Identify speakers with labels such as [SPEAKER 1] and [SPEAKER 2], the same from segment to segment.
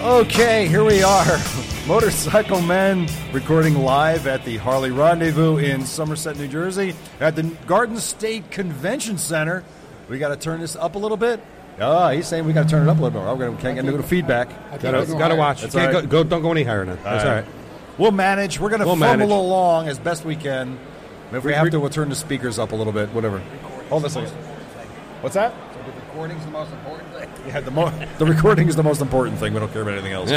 [SPEAKER 1] Okay, here we are. Motorcycle Men recording live at the Harley Rendezvous in Somerset, New Jersey at the Garden State Convention Center. We got to turn this up a little bit. Ah, he's saying we got to turn it up a little bit. or We can't get no feedback.
[SPEAKER 2] Gotta, gotta watch.
[SPEAKER 1] That's
[SPEAKER 2] You can't
[SPEAKER 1] all
[SPEAKER 2] go,
[SPEAKER 1] right.
[SPEAKER 2] go- don't go any higher now. That's all right.
[SPEAKER 1] We'll manage. We're going to
[SPEAKER 2] We'll
[SPEAKER 1] fumble
[SPEAKER 2] manage.
[SPEAKER 1] along as best we can. If we
[SPEAKER 2] We-
[SPEAKER 1] have
[SPEAKER 2] we-
[SPEAKER 1] to, we'll turn the speakers up a little bit. Whatever. Hold on a second. What's that?
[SPEAKER 3] Recording's the most important thing.
[SPEAKER 1] Yeah, the, mo- the recording is the most important thing. We don't care about anything else.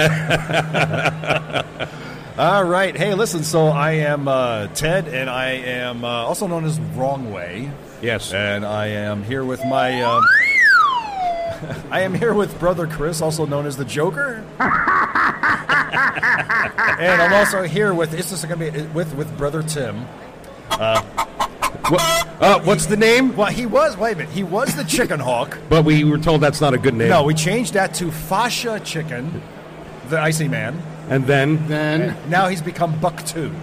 [SPEAKER 1] All right. Hey, listen. So I am uh, Ted, and I am uh, also known as Wrong Way,
[SPEAKER 2] Yes.
[SPEAKER 1] and I am here with my. Um, I am here with brother Chris, also known as the Joker, and I'm also here with. It's just going to be uh, with with brother Tim.
[SPEAKER 2] Wha- uh, what's the name?
[SPEAKER 1] Well, he was. Wait a minute. He was the Chicken Hawk.
[SPEAKER 2] But we were told that's not a good name.
[SPEAKER 1] No, we changed that to Fascia Chicken, the Icy Man.
[SPEAKER 2] And then
[SPEAKER 3] Then
[SPEAKER 1] Now he's become Buck Two.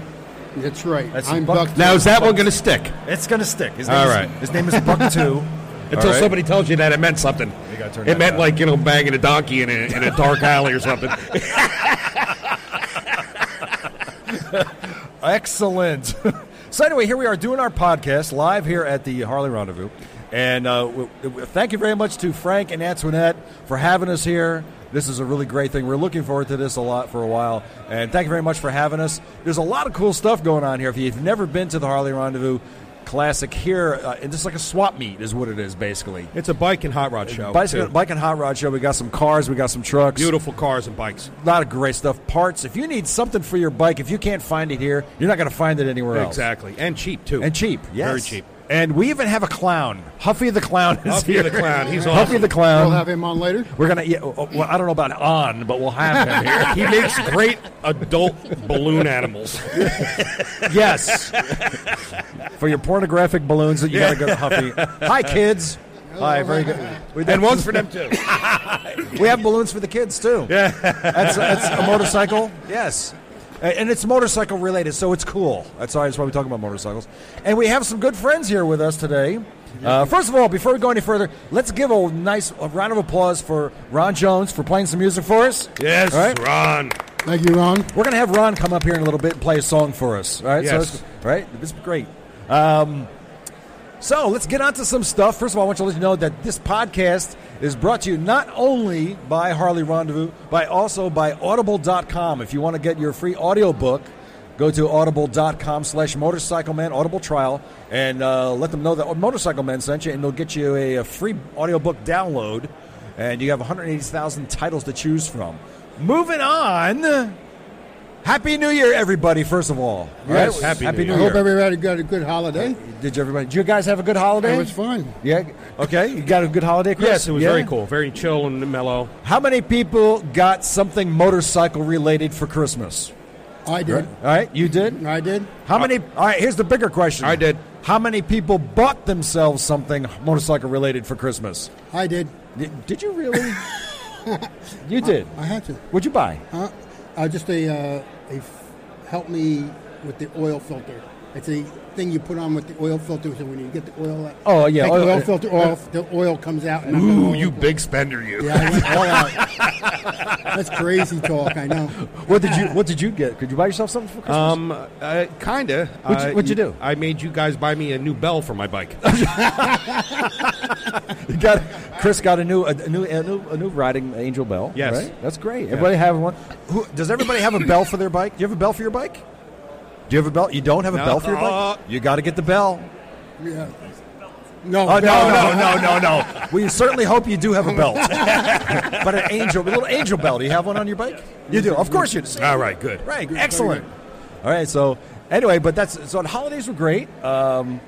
[SPEAKER 3] that's right.
[SPEAKER 1] That's
[SPEAKER 3] I'm
[SPEAKER 1] Buck-
[SPEAKER 3] Buck.
[SPEAKER 2] now is that one going to stick?
[SPEAKER 1] It's gonna stick. His name
[SPEAKER 2] All
[SPEAKER 1] is,
[SPEAKER 2] right.
[SPEAKER 1] His name is Buck Two.
[SPEAKER 2] Until somebody tells you that it meant something.
[SPEAKER 1] You gotta turn
[SPEAKER 2] It
[SPEAKER 1] that
[SPEAKER 2] meant
[SPEAKER 1] down.
[SPEAKER 2] like you know banging a donkey in a, in a dark alley or something.
[SPEAKER 1] Excellent. so anyway, here we are doing our podcast live here at the Harley Rendezvous, and uh, w- w- thank you very much to Frank and Antoinette for having us here. This is a really great thing. We're looking forward to this a lot for a while, and thank you very much for having us. There's a lot of cool stuff going on here. If you've never been to the Harley Rendezvous Classic here, uh, and it's like a swap meet, is what it is basically.
[SPEAKER 2] it's a bike and hot rod show.
[SPEAKER 1] Bicycle,
[SPEAKER 2] too.
[SPEAKER 1] bike and hot rod show. We got some cars, we got some trucks.
[SPEAKER 2] Beautiful cars and bikes.
[SPEAKER 1] A lot of great stuff. Parts. If you need something for your bike, if you can't find it here, you're not going to find it anywhere else.
[SPEAKER 2] Exactly. And cheap too.
[SPEAKER 1] And cheap. Yes.
[SPEAKER 2] Very cheap.
[SPEAKER 1] And we even have a clown. Huffy the clown is
[SPEAKER 2] Huffy
[SPEAKER 1] here.
[SPEAKER 2] the clown. He's
[SPEAKER 1] Huffy
[SPEAKER 2] awesome.
[SPEAKER 1] the clown.
[SPEAKER 3] We'll have him on later.
[SPEAKER 1] We're gonna. Yeah, oh, well, I don't know about on, but we'll have him here.
[SPEAKER 2] He makes great adult balloon animals.
[SPEAKER 1] yes. for your pornographic balloons, that you got to go to Huffy. Hi, kids. Hi. Very good. We,
[SPEAKER 2] And one's for them too.
[SPEAKER 1] we have balloons for the kids too. Yeah. That's, that's a motorcycle. Yes. A- And it's motorcycle related, so it's cool. That's why that's why we talk about motorcycles. And we have some good friends here with us today. Uh, first of all, before we go any further, let's give a nice a round of applause for Ron Jones for playing some music for us.
[SPEAKER 2] Yes,
[SPEAKER 1] All right.
[SPEAKER 2] Ron.
[SPEAKER 3] Thank you, Ron.
[SPEAKER 1] We're gonna have Ron come up here in a little bit and play a song for us. All right.
[SPEAKER 2] Yes.
[SPEAKER 1] So it's, all right. This is great. Um, so let's get on to some stuff. First of all, I want you to let you know that this podcast is brought to you not only by Harley Rendezvous, but also by Audible.com. If you want to get your free audiobook, go to audible.com slash motorcycle man audible trial and uh, let them know that motorcycle man sent you and they'll get you a, a free audiobook download and you have 180000 titles to choose from moving on Happy New Year, everybody! First of all,
[SPEAKER 3] Yes.
[SPEAKER 1] Right?
[SPEAKER 2] Happy New
[SPEAKER 3] I
[SPEAKER 2] Year.
[SPEAKER 3] hope everybody got a good holiday.
[SPEAKER 1] Did you everybody? Did you guys have a good holiday?
[SPEAKER 3] It was fun.
[SPEAKER 1] Yeah. Okay. You got a good holiday, Chris?
[SPEAKER 2] Yes, it was
[SPEAKER 1] Yeah?
[SPEAKER 2] very cool, very chill and mellow.
[SPEAKER 1] How many people got something motorcycle related for Christmas?
[SPEAKER 3] I did.
[SPEAKER 1] All right, Uh, you did.
[SPEAKER 3] I did.
[SPEAKER 1] How many? All right. Here's the bigger question.
[SPEAKER 2] I did.
[SPEAKER 1] How many people bought themselves something motorcycle related for Christmas?
[SPEAKER 3] I did.
[SPEAKER 1] Y- Did you really? you did.
[SPEAKER 3] I had to.
[SPEAKER 1] What'd you buy?
[SPEAKER 3] Uh, uh, just a, uh, a f- help me with the oil filter. It's a thing you put on with the oil filter, so when you get the oil out,
[SPEAKER 1] Oh, yeah, Uh,
[SPEAKER 3] take
[SPEAKER 1] oil-
[SPEAKER 3] the oil filter off, the oil comes out. And I'm the
[SPEAKER 2] Ooh,
[SPEAKER 3] oil-
[SPEAKER 2] you big spender, you.
[SPEAKER 3] Yeah, I went all out. That's crazy talk. I know.
[SPEAKER 1] What did you What did you get? Could you buy yourself something for Christmas?
[SPEAKER 2] Um, uh, kinda.
[SPEAKER 1] What'd you-
[SPEAKER 2] Uh,
[SPEAKER 1] what'd you do?
[SPEAKER 2] I made you guys buy me a new bell for my bike.
[SPEAKER 1] You got Chris got a new a, new a new a new riding Angel Bell.
[SPEAKER 2] Yes.
[SPEAKER 1] right? that's great. Everybody have one. Who, does everybody have a bell for their bike? Do you have a bell for your bike? Do you have a bell? You don't have a
[SPEAKER 2] No.
[SPEAKER 1] bell for your bike. You got to get the bell.
[SPEAKER 3] Yeah. No,
[SPEAKER 1] Oh no no no no no. we certainly hope you do have a belt, but an angel, a little angel bell. Do you have one on your bike? You do. Of course you do.
[SPEAKER 2] All right, good.
[SPEAKER 1] Right. Excellent. All right. So anyway, but that's so the holidays were great. Um,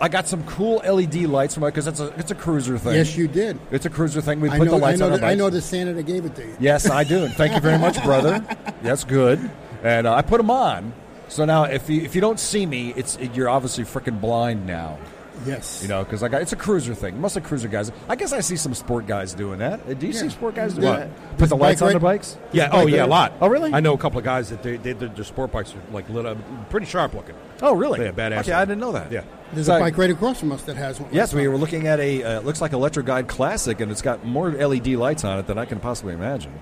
[SPEAKER 1] I got some cool LED lights for my because that's a it's a cruiser thing.
[SPEAKER 3] Yes, you did.
[SPEAKER 1] It's a cruiser thing. We
[SPEAKER 3] I
[SPEAKER 1] put
[SPEAKER 3] know,
[SPEAKER 1] the lights
[SPEAKER 3] I
[SPEAKER 1] on
[SPEAKER 3] know,
[SPEAKER 1] our
[SPEAKER 3] the, I
[SPEAKER 1] bikes.
[SPEAKER 3] know the Santa that gave it to you.
[SPEAKER 1] Yes, I do. And thank you very much, brother. That's good. And uh, I put them on. So now, if you if you don't see me, it's you're obviously freaking blind now.
[SPEAKER 3] Yes.
[SPEAKER 1] You know, because I got it's a cruiser thing. Mostly cruiser guys. I guess I see some sport guys doing that. Uh, Do you see
[SPEAKER 3] Yeah.
[SPEAKER 1] sport guys doing
[SPEAKER 3] Yeah.
[SPEAKER 1] that? Put the
[SPEAKER 3] Bike
[SPEAKER 1] lights on
[SPEAKER 3] ride-
[SPEAKER 1] their bikes.
[SPEAKER 2] Yeah.
[SPEAKER 1] Bike
[SPEAKER 2] Oh, yeah.
[SPEAKER 1] ride?
[SPEAKER 2] A lot.
[SPEAKER 1] Oh, really?
[SPEAKER 2] I know a couple of guys that they, they their their sport bikes are like lit up, pretty sharp looking.
[SPEAKER 1] Oh, really?
[SPEAKER 2] Yeah, badass.
[SPEAKER 1] Okay, I didn't know that.
[SPEAKER 2] Yeah.
[SPEAKER 3] There's
[SPEAKER 1] So I-
[SPEAKER 3] a bike right across from us that has one.
[SPEAKER 1] Yes, we were looking at E a uh, looks like Electro Guide Classic, and it's got more LED lights on it than I can possibly imagine.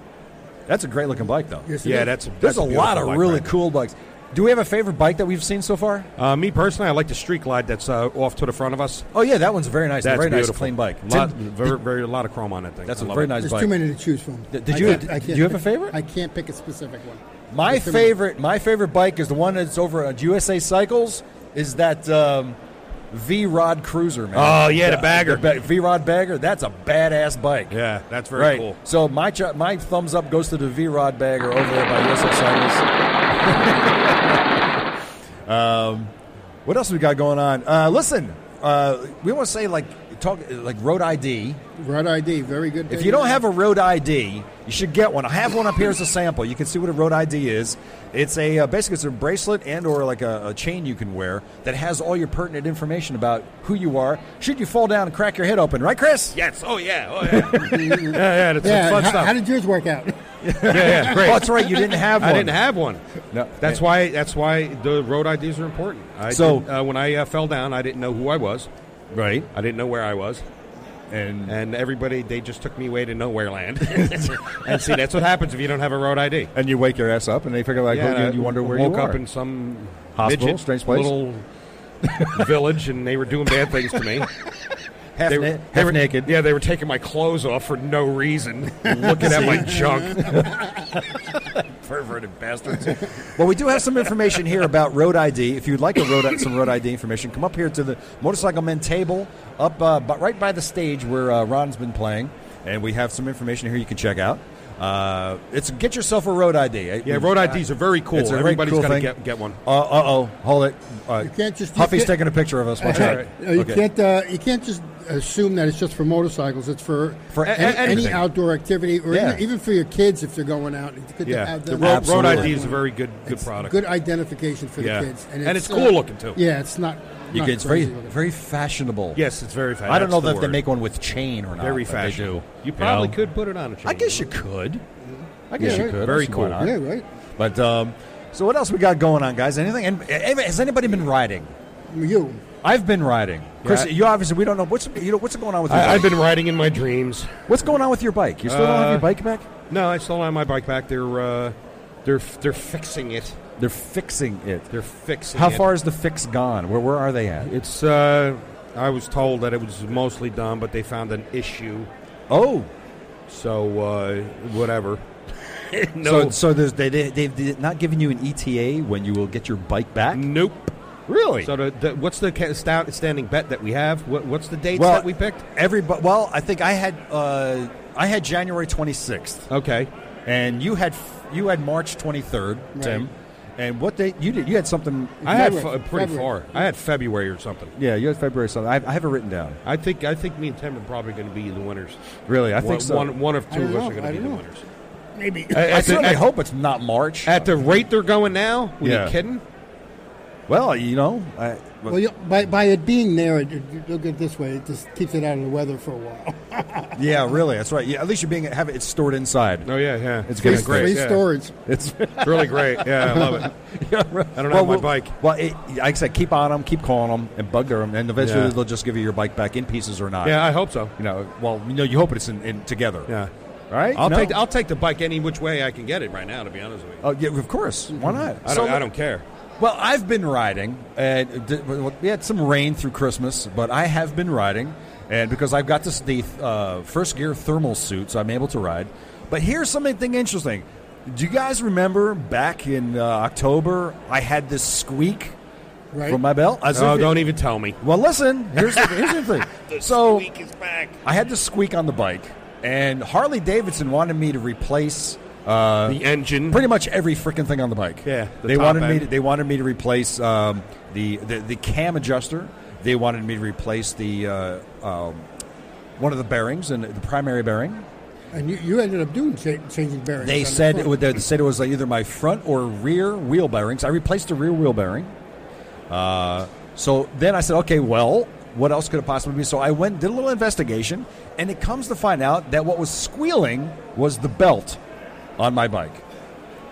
[SPEAKER 1] That's a great looking bike, though.
[SPEAKER 3] Yes, it
[SPEAKER 2] Yeah,
[SPEAKER 3] is.
[SPEAKER 2] that's
[SPEAKER 1] There's
[SPEAKER 2] that's
[SPEAKER 1] a, lot
[SPEAKER 2] beautiful
[SPEAKER 1] of
[SPEAKER 2] bike
[SPEAKER 1] really
[SPEAKER 2] ride.
[SPEAKER 1] cool bikes. Do we have a favorite bike that we've seen so far?
[SPEAKER 2] Uh, me personally, I like the street glide that's uh, off to the front of us.
[SPEAKER 1] Oh yeah, that one's very nice.
[SPEAKER 2] That's
[SPEAKER 1] very
[SPEAKER 2] beautiful.
[SPEAKER 1] nice, clean bike.
[SPEAKER 2] Lot,
[SPEAKER 1] Tim,
[SPEAKER 2] very, very, a lot of chrome on that thing.
[SPEAKER 1] that's
[SPEAKER 2] I
[SPEAKER 1] a
[SPEAKER 2] love
[SPEAKER 1] very
[SPEAKER 2] it.
[SPEAKER 1] nice
[SPEAKER 3] There's
[SPEAKER 1] bike.
[SPEAKER 3] too many to choose from.
[SPEAKER 1] Did- did
[SPEAKER 3] I
[SPEAKER 1] you-
[SPEAKER 3] can't-
[SPEAKER 1] did
[SPEAKER 3] I can't
[SPEAKER 1] you have a
[SPEAKER 3] pick-
[SPEAKER 1] favorite?
[SPEAKER 3] I can't pick a specific one.
[SPEAKER 1] My
[SPEAKER 3] There's too many.
[SPEAKER 1] favorite, my favorite bike is the one that's over at USA Cycles. Is that um, V Rod Cruiser, man?
[SPEAKER 2] Oh, yeah, the bagger.
[SPEAKER 1] V Rod Bagger. That's a badass bike.
[SPEAKER 2] Yeah, that's very
[SPEAKER 1] right.
[SPEAKER 2] cool.
[SPEAKER 1] So my ch- my thumbs up goes to the V Rod Bagger over there by USA Cycles. um, what else we got going on? Uh, listen, uh, we want to say like talk like road ID.
[SPEAKER 3] Red ID, very good.
[SPEAKER 1] If
[SPEAKER 3] day.
[SPEAKER 1] you don't have a road ID, you should get one. I have one up here as a sample. You can see what a road ID is. It's a uh, basically it's a bracelet and or like a, a chain you can wear that has all your pertinent information about who you are. Should you fall down and crack your head open, right, Chris?
[SPEAKER 2] Yes. Oh yeah. Oh yeah. yeah, yeah. That's
[SPEAKER 3] yeah,
[SPEAKER 2] fun
[SPEAKER 3] how,
[SPEAKER 2] stuff.
[SPEAKER 3] how did yours work out?
[SPEAKER 2] yeah, yeah. Great.
[SPEAKER 1] Oh, that's right. You didn't have one.
[SPEAKER 2] I didn't have one.
[SPEAKER 1] No.
[SPEAKER 2] That's why. That's why the road IDs are important. I
[SPEAKER 1] So-
[SPEAKER 2] did- uh, when I uh, fell down, I didn't know who I was.
[SPEAKER 1] right.
[SPEAKER 2] I didn't know where I was,
[SPEAKER 1] And
[SPEAKER 2] and everybody they just took me away to nowhere land. and see, that's what happens if you don't have a road ID.
[SPEAKER 1] and you wake your ass up, and they figure like,
[SPEAKER 2] Yeah,
[SPEAKER 1] who-
[SPEAKER 2] and I
[SPEAKER 1] you wonder where
[SPEAKER 2] woke
[SPEAKER 1] you
[SPEAKER 2] up
[SPEAKER 1] are.
[SPEAKER 2] in some
[SPEAKER 1] Hospital,
[SPEAKER 2] midget
[SPEAKER 1] strange place.
[SPEAKER 2] little village, and they were doing bad things to me.
[SPEAKER 1] half,
[SPEAKER 2] They
[SPEAKER 1] na-
[SPEAKER 2] were,
[SPEAKER 1] half
[SPEAKER 2] they were-
[SPEAKER 1] naked.
[SPEAKER 2] Yeah, they were taking my clothes off for no reason, looking at my junk. Perverted bastards.
[SPEAKER 1] Well, we do have some information here about road ID. If you'd like a road, some road ID information, come up here to the Motorcycle Men table, up uh, bu- right by the stage where uh, Ron's been playing, and we have some information here you can check out. Uh, it's get yourself a road ID.
[SPEAKER 2] Yeah, road IDs are very cool.
[SPEAKER 1] It's a very
[SPEAKER 2] Everybody's
[SPEAKER 1] cool
[SPEAKER 2] got to
[SPEAKER 1] thing.
[SPEAKER 2] get, get one.
[SPEAKER 1] Uh oh, hold it. Uh,
[SPEAKER 3] You can't just- you
[SPEAKER 1] Huffy's
[SPEAKER 3] can't-
[SPEAKER 1] taking a picture of us. Watch
[SPEAKER 2] All
[SPEAKER 1] out.
[SPEAKER 2] right.
[SPEAKER 3] Uh, You
[SPEAKER 1] Okay.
[SPEAKER 3] can't uh, you can't just assume that it's just for motorcycles. It's for
[SPEAKER 1] For a-
[SPEAKER 3] any, any
[SPEAKER 1] anything.
[SPEAKER 3] outdoor activity, or
[SPEAKER 1] Yeah.
[SPEAKER 3] even, even for your kids if they're going out. It's good to
[SPEAKER 2] Yeah,
[SPEAKER 3] have
[SPEAKER 2] the
[SPEAKER 3] them.
[SPEAKER 2] road, road
[SPEAKER 1] Absolutely.
[SPEAKER 2] ID is a very good good
[SPEAKER 3] It's
[SPEAKER 2] product.
[SPEAKER 3] Good identification for
[SPEAKER 2] Yeah.
[SPEAKER 3] the kids, uh,
[SPEAKER 2] And it's cool looking, too.
[SPEAKER 3] Yeah, it's not.
[SPEAKER 1] You
[SPEAKER 3] not
[SPEAKER 1] can, it's very,
[SPEAKER 3] crazy looking.
[SPEAKER 1] very fashionable.
[SPEAKER 2] Yes, it's very fast.
[SPEAKER 1] I don't know
[SPEAKER 2] That's the
[SPEAKER 1] if they make
[SPEAKER 2] word.
[SPEAKER 1] one with chain or not.
[SPEAKER 2] very
[SPEAKER 1] but they do.
[SPEAKER 2] fashionable. You
[SPEAKER 1] know?
[SPEAKER 2] probably could put it on a chain.
[SPEAKER 1] I guess you could. I guess
[SPEAKER 3] Yeah,
[SPEAKER 1] you
[SPEAKER 3] right.
[SPEAKER 1] could.
[SPEAKER 2] Very
[SPEAKER 1] Why
[SPEAKER 2] cool.
[SPEAKER 1] not?
[SPEAKER 3] Yeah, right.
[SPEAKER 1] But um, so what else we got going on, guys? Anything? And eh, has anybody been riding?
[SPEAKER 3] You.
[SPEAKER 1] I've been riding. Chris,
[SPEAKER 2] Yeah.
[SPEAKER 1] you obviously we don't know what's you know what's going on with your
[SPEAKER 2] I, I've
[SPEAKER 1] bike.
[SPEAKER 2] been riding in my dreams.
[SPEAKER 1] what's going on with your bike? You still don't have
[SPEAKER 2] Uh,
[SPEAKER 1] your bike back?
[SPEAKER 2] No, I still have my bike back. They're uh, they're they're fixing it.
[SPEAKER 1] They're fixing it.
[SPEAKER 2] They're fixing.
[SPEAKER 1] How
[SPEAKER 2] it.
[SPEAKER 1] far is the fix gone? Where where are they at?
[SPEAKER 2] It's. Uh, I was told that it was mostly done, but they found an issue.
[SPEAKER 1] Oh,
[SPEAKER 2] So uh, whatever.
[SPEAKER 1] so so there's, they, they they've not given you an ETA when you will get your bike back.
[SPEAKER 2] nope.
[SPEAKER 1] Really?
[SPEAKER 2] So the, the, what's the ca- sta- standing bet that we have? What, what's the dates
[SPEAKER 1] well,
[SPEAKER 2] that we picked?
[SPEAKER 1] Everybody. Well, I think I had uh, I had January 26th.
[SPEAKER 2] Okay.
[SPEAKER 1] and you had you had March 23rd, Tim. And what they you did you had something?
[SPEAKER 2] I had f-
[SPEAKER 3] February.
[SPEAKER 2] pretty
[SPEAKER 3] February.
[SPEAKER 2] far. I had February or something.
[SPEAKER 1] yeah, you had February something. I, I have it written down.
[SPEAKER 2] I think I think me and Tim are probably going to be the winners.
[SPEAKER 1] Really, I
[SPEAKER 2] one,
[SPEAKER 1] think so.
[SPEAKER 2] One, one of
[SPEAKER 3] I
[SPEAKER 2] two
[SPEAKER 3] don't
[SPEAKER 2] of us
[SPEAKER 3] know.
[SPEAKER 2] are going
[SPEAKER 3] I
[SPEAKER 2] to be the
[SPEAKER 3] don't know.
[SPEAKER 2] winners.
[SPEAKER 3] Maybe.
[SPEAKER 2] At
[SPEAKER 1] I
[SPEAKER 2] the-
[SPEAKER 1] certainly
[SPEAKER 2] at-
[SPEAKER 1] hope it's not March.
[SPEAKER 2] At the rate they're going now, were
[SPEAKER 1] Yeah.
[SPEAKER 2] you kidding?
[SPEAKER 1] well, you know, I,
[SPEAKER 3] Well, you, by, by it being there, it, it- look at it this way. It just keeps it out of the weather for a while.
[SPEAKER 1] yeah, really, that's right. Yeah, at least you're being have it it's stored inside.
[SPEAKER 2] Oh yeah, yeah.
[SPEAKER 1] It's
[SPEAKER 3] Free,
[SPEAKER 1] gonna great,
[SPEAKER 3] free
[SPEAKER 2] yeah.
[SPEAKER 3] storage.
[SPEAKER 1] It's
[SPEAKER 2] It's really great. Yeah, I love it.
[SPEAKER 1] yeah, right.
[SPEAKER 2] I don't
[SPEAKER 1] well,
[SPEAKER 2] have my
[SPEAKER 1] well-
[SPEAKER 2] bike.
[SPEAKER 1] Well, it, like I said, keep on them, keep calling them, and bug them, and eventually
[SPEAKER 2] Yeah.
[SPEAKER 1] they'll just give you your bike back in pieces or not.
[SPEAKER 2] Yeah, I hope so.
[SPEAKER 1] you know. Well, you know, you hope it's in, in together.
[SPEAKER 2] Yeah.
[SPEAKER 1] right.
[SPEAKER 2] I'll
[SPEAKER 1] No?
[SPEAKER 2] take I'll take the bike any which way I can get it right now. To be honest with you,
[SPEAKER 1] Oh yeah, of course. Why not?
[SPEAKER 2] I
[SPEAKER 1] So
[SPEAKER 2] don't I don't care.
[SPEAKER 1] Well, I've been riding. And uh, d- well, we had some rain through Christmas, but I have been riding, and because I've got this the uh, first gear thermal suit, so I'm able to ride. But here's something interesting. Do you guys remember back in uh, October? I had this squeak
[SPEAKER 3] Right.
[SPEAKER 1] from my belt. As
[SPEAKER 2] Oh,
[SPEAKER 1] if it-
[SPEAKER 2] don't even tell me.
[SPEAKER 1] Well, listen. Here's the, here's the thing. so
[SPEAKER 2] is back.
[SPEAKER 1] I had this squeak on the bike, and Harley Davidson wanted me to replace. Uh,
[SPEAKER 2] The engine.
[SPEAKER 1] pretty much every freaking thing on the bike.
[SPEAKER 2] Yeah, the
[SPEAKER 1] they
[SPEAKER 2] top
[SPEAKER 1] wanted me.
[SPEAKER 2] end.
[SPEAKER 1] To, they wanted me to replace um, the, the the cam adjuster. They wanted me to replace the uh, um, one of the bearings and the primary bearing.
[SPEAKER 3] And you, you ended up doing cha- changing bearings. on
[SPEAKER 1] They
[SPEAKER 3] the
[SPEAKER 1] said
[SPEAKER 3] front.
[SPEAKER 1] it would, they said it was either my front or rear wheel bearings. I replaced the rear wheel bearing. Uh, so then I said, okay, well, what else could it possibly be? So I went did a little investigation, and it comes to find out that what was squealing was the belt on my bike.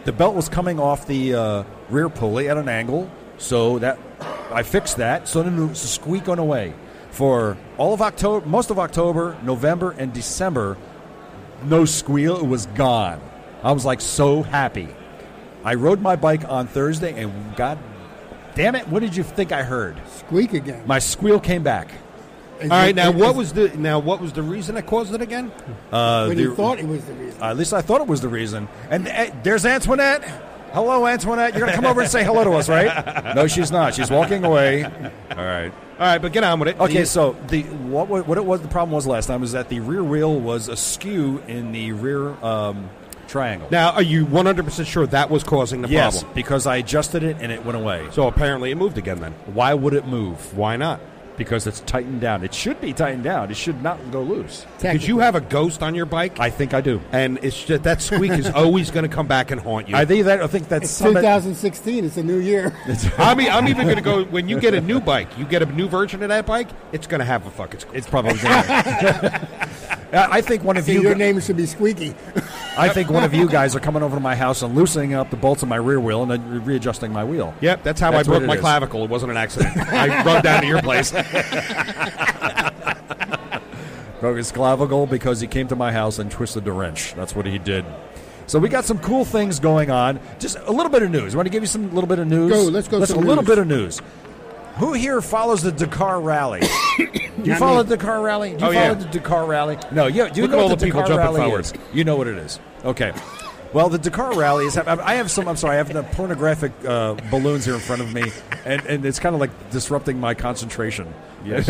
[SPEAKER 1] The belt was coming off the uh, rear pulley at an angle, so that I fixed that. So then it was squeak on away for all of October, most of October, November, and December. No squeal. It was gone. I was like so happy. I rode my bike on Thursday, and God damn it, what did you think I heard?
[SPEAKER 3] Squeak again.
[SPEAKER 1] My squeal came back.
[SPEAKER 3] Is
[SPEAKER 2] All right,
[SPEAKER 3] it-
[SPEAKER 2] now
[SPEAKER 3] is-
[SPEAKER 2] what was the now what was the reason that caused it again?
[SPEAKER 1] Uh,
[SPEAKER 3] But
[SPEAKER 1] the- Uh,
[SPEAKER 3] he thought it was the reason.
[SPEAKER 1] at least I thought it was the reason. And uh, there's Antoinette. Hello, Antoinette. You're going to come over and say hello to us, right? No, she's not. She's walking away. All right.
[SPEAKER 2] All right, but get on with it.
[SPEAKER 1] Okay,
[SPEAKER 2] The-
[SPEAKER 1] so the what wa- what it was the problem was last time is that the rear wheel was askew in the rear um, triangle.
[SPEAKER 2] now are you 100 percent sure that was causing the
[SPEAKER 1] yes,
[SPEAKER 2] problem?
[SPEAKER 1] because I adjusted it and it went away.
[SPEAKER 2] So apparently it moved again. Then
[SPEAKER 1] Why would it move?
[SPEAKER 2] why not?
[SPEAKER 1] Because it's tightened down. It should be tightened down. It should not go loose.
[SPEAKER 2] Did you have a ghost on your bike?
[SPEAKER 1] I think I do.
[SPEAKER 2] and it's just, that squeak is always going to come back and haunt you.
[SPEAKER 1] I think that I think that's
[SPEAKER 3] It's
[SPEAKER 1] some-
[SPEAKER 3] 2016. It's a new year.
[SPEAKER 2] I mean, I'm even going to go when you get a new bike, you get a new version of that bike, it's going to have a fucking squeak.
[SPEAKER 1] It's probably. I I think one of
[SPEAKER 3] So
[SPEAKER 1] you.
[SPEAKER 3] your
[SPEAKER 1] gu-
[SPEAKER 3] name should be Squeaky.
[SPEAKER 1] I think one of you guys are coming over to my house and loosening up the bolts of my rear wheel and then re- readjusting my wheel.
[SPEAKER 2] Yep, that's how
[SPEAKER 1] That's
[SPEAKER 2] I
[SPEAKER 1] what
[SPEAKER 2] broke
[SPEAKER 1] it
[SPEAKER 2] my
[SPEAKER 1] is.
[SPEAKER 2] clavicle. It wasn't an accident. I rode down to your place.
[SPEAKER 1] Broke his clavicle because he came to my house and twisted the wrench. That's what he did. So we got some cool things going on. Just a little bit of news. Want to give you some little bit of news?
[SPEAKER 3] Go, let's go
[SPEAKER 1] Let's
[SPEAKER 3] some
[SPEAKER 1] a little
[SPEAKER 3] news.
[SPEAKER 1] bit of news. Who here follows the Dakar Rally? Do you
[SPEAKER 3] Not
[SPEAKER 1] follow
[SPEAKER 3] me.
[SPEAKER 1] the Dakar Rally? Do you
[SPEAKER 2] Oh,
[SPEAKER 1] follow
[SPEAKER 2] yeah.
[SPEAKER 1] the Dakar Rally? No, you, you
[SPEAKER 2] Look
[SPEAKER 1] know
[SPEAKER 2] at all
[SPEAKER 1] what
[SPEAKER 2] the people
[SPEAKER 1] Dakar
[SPEAKER 2] jumping
[SPEAKER 1] Rally
[SPEAKER 2] forward.
[SPEAKER 1] is. You know what it is. Okay. Well, the Dakar Rally is. I I have some. I'm sorry. I have the pornographic uh, balloons here in front of me, and, and it's kind of like disrupting my concentration. Yes.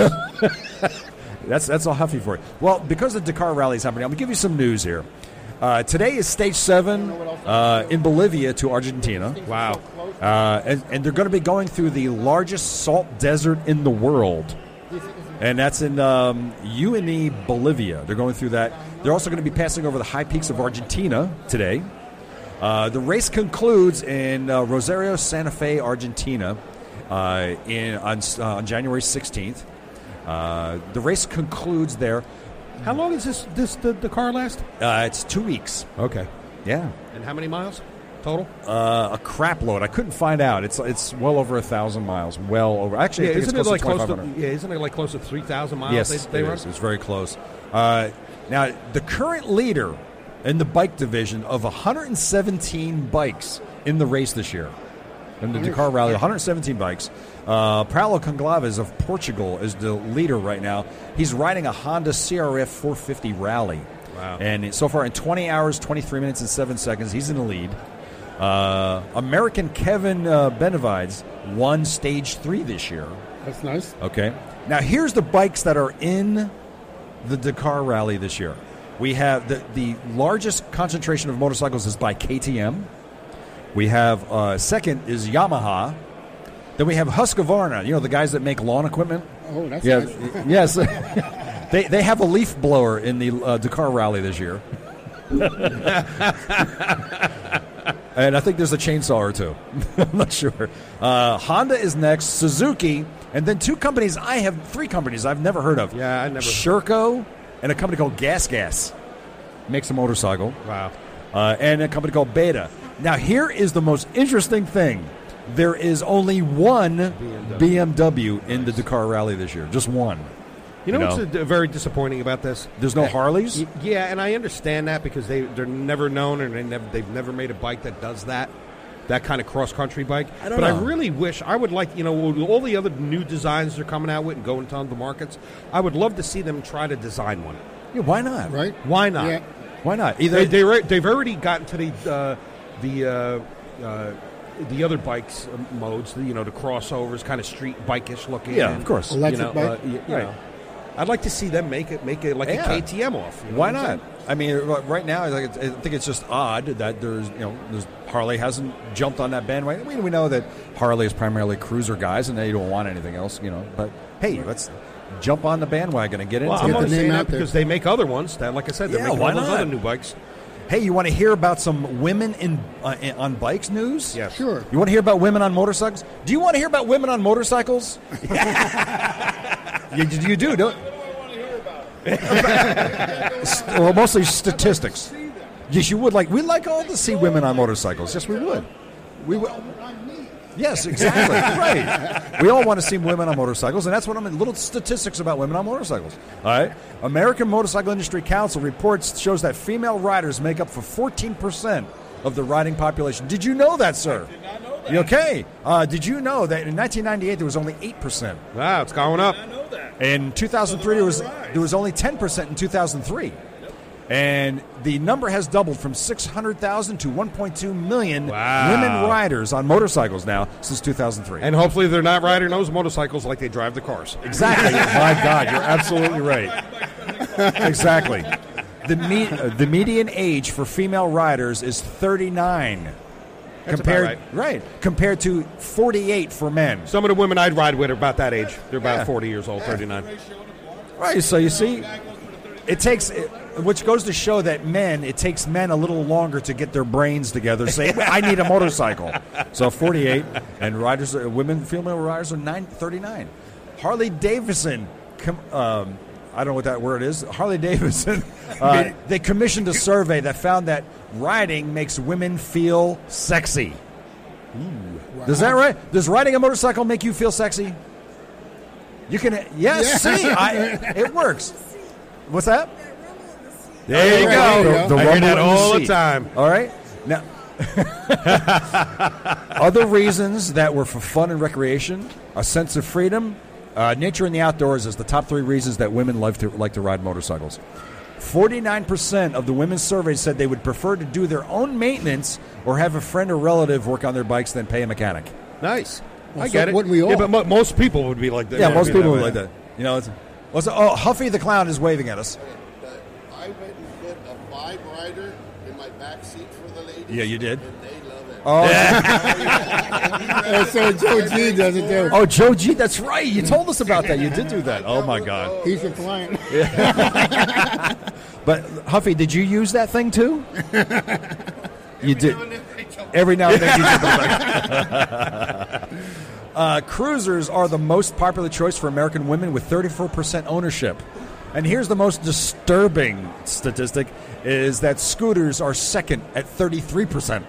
[SPEAKER 1] That's that's all huffy for you. Well, because the Dakar rally is happening, I'm gonna give you some news here. Uh, today is stage seven uh, in Bolivia to Argentina.
[SPEAKER 2] Wow.
[SPEAKER 1] Uh, and, and they're going to be going through the largest salt desert in the world. And that's in um, Uyuni, Bolivia. They're going through that. They're also going to be passing over the high peaks of Argentina today. Uh, the race concludes in uh, Rosario, Santa Fe, Argentina, uh, in on, s- uh, on January 16th. Uh, the race concludes there.
[SPEAKER 2] How long is this this the, the car last?
[SPEAKER 1] Uh, it's two weeks.
[SPEAKER 2] Okay.
[SPEAKER 1] Yeah,
[SPEAKER 2] And how many miles total?
[SPEAKER 1] uh, a crap load. I couldn't find out. It's it's well over a thousand miles. Well over. Actually, I think
[SPEAKER 2] isn't
[SPEAKER 1] it's close
[SPEAKER 2] it like
[SPEAKER 1] to
[SPEAKER 2] close
[SPEAKER 1] 2,500.
[SPEAKER 2] to yeah? Isn't it like close to three thousand miles?
[SPEAKER 1] Yes,
[SPEAKER 2] they, they
[SPEAKER 1] it
[SPEAKER 2] run?
[SPEAKER 1] is. It's very close. Uh, now, the current leader in the bike division of 117 bikes in the race this year, in the Dakar Rally, 117 bikes. Uh, Paulo Conclaves of Portugal is the leader right now. He's riding a Honda CRF 450 Rally.
[SPEAKER 2] Wow.
[SPEAKER 1] And so far, in 20 hours, 23 minutes, and 7 seconds, he's in the lead. Uh, American Kevin uh, Benavides won stage three this year.
[SPEAKER 3] That's nice.
[SPEAKER 1] Okay. Now here's the bikes that are in the Dakar Rally this year. We have the the largest concentration of motorcycles is by KTM. We have uh, second is Yamaha. Then we have Husqvarna. You know the guys that make lawn equipment.
[SPEAKER 3] Oh, that's
[SPEAKER 1] Yeah.
[SPEAKER 3] nice.
[SPEAKER 1] yes. they they have a leaf blower in the uh, Dakar Rally this year. and I think there's a chainsaw or two. I'm not sure. Uh, Honda is next, Suzuki, and then two companies I have, three companies I've never heard of.
[SPEAKER 2] Yeah, I never-
[SPEAKER 1] Sherco and a company called Gas Gas makes a motorcycle,
[SPEAKER 2] Wow.
[SPEAKER 1] uh, and a company called Beta. Now, here is the most interesting thing. There is only one BMW, in the Dakar Rally this year. Just one.
[SPEAKER 2] You know
[SPEAKER 1] You
[SPEAKER 2] what's
[SPEAKER 1] know?
[SPEAKER 2] uh, d- very disappointing about this?
[SPEAKER 1] There's no
[SPEAKER 2] Uh,
[SPEAKER 1] Harleys?
[SPEAKER 2] y- Yeah, and I understand that because they they're never known and they never they've never made a bike that does that. That kind of cross country bike,
[SPEAKER 1] I don't
[SPEAKER 2] but I
[SPEAKER 1] know.
[SPEAKER 2] really wish I would like you know with all the other new designs they're coming out with and going to the markets. I would love to see them try to design one.
[SPEAKER 1] Yeah, why not?
[SPEAKER 3] Right?
[SPEAKER 2] Why not?
[SPEAKER 3] Yeah.
[SPEAKER 1] Why not? Either
[SPEAKER 2] They, they re- they've already gotten to the uh, the uh, uh, the other bikes uh, modes, the, you know, the crossovers, kind of street bikeish looking.
[SPEAKER 1] Yeah,
[SPEAKER 2] and,
[SPEAKER 1] of course.
[SPEAKER 2] You know,
[SPEAKER 3] Electric bike?
[SPEAKER 2] uh, y- you
[SPEAKER 1] Right.
[SPEAKER 2] know. I'd like to see them make it make it like
[SPEAKER 1] Yeah.
[SPEAKER 2] a KTM off. you know
[SPEAKER 1] Why
[SPEAKER 2] what I'm
[SPEAKER 1] not?
[SPEAKER 2] saying?
[SPEAKER 1] I mean, r- right now, I think it's- I think it's just odd that there's, you know, there's Harley hasn't jumped on that bandwagon. We, we know that Harley is primarily cruiser guys, and they don't want anything else, you know. But hey, let's jump on the bandwagon and get
[SPEAKER 2] Well,
[SPEAKER 1] into
[SPEAKER 2] I'm
[SPEAKER 1] it.
[SPEAKER 3] the
[SPEAKER 2] only saying
[SPEAKER 3] name
[SPEAKER 2] that
[SPEAKER 3] out there.
[SPEAKER 2] because they make other ones. That, like I said, they're
[SPEAKER 1] Yeah,
[SPEAKER 2] making
[SPEAKER 1] why
[SPEAKER 2] all those
[SPEAKER 1] not?
[SPEAKER 2] other new bikes.
[SPEAKER 1] Hey, you want to hear about some women in, uh, in on bikes news?
[SPEAKER 2] Yes.
[SPEAKER 3] Sure.
[SPEAKER 1] You want to hear about women on motorcycles? Do you want to hear about women on motorcycles? you, you do, don't? well, mostly statistics. Yes, you would like. We like all to see women on motorcycles. Yes, we would. We would. Yes, exactly. right. We all want to see women on motorcycles, and that's what I'm in. Little statistics about women on motorcycles. All right. American Motorcycle Industry Council reports shows that female riders make up for 14% of the riding population. Did you know that, sir? did not know that. okay? Uh, did you know that in 1998 there was only 8%?
[SPEAKER 2] Wow, Ah, it's going up.
[SPEAKER 4] I know that.
[SPEAKER 1] In 2003, there was
[SPEAKER 4] So they're on the rise.
[SPEAKER 1] there was only 10% in 2003. And the number has doubled from 600,000 to 1.2 million
[SPEAKER 2] Wow.
[SPEAKER 1] women riders on motorcycles now since 2003.
[SPEAKER 2] And hopefully they're not riding those motorcycles like they drive the cars.
[SPEAKER 1] exactly. My God, you're absolutely right. Exactly. The, me- uh, the median age for female riders is 39.
[SPEAKER 2] That's
[SPEAKER 1] compared
[SPEAKER 2] about right.
[SPEAKER 1] compared to 48 for men.
[SPEAKER 2] Some of the women I'd ride with are about that age. They're about
[SPEAKER 1] Yeah.
[SPEAKER 2] 40 years old, 39.
[SPEAKER 1] Right, so you see, it takes, it- which goes to show that men, it takes men a little longer to get their brains together. Say, I need a motorcycle. So 48, and riders, are- women, female riders are nine, 39. Harley Davidson, com, um, I don't know what that word is. Harley Davidson, uh, they commissioned a survey that found that riding makes women feel sexy. Does that right? Does riding a motorcycle make you feel sexy? You can, yes,
[SPEAKER 3] Yeah.
[SPEAKER 1] see, I, it works. What's that?
[SPEAKER 2] There you
[SPEAKER 3] There you
[SPEAKER 2] go.
[SPEAKER 3] go.
[SPEAKER 1] The
[SPEAKER 2] I hear
[SPEAKER 1] rumble in
[SPEAKER 2] that all the
[SPEAKER 1] seat.
[SPEAKER 2] time.
[SPEAKER 1] All right. Now, other reasons that were for fun and recreation, a sense of freedom, uh, nature and the outdoors is the top three reasons that women love to like to ride motorcycles. Forty-nine percent of the women surveyed said they would prefer to do their own maintenance or have a friend or relative work on their bikes than pay a mechanic.
[SPEAKER 2] Nice.
[SPEAKER 3] Well,
[SPEAKER 2] I
[SPEAKER 3] so
[SPEAKER 2] get it.
[SPEAKER 3] wouldn't we all?
[SPEAKER 2] Yeah, but mo- most people would be like that.
[SPEAKER 1] Yeah, most
[SPEAKER 2] be
[SPEAKER 1] people would
[SPEAKER 2] way.
[SPEAKER 1] like that. You know, it's, what's oh, Huffy the clown is waving at us.
[SPEAKER 5] that I went and put a five rider in my back seat for the ladies.
[SPEAKER 1] Yeah, you did.
[SPEAKER 5] And they love it.
[SPEAKER 1] Oh,
[SPEAKER 3] Uh, so Joe G doesn't do.
[SPEAKER 1] oh, Joe G, that's right. You told us about that. You did do that. Oh my God.
[SPEAKER 3] He's your client.
[SPEAKER 1] But Huffy, did you use that thing too? you did. Every now and then. You did uh, cruisers are the most popular choice for American women with 34% ownership. And here's the most disturbing statistic is that scooters are second at 33%.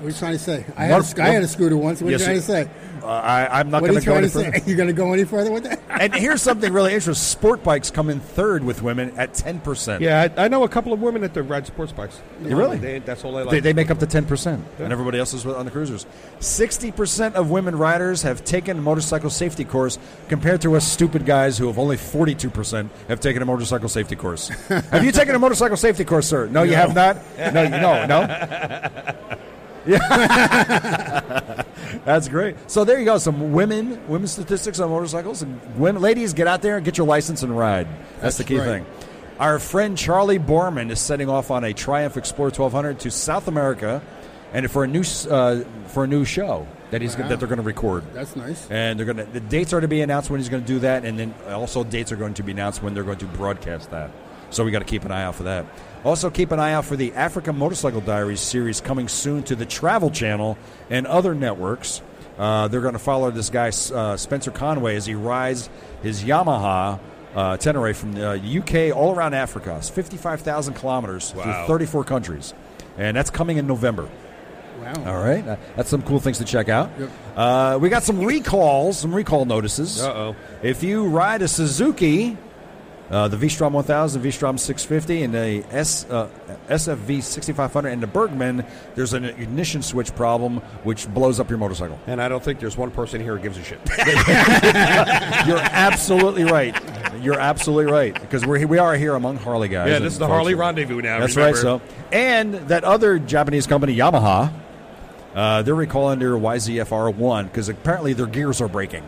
[SPEAKER 3] What are you trying to say? I had, a,
[SPEAKER 1] What-
[SPEAKER 3] sc- I had a scooter once. What are you
[SPEAKER 1] Yes,
[SPEAKER 3] trying
[SPEAKER 1] you-
[SPEAKER 3] to say?
[SPEAKER 1] Uh, I, I'm not
[SPEAKER 3] What are
[SPEAKER 1] going
[SPEAKER 3] you
[SPEAKER 1] to go
[SPEAKER 3] trying
[SPEAKER 1] any
[SPEAKER 3] to say?
[SPEAKER 1] further.
[SPEAKER 3] You going to go any further with that?
[SPEAKER 1] and here's something really interesting. Sport bikes come in third with women at 10%.
[SPEAKER 2] Yeah, I, I know a couple of women that they ride sports bikes.
[SPEAKER 1] You really?
[SPEAKER 2] They, that's all they like.
[SPEAKER 1] They, they make up the 10%, and everybody else is on the cruisers. 60% of women riders have taken a motorcycle safety course compared to us stupid guys who have only 42% have taken a motorcycle safety course. have you taken a motorcycle safety course, sir? No, you have not? No, you- no, no. Yeah. That's great. So there you go. Some women, women statistics on motorcycles. And women, ladies, get out there and get your license and ride. That's, the key
[SPEAKER 3] right.
[SPEAKER 1] thing. Our friend Charlie Borman is setting off on a Triumph Explorer 1200 to South America, and for a new s- uh, for a new show that he's gonna, that they're going to record.
[SPEAKER 3] That's nice.
[SPEAKER 1] And they're going to the dates are to be announced when he's going to do that, and then also dates are going to be announced when they're going to broadcast that. So we got to keep an eye out for that. Also, keep an eye out for the Africa Motorcycle Diaries series coming soon to the Travel Channel and other networks. Uh, they're going to follow this guy uh, Spencer Conway as he rides his Yamaha uh, Tenere from the uh, UK all around Africa. It's fifty-five thousand kilometers through
[SPEAKER 2] Wow.
[SPEAKER 1] thirty-four countries, and that's coming in November.
[SPEAKER 3] Wow.
[SPEAKER 1] All right, Uh, that's some cool things to check out.
[SPEAKER 3] Yep.
[SPEAKER 1] Uh, we got some recalls, some recall notices.
[SPEAKER 2] Uh-oh.
[SPEAKER 1] If you ride a Suzuki, uh, the V-Strom 1000, V-Strom 650, and the S, uh, SFV 6500, and the Bergman, there's an ignition switch problem which blows up your motorcycle.
[SPEAKER 2] and I don't think there's one person here who gives a shit.
[SPEAKER 1] You're absolutely right. You're absolutely right because we're we are here among Harley guys.
[SPEAKER 2] yeah,
[SPEAKER 1] and
[SPEAKER 2] this is the
[SPEAKER 1] folks
[SPEAKER 2] Harley
[SPEAKER 1] that-
[SPEAKER 2] rendezvous now.
[SPEAKER 1] That's
[SPEAKER 2] remember?
[SPEAKER 1] right. So, and that other Japanese company, Yamaha, uh, they're recalling their YZFR1 because apparently their gears are breaking.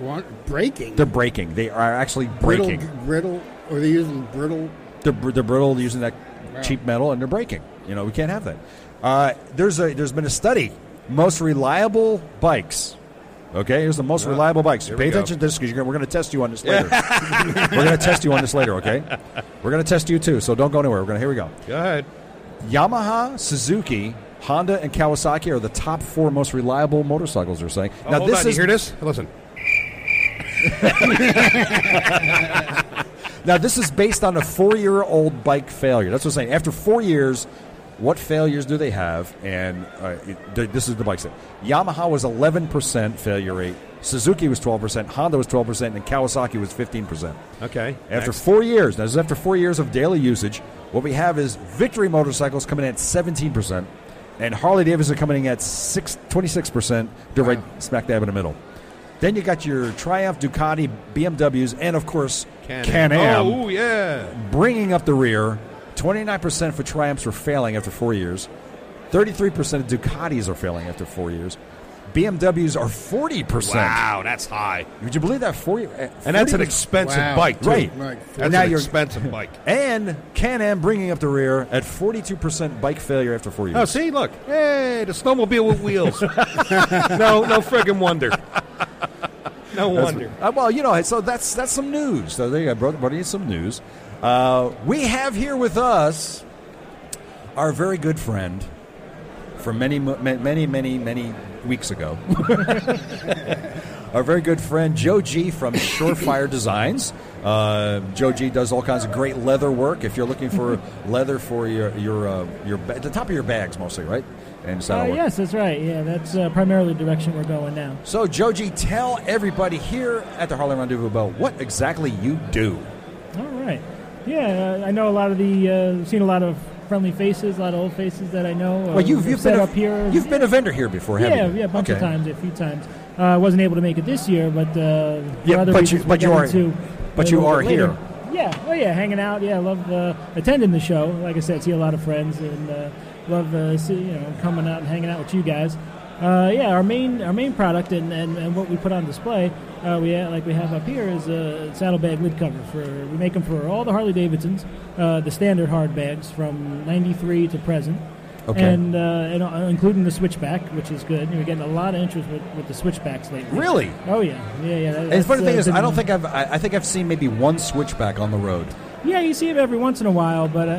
[SPEAKER 3] Want, breaking.
[SPEAKER 1] They're breaking. They are actually
[SPEAKER 3] brittle,
[SPEAKER 1] breaking.
[SPEAKER 3] brittle, or they're using brittle.
[SPEAKER 1] They're, br- they're brittle they're using that cheap metal, and they're breaking. You know, we can't have that. Uh, there's a there's been a study. Most reliable bikes. Okay, here's the most reliable bikes.
[SPEAKER 2] we
[SPEAKER 1] Pay
[SPEAKER 2] go.
[SPEAKER 1] attention to this because we're going to test you on this later. we're going to test you on this later. Okay, we're going to test you too. So don't go anywhere. We're going to here we go.
[SPEAKER 2] Go ahead.
[SPEAKER 1] Yamaha, Suzuki, Honda, and Kawasaki are the top four most reliable motorcycles. They're saying.
[SPEAKER 2] Oh, hold on. you hear this? Listen.
[SPEAKER 1] now this is based on a four-year-old bike failure. That's what I'm saying. After four years, What failures do they have? And uh, it, th- this is the bike set. Yamaha was 11% failure rate. Suzuki was 12%. Honda was 12%. And Kawasaki was 15%.
[SPEAKER 2] Okay.
[SPEAKER 1] After
[SPEAKER 2] next.
[SPEAKER 1] four years, now this is after four years of daily usage, what we have is Victory Motorcycles coming in at 17%, and Harley Davidson coming in at six, 26%, they're right smack dab in the middle. Then you got your Triumph, Ducati, BMWs, and of course, Can, Am
[SPEAKER 2] Oh, yeah.
[SPEAKER 1] bringing up the rear. 29% for Triumphs were failing after four years. 33% of Ducatis are failing after four years. BMWs are 40%.
[SPEAKER 2] Wow, that's high.
[SPEAKER 1] Would you believe that? eh, 40, and
[SPEAKER 2] And that's an expensive
[SPEAKER 3] Wow.
[SPEAKER 2] bike, too.
[SPEAKER 1] Right.
[SPEAKER 3] Right.
[SPEAKER 2] That's
[SPEAKER 1] Now
[SPEAKER 2] an
[SPEAKER 1] you're-
[SPEAKER 2] expensive bike.
[SPEAKER 1] And Can Am bringing up the rear at 42% bike failure after four years.
[SPEAKER 2] Oh, see, look. Hey, the snowmobile with wheels. no, no friggin' wonder. No wonder.
[SPEAKER 1] Uh, well, you know, so that's that's some news. So there you go, bro- brought you some news. Uh, we have here with us our very good friend from many, mo- ma- many, many, many weeks ago. our very good friend Joe G from Surefire Designs. Uh, Joe G does all kinds of great leather work. If you're looking for leather for your your uh, your ba- the top of your bags mostly, right? And so
[SPEAKER 6] Uh, yes, that's right. Yeah, that's uh, primarily the direction we're going now.
[SPEAKER 1] so, Joji, tell everybody here at the Harlem Rendezvous about what exactly you do.
[SPEAKER 6] All right. Yeah, uh, I know a lot of the uh, seen a lot of friendly faces, a lot of old faces that I know. Uh,
[SPEAKER 1] Well, you've,
[SPEAKER 6] they're
[SPEAKER 1] you've
[SPEAKER 6] set
[SPEAKER 1] been a,
[SPEAKER 6] up here.
[SPEAKER 1] You've been a vendor here before, haven't
[SPEAKER 6] yeah,
[SPEAKER 1] you?
[SPEAKER 6] yeah, a bunch of
[SPEAKER 1] Okay.
[SPEAKER 6] times, a few times. Uh, I wasn't able to make it this year, but uh, for
[SPEAKER 1] Yeah,
[SPEAKER 6] other
[SPEAKER 1] but
[SPEAKER 6] reasons
[SPEAKER 1] you-
[SPEAKER 6] we'll
[SPEAKER 1] but you
[SPEAKER 6] get
[SPEAKER 1] are-
[SPEAKER 6] into
[SPEAKER 1] but
[SPEAKER 6] a
[SPEAKER 1] you
[SPEAKER 6] little
[SPEAKER 1] are
[SPEAKER 6] bit later.
[SPEAKER 1] here.
[SPEAKER 6] Yeah, oh yeah, hanging out. Yeah, I love uh, attending the show. Like I said, see a lot of friends and uh, love uh, see, you know coming out and hanging out with you guys. Uh, yeah, our main our main product and, and, and what we put on display, uh, we ha- like we have up here is a saddlebag lid cover for we make them for all the Harley Davidsons, uh, the standard hard bags from '93 to present.
[SPEAKER 1] Okay.
[SPEAKER 6] And, uh, and uh, including the switchback, which is good. We're getting a lot of interest with, with the switchbacks lately.
[SPEAKER 1] Really?
[SPEAKER 6] Oh yeah, yeah, yeah. that-
[SPEAKER 1] And the
[SPEAKER 6] that's,
[SPEAKER 1] funny
[SPEAKER 6] uh,
[SPEAKER 1] thing is, I
[SPEAKER 6] been-
[SPEAKER 1] don't think I've I, I think I've seen maybe one switchback on the road.
[SPEAKER 6] Yeah, you see it every once in a while, but uh,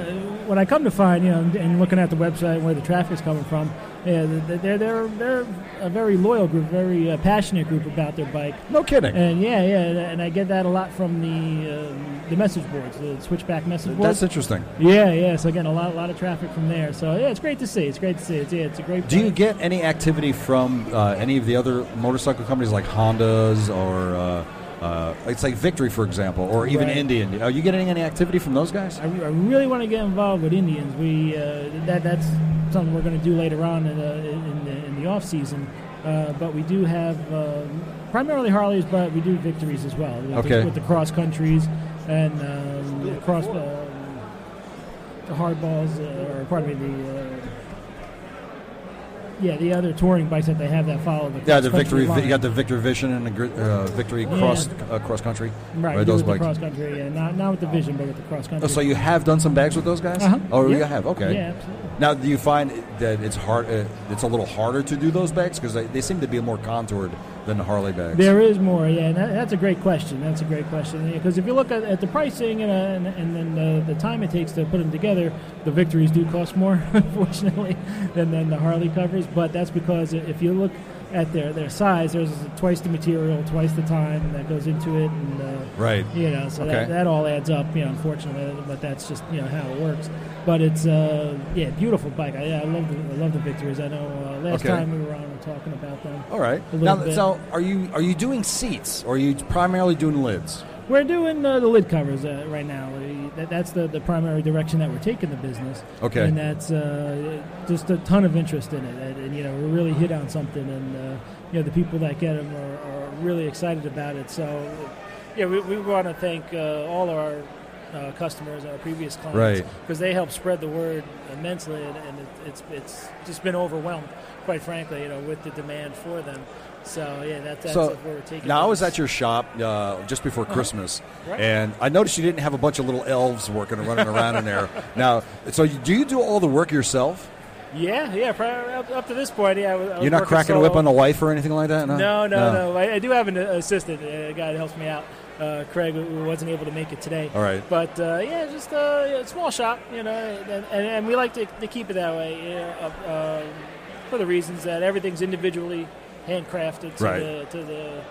[SPEAKER 6] when I come to find, you know, and- and looking at the website and where the traffic's coming from, yeah, th- they're they're they're a very loyal group, very uh, passionate group about their bike.
[SPEAKER 1] No kidding.
[SPEAKER 6] And yeah, yeah, and I get that a lot from the um, the message boards, the switchback message boards.
[SPEAKER 1] That's interesting.
[SPEAKER 6] yeah, yeah. So getting a lot, a lot of traffic from there. So yeah, it's great to see. It's great to see. It's, yeah, it's a great.
[SPEAKER 1] Do you
[SPEAKER 6] bike.
[SPEAKER 1] get any activity from uh, any of the other motorcycle companies like Hondas or uh, uh, it's like Victory, for example, or even
[SPEAKER 6] Right.
[SPEAKER 1] Indian? Are you getting any activity from those guys?
[SPEAKER 6] I, I really want to get involved with Indians. We uh, that that's something we're going to do later on in the in the, in the off season. Uh, but we do have um primarily Harleys, but we do victories as well. With
[SPEAKER 1] Okay.
[SPEAKER 6] The, with the cross countries and um, the cross uh, the hard balls, uh, or pardon me, the. Uh, yeah, the other touring bikes that they have that follow the
[SPEAKER 1] Yeah, the
[SPEAKER 6] cross-country
[SPEAKER 1] Victory. You
[SPEAKER 6] line.
[SPEAKER 1] got the Victory Vision and the gr- uh, Victory
[SPEAKER 6] Yeah.
[SPEAKER 1] Cross uh, Cross Country.
[SPEAKER 6] right,
[SPEAKER 1] those
[SPEAKER 6] with the
[SPEAKER 1] bikes.
[SPEAKER 6] cross country, yeah, not not with the vision, but with the cross country.
[SPEAKER 1] Oh, so you have done some bags with those guys?
[SPEAKER 6] Uh-huh.
[SPEAKER 1] Oh,
[SPEAKER 6] Yeah.
[SPEAKER 1] you have. Okay.
[SPEAKER 6] Yeah, absolutely.
[SPEAKER 1] Now, do you find that it's hard? Uh, it's a little harder to do those bags because they, they seem to be more contoured than the Harley bags.
[SPEAKER 6] There is more, yeah, and that, that's a great question. That's a great question because if you look at, at the pricing and, uh, and, and then uh, the time it takes to put them together, the victories do cost more, unfortunately, than, than the Harley covers. But that's because i- if you look at their, their size, there's twice the material, twice the time that goes into it, and uh,
[SPEAKER 1] Right.
[SPEAKER 6] you know, so
[SPEAKER 1] Okay.
[SPEAKER 6] that, that all adds up. You know, unfortunately, but that's just you know how it works. But it's uh, yeah, beautiful bike. I, yeah, I love the, I love the victories. I know uh, last
[SPEAKER 1] Okay.
[SPEAKER 6] time we were on, we were talking about them.
[SPEAKER 1] All right.
[SPEAKER 6] A
[SPEAKER 1] Now,
[SPEAKER 6] little bit.
[SPEAKER 1] so are you are you doing seats or are you primarily doing lids?
[SPEAKER 6] We're doing uh, the lid covers uh, right now. Uh, That, that's the, the primary direction that we're taking the business.
[SPEAKER 1] Okay.
[SPEAKER 6] And that's uh, just a ton of interest in it. And, and, you know, we really hit on something, and uh, you know, the people that get them are, are really excited about it. So, uh, yeah, we, we want to thank uh, all of our uh, customers, our previous clients,
[SPEAKER 1] Right.
[SPEAKER 6] because they help spread the word immensely, and, and it, it's it's just been overwhelmed, quite frankly, you know, with the demand for them. So yeah, that, that's
[SPEAKER 1] so
[SPEAKER 6] where we're taking.
[SPEAKER 1] now I was
[SPEAKER 6] things.
[SPEAKER 1] at your shop uh, just before Christmas,
[SPEAKER 6] Right.
[SPEAKER 1] and I noticed you didn't have a bunch of little elves working and running around in there. Now, so you, do you do all the work yourself?
[SPEAKER 6] Yeah, yeah. pri- Up, up to this point, yeah. I was, I was
[SPEAKER 1] You're not
[SPEAKER 6] working
[SPEAKER 1] cracking a
[SPEAKER 6] solo.
[SPEAKER 1] whip on a wife or anything like that? No,
[SPEAKER 6] No, no, no. I, I do have an uh, assistant, uh, a guy that helps me out. Uh, Craig, who- who wasn't able to make it today.
[SPEAKER 1] All right.
[SPEAKER 6] But uh, yeah, just uh, yeah, a small shop, you know, and, and, and we like to, to keep it that way, you know, uh, uh, for the reasons that everything's individually handcrafted to
[SPEAKER 1] Right.
[SPEAKER 6] the to the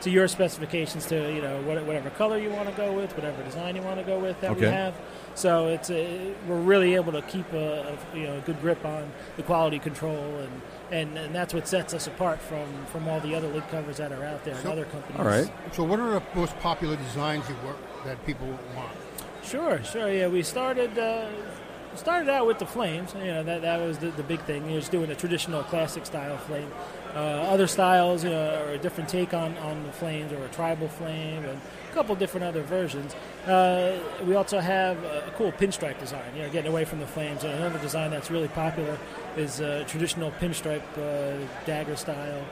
[SPEAKER 6] to your specifications to you know what, whatever color you want to go with, whatever design you want to go with that we
[SPEAKER 1] Okay.
[SPEAKER 6] have. So it's a, we're really able to keep a, a you know a good grip on the quality control and. And, and that's what sets us apart from, from all the other lid covers that are out there and
[SPEAKER 3] So-
[SPEAKER 6] other companies.
[SPEAKER 1] All right.
[SPEAKER 3] So, what are the most popular designs you work that people want?
[SPEAKER 6] Sure, sure. Yeah, we started uh, started out with the flames. You know, that, that was the, the big thing. You know, just doing a traditional classic style flame. Uh, other styles, you know, or a different take on, on the flames, or a tribal flame, and a couple different other versions. Uh, we also have a a cool pinstripe design. You know, getting away from the flames. And another design that's really popular is uh, traditional pinstripe uh, dagger style.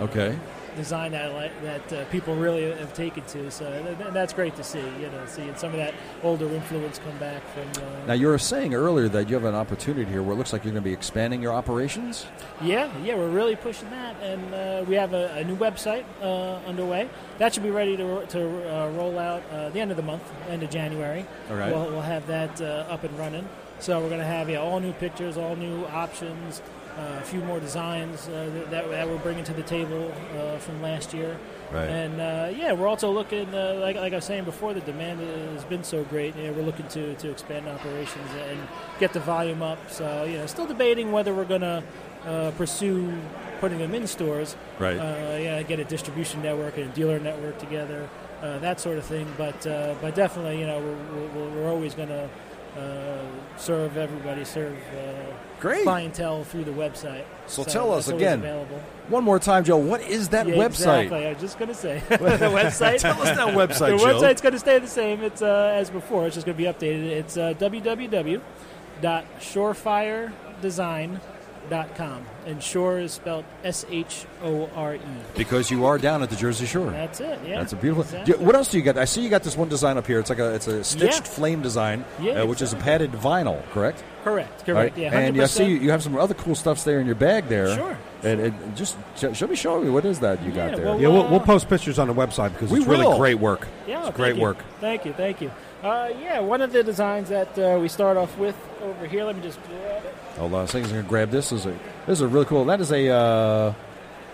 [SPEAKER 6] Uh,
[SPEAKER 1] Okay.
[SPEAKER 6] design that I like, that uh, people really have taken to. So th- th- that's great to see. You know, seeing some of that older influence come back from. Uh,
[SPEAKER 1] Now, you were saying earlier that you have an opportunity here where it looks like you're going to be expanding your operations.
[SPEAKER 6] Yeah, yeah, we're really pushing that, and uh, we have a, a new website uh, underway. That should be ready to, to uh, roll out uh, the end of the month, end of January.
[SPEAKER 1] All right.
[SPEAKER 6] We'll, we'll have that uh, up and running. So we're going to have yeah, all new pictures, all new options, uh, a few more designs uh, that- that, that we're bringing to the table uh, from last year.
[SPEAKER 1] Right.
[SPEAKER 6] And uh, yeah, we're also looking, uh, like, like I was saying before, the demand has been so great. You know, we're looking to, to expand operations and get the volume up. So, you know, still debating whether we're going to uh, pursue putting them in stores.
[SPEAKER 1] Right.
[SPEAKER 6] Uh, yeah, get a distribution network and a dealer network together, uh, that sort of thing. But uh, but definitely, you know, we're, we're, we're always going to uh, serve everybody, serve uh,
[SPEAKER 1] Great.
[SPEAKER 6] clientele through the website.
[SPEAKER 1] So tell us
[SPEAKER 6] that's always
[SPEAKER 1] again.
[SPEAKER 6] Available.
[SPEAKER 1] One more time, Joe, what is that
[SPEAKER 6] Yeah,
[SPEAKER 1] website?
[SPEAKER 6] Exactly. I was just going to say the website.
[SPEAKER 1] Tell us that website,
[SPEAKER 6] The
[SPEAKER 1] Joe.
[SPEAKER 6] website's going to stay the same. It's uh, as before. It's just going to be updated. It's uh, www.shorefiredesign.com, and shore is spelled S H O R E.
[SPEAKER 1] Because you are down at the Jersey Shore.
[SPEAKER 6] That's it. Yeah,
[SPEAKER 1] That's a beautiful.
[SPEAKER 6] Exactly.
[SPEAKER 1] Do- What else do you got? I see you got this one design up here. It's like a it's a stitched
[SPEAKER 6] Yeah.
[SPEAKER 1] flame design,
[SPEAKER 6] Yeah,
[SPEAKER 1] uh, which is a padded vinyl, correct?
[SPEAKER 6] Correct.
[SPEAKER 1] All
[SPEAKER 6] Correct.
[SPEAKER 1] right.
[SPEAKER 6] Yeah. 100%.
[SPEAKER 1] and I see you, you have some other cool stuffs there in your bag there.
[SPEAKER 6] Sure.
[SPEAKER 1] And, and just sh- show me, show me what is that you got
[SPEAKER 6] Yeah,
[SPEAKER 1] there?
[SPEAKER 6] well,
[SPEAKER 2] Yeah, we'll,
[SPEAKER 6] Wow.
[SPEAKER 2] we'll post pictures on the website because
[SPEAKER 1] We
[SPEAKER 2] it's really
[SPEAKER 1] will.
[SPEAKER 2] great work.
[SPEAKER 6] Yeah,
[SPEAKER 2] it's
[SPEAKER 6] thank
[SPEAKER 2] great
[SPEAKER 6] you.
[SPEAKER 2] work.
[SPEAKER 6] Thank you, thank you. Uh, yeah, one of the designs that uh, we start off with over here. Let me just grab it.
[SPEAKER 1] Hold on a second. I'm gonna grab this. This is a this is a really cool. That is a. Uh,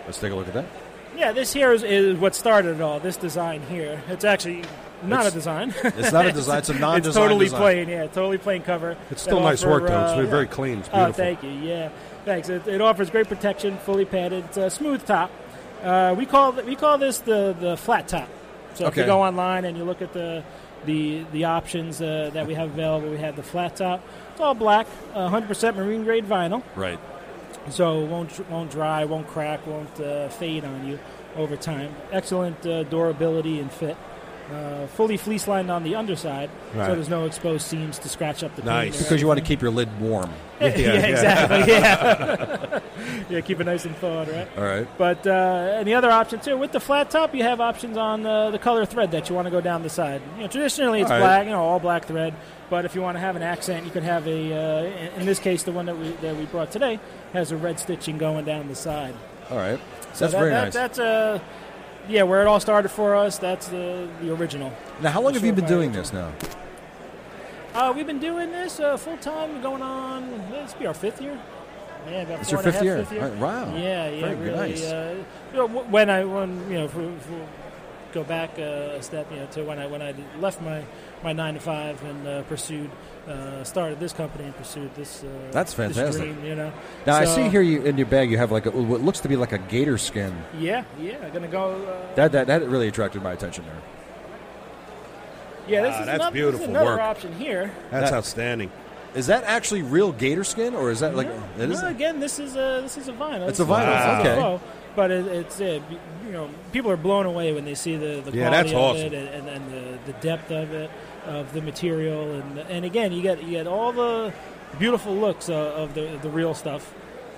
[SPEAKER 1] let's take a look at that.
[SPEAKER 6] Yeah, this here is, is what started it all. This design here. It's actually not
[SPEAKER 1] It's-
[SPEAKER 6] a design.
[SPEAKER 1] It's not a design. It's a non-design.
[SPEAKER 6] it's totally
[SPEAKER 1] design.
[SPEAKER 6] plain. Yeah, totally plain cover.
[SPEAKER 2] It's still
[SPEAKER 6] That
[SPEAKER 2] nice
[SPEAKER 6] offer,
[SPEAKER 2] work, though. It's
[SPEAKER 6] uh,
[SPEAKER 2] very,
[SPEAKER 6] yeah.
[SPEAKER 2] very clean. It's beautiful.
[SPEAKER 6] Oh, thank you. Yeah, thanks. It, it offers great protection, fully padded, it's a smooth top. Uh, we call th- we call this the the flat top. So if you
[SPEAKER 1] Okay.
[SPEAKER 6] go online and you look at the the the options uh, that we have available, we have the flat top. It's all black, uh, 100% marine grade vinyl,
[SPEAKER 1] Right.
[SPEAKER 6] so it won't dr- won't dry, won't crack, won't uh, fade on you over time. Excellent uh, durability and fit. Uh, fully fleece lined on the underside,
[SPEAKER 2] Right.
[SPEAKER 6] so there's no exposed seams to scratch up the paint.
[SPEAKER 2] Nice.
[SPEAKER 6] or
[SPEAKER 1] Because you want to keep your lid warm.
[SPEAKER 6] yeah,
[SPEAKER 2] Yeah, yeah.
[SPEAKER 6] exactly. Yeah. yeah, keep it nice and thawed, right?
[SPEAKER 1] All right.
[SPEAKER 6] But uh, and the other option too, with the flat top, you have options on uh, the color thread that you want to go down the side. You know, traditionally it's
[SPEAKER 1] All right.
[SPEAKER 6] black, you know, all black thread. But if you want to have an accent, you could have a. Uh, in- in this case, the one that we that we brought today has a red stitching going down the side.
[SPEAKER 1] All right. That's
[SPEAKER 6] So that-
[SPEAKER 1] very
[SPEAKER 6] that-
[SPEAKER 1] nice.
[SPEAKER 6] That's uh, yeah, where it all started for us. That's the the original.
[SPEAKER 1] now, how long have you been
[SPEAKER 6] Surefire
[SPEAKER 1] doing
[SPEAKER 6] design.
[SPEAKER 1] this now?
[SPEAKER 6] Uh, we've been doing this uh, full time, going on. This be our fifth year. Yeah, about
[SPEAKER 1] It's
[SPEAKER 6] four
[SPEAKER 1] your
[SPEAKER 6] and a
[SPEAKER 1] fifth
[SPEAKER 6] half,
[SPEAKER 1] year.
[SPEAKER 6] fifth
[SPEAKER 1] All right, wow.
[SPEAKER 6] Yeah, yeah,
[SPEAKER 1] Very
[SPEAKER 6] really.
[SPEAKER 1] nice.
[SPEAKER 6] Uh, you know, wh- when I when you know, if we, if we go back uh, a step, you know, to when I when I left my my nine to five and uh, pursued uh, started this company and pursued this. Uh,
[SPEAKER 1] That's
[SPEAKER 6] this
[SPEAKER 1] fantastic.
[SPEAKER 6] dream, you know.
[SPEAKER 1] Now I
[SPEAKER 6] So,
[SPEAKER 1] see here you in your bag you have like a, what looks to be like a gator skin.
[SPEAKER 6] Yeah, yeah, gonna go. Uh,
[SPEAKER 1] That that, that really attracted my attention there.
[SPEAKER 6] yeah, this
[SPEAKER 2] Wow,
[SPEAKER 6] is
[SPEAKER 2] Ah, that's
[SPEAKER 6] another,
[SPEAKER 2] beautiful
[SPEAKER 6] this is another
[SPEAKER 2] work.
[SPEAKER 6] option here.
[SPEAKER 2] That's
[SPEAKER 1] That-
[SPEAKER 2] outstanding.
[SPEAKER 1] Is that actually real gator skin, or is that like
[SPEAKER 6] no,
[SPEAKER 1] it is-
[SPEAKER 6] no, again, this is a this is a vinyl.
[SPEAKER 1] It's a
[SPEAKER 6] This is
[SPEAKER 1] vinyl,
[SPEAKER 6] this is
[SPEAKER 1] okay.
[SPEAKER 6] a faux, but it, it's uh, b- you know people are blown away when they see the, the quality
[SPEAKER 2] Yeah, that's
[SPEAKER 6] of
[SPEAKER 2] awesome.
[SPEAKER 6] it and, and, and the, the depth of it of the material and and again you get you get all the beautiful looks of, of the the real stuff.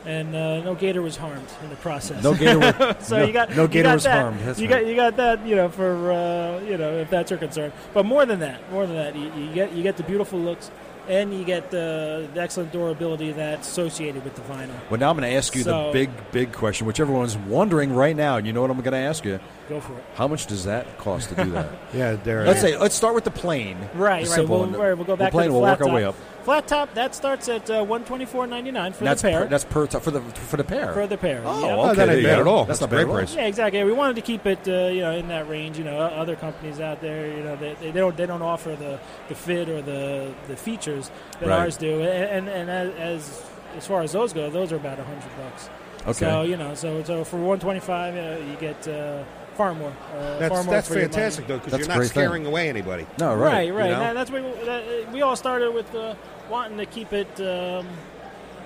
[SPEAKER 6] And uh, no gator was harmed in the process.
[SPEAKER 1] no gator? With,
[SPEAKER 6] so
[SPEAKER 1] no,
[SPEAKER 6] you got
[SPEAKER 1] no
[SPEAKER 6] you
[SPEAKER 1] gator
[SPEAKER 6] got
[SPEAKER 1] was
[SPEAKER 6] that.
[SPEAKER 1] harmed. That's
[SPEAKER 6] you
[SPEAKER 1] right.
[SPEAKER 6] got you got that you know for uh, you know if that's your concern. But more than that, more than that, you, you get you get the beautiful looks and you get the, the excellent durability that's associated with the vinyl.
[SPEAKER 1] Well, now I'm going to ask you the
[SPEAKER 6] So-
[SPEAKER 1] big, big question, which everyone's wondering right now. And you know what I'm going to ask you?
[SPEAKER 6] Go for it.
[SPEAKER 1] How much does that cost to do that?
[SPEAKER 2] Yeah, there.
[SPEAKER 1] let's say let's start with the plane.
[SPEAKER 6] Right,
[SPEAKER 1] The
[SPEAKER 6] right.
[SPEAKER 1] simple
[SPEAKER 6] We'll,
[SPEAKER 1] one.
[SPEAKER 6] right, we'll go back
[SPEAKER 1] plane,
[SPEAKER 6] to the
[SPEAKER 1] we'll
[SPEAKER 6] flat
[SPEAKER 1] work our
[SPEAKER 6] top.
[SPEAKER 1] way up.
[SPEAKER 6] Flat top that starts at uh, 124.99 for
[SPEAKER 1] that's
[SPEAKER 6] the pair.
[SPEAKER 1] Per, that's per t- for the for the pair.
[SPEAKER 6] for the pair.
[SPEAKER 1] oh,
[SPEAKER 6] Uh, yeah.
[SPEAKER 1] okay,
[SPEAKER 2] that ain't
[SPEAKER 1] there you
[SPEAKER 2] bad
[SPEAKER 1] go.
[SPEAKER 2] at all.
[SPEAKER 1] That's,
[SPEAKER 2] That's
[SPEAKER 1] not bad
[SPEAKER 2] a great
[SPEAKER 1] at all.
[SPEAKER 2] price.
[SPEAKER 6] Yeah, exactly. We wanted to keep it, uh, you know, in that range. You know, o- other companies out there, you know, they, they don't they don't offer the, the fit or the the features that
[SPEAKER 1] Right.
[SPEAKER 6] ours do. And and, and as as far as those go, those are about hundred bucks.
[SPEAKER 1] Okay.
[SPEAKER 6] So you know, so so for one twenty five, uh, you get uh, far more. Uh, far
[SPEAKER 2] That's,
[SPEAKER 6] more
[SPEAKER 2] that's
[SPEAKER 6] for your money.
[SPEAKER 2] fantastic, though, because
[SPEAKER 1] That's
[SPEAKER 2] you're
[SPEAKER 1] a
[SPEAKER 2] not
[SPEAKER 1] great thing.
[SPEAKER 2] scaring away anybody.
[SPEAKER 1] No,
[SPEAKER 6] Right,
[SPEAKER 1] right.
[SPEAKER 6] right.
[SPEAKER 2] you know?
[SPEAKER 6] That- that's what we, that, we all started with uh, wanting to keep it. Um,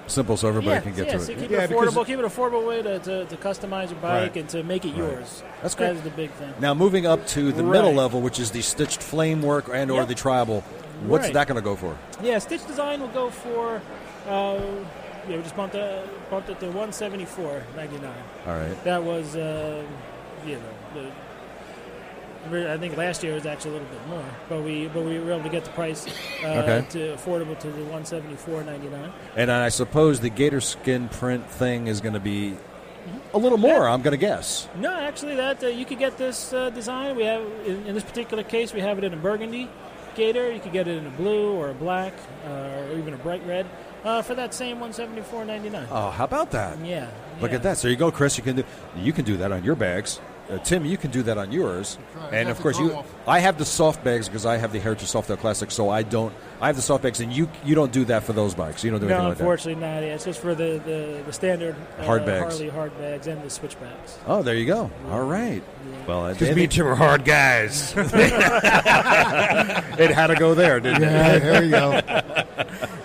[SPEAKER 1] Simple, so everybody
[SPEAKER 6] yeah,
[SPEAKER 1] can get
[SPEAKER 6] yeah,
[SPEAKER 1] to
[SPEAKER 6] so
[SPEAKER 1] it.
[SPEAKER 6] keep
[SPEAKER 2] Yeah,
[SPEAKER 6] it
[SPEAKER 2] because-
[SPEAKER 6] affordable. Keep it affordable way to, to, to customize your bike
[SPEAKER 2] Right.
[SPEAKER 6] and to make it yours.
[SPEAKER 1] That's great.
[SPEAKER 6] That's the big thing.
[SPEAKER 1] Now moving up to the
[SPEAKER 6] Right.
[SPEAKER 1] middle level, which is the stitched flame work and or
[SPEAKER 6] Yep.
[SPEAKER 1] the tribal. What's
[SPEAKER 6] Right.
[SPEAKER 1] that going to go for?
[SPEAKER 6] Yeah, Stitch Design will go for. Uh, yeah, we just bumped, uh, bumped it to 174.99.
[SPEAKER 1] All right.
[SPEAKER 6] That was, uh, you know, the, re- I think last year was actually a little bit more, but we but we were able to get the price uh,
[SPEAKER 1] Okay.
[SPEAKER 6] to affordable to the 174.99.
[SPEAKER 1] And I suppose the gator skin print thing is going to be a little more. I'm going to guess.
[SPEAKER 6] No, actually, that uh, you could get this uh, design. We have in, in this particular case, we have it in a burgundy gator. You could get it in a blue or a black uh, or even a bright red uh, for that same 174.99.
[SPEAKER 1] Oh, how about that?
[SPEAKER 6] Yeah.
[SPEAKER 1] Look
[SPEAKER 6] yeah.
[SPEAKER 1] at that. So you go, Chris. You can do. You can do that on your bags. Uh, Tim, you can do that on yours.
[SPEAKER 3] right.
[SPEAKER 1] And of
[SPEAKER 3] That's the
[SPEAKER 1] course, you.
[SPEAKER 3] cutoff.
[SPEAKER 1] I have the soft bags because I have the Heritage Softail Classic, so I don't. I have the soft bags, and you. You don't do that for those bikes. You don't do
[SPEAKER 6] No,
[SPEAKER 1] anything like that.
[SPEAKER 6] unfortunately not. Yeah, it's just for the, the, the standard uh,
[SPEAKER 1] Hard bags.
[SPEAKER 6] Harley hard bags and the switchbacks.
[SPEAKER 1] Oh, there you go. All right. Well, I
[SPEAKER 2] Because me and Tim are hard guys.
[SPEAKER 1] it had to go there, didn't it?
[SPEAKER 3] Yeah, there you go.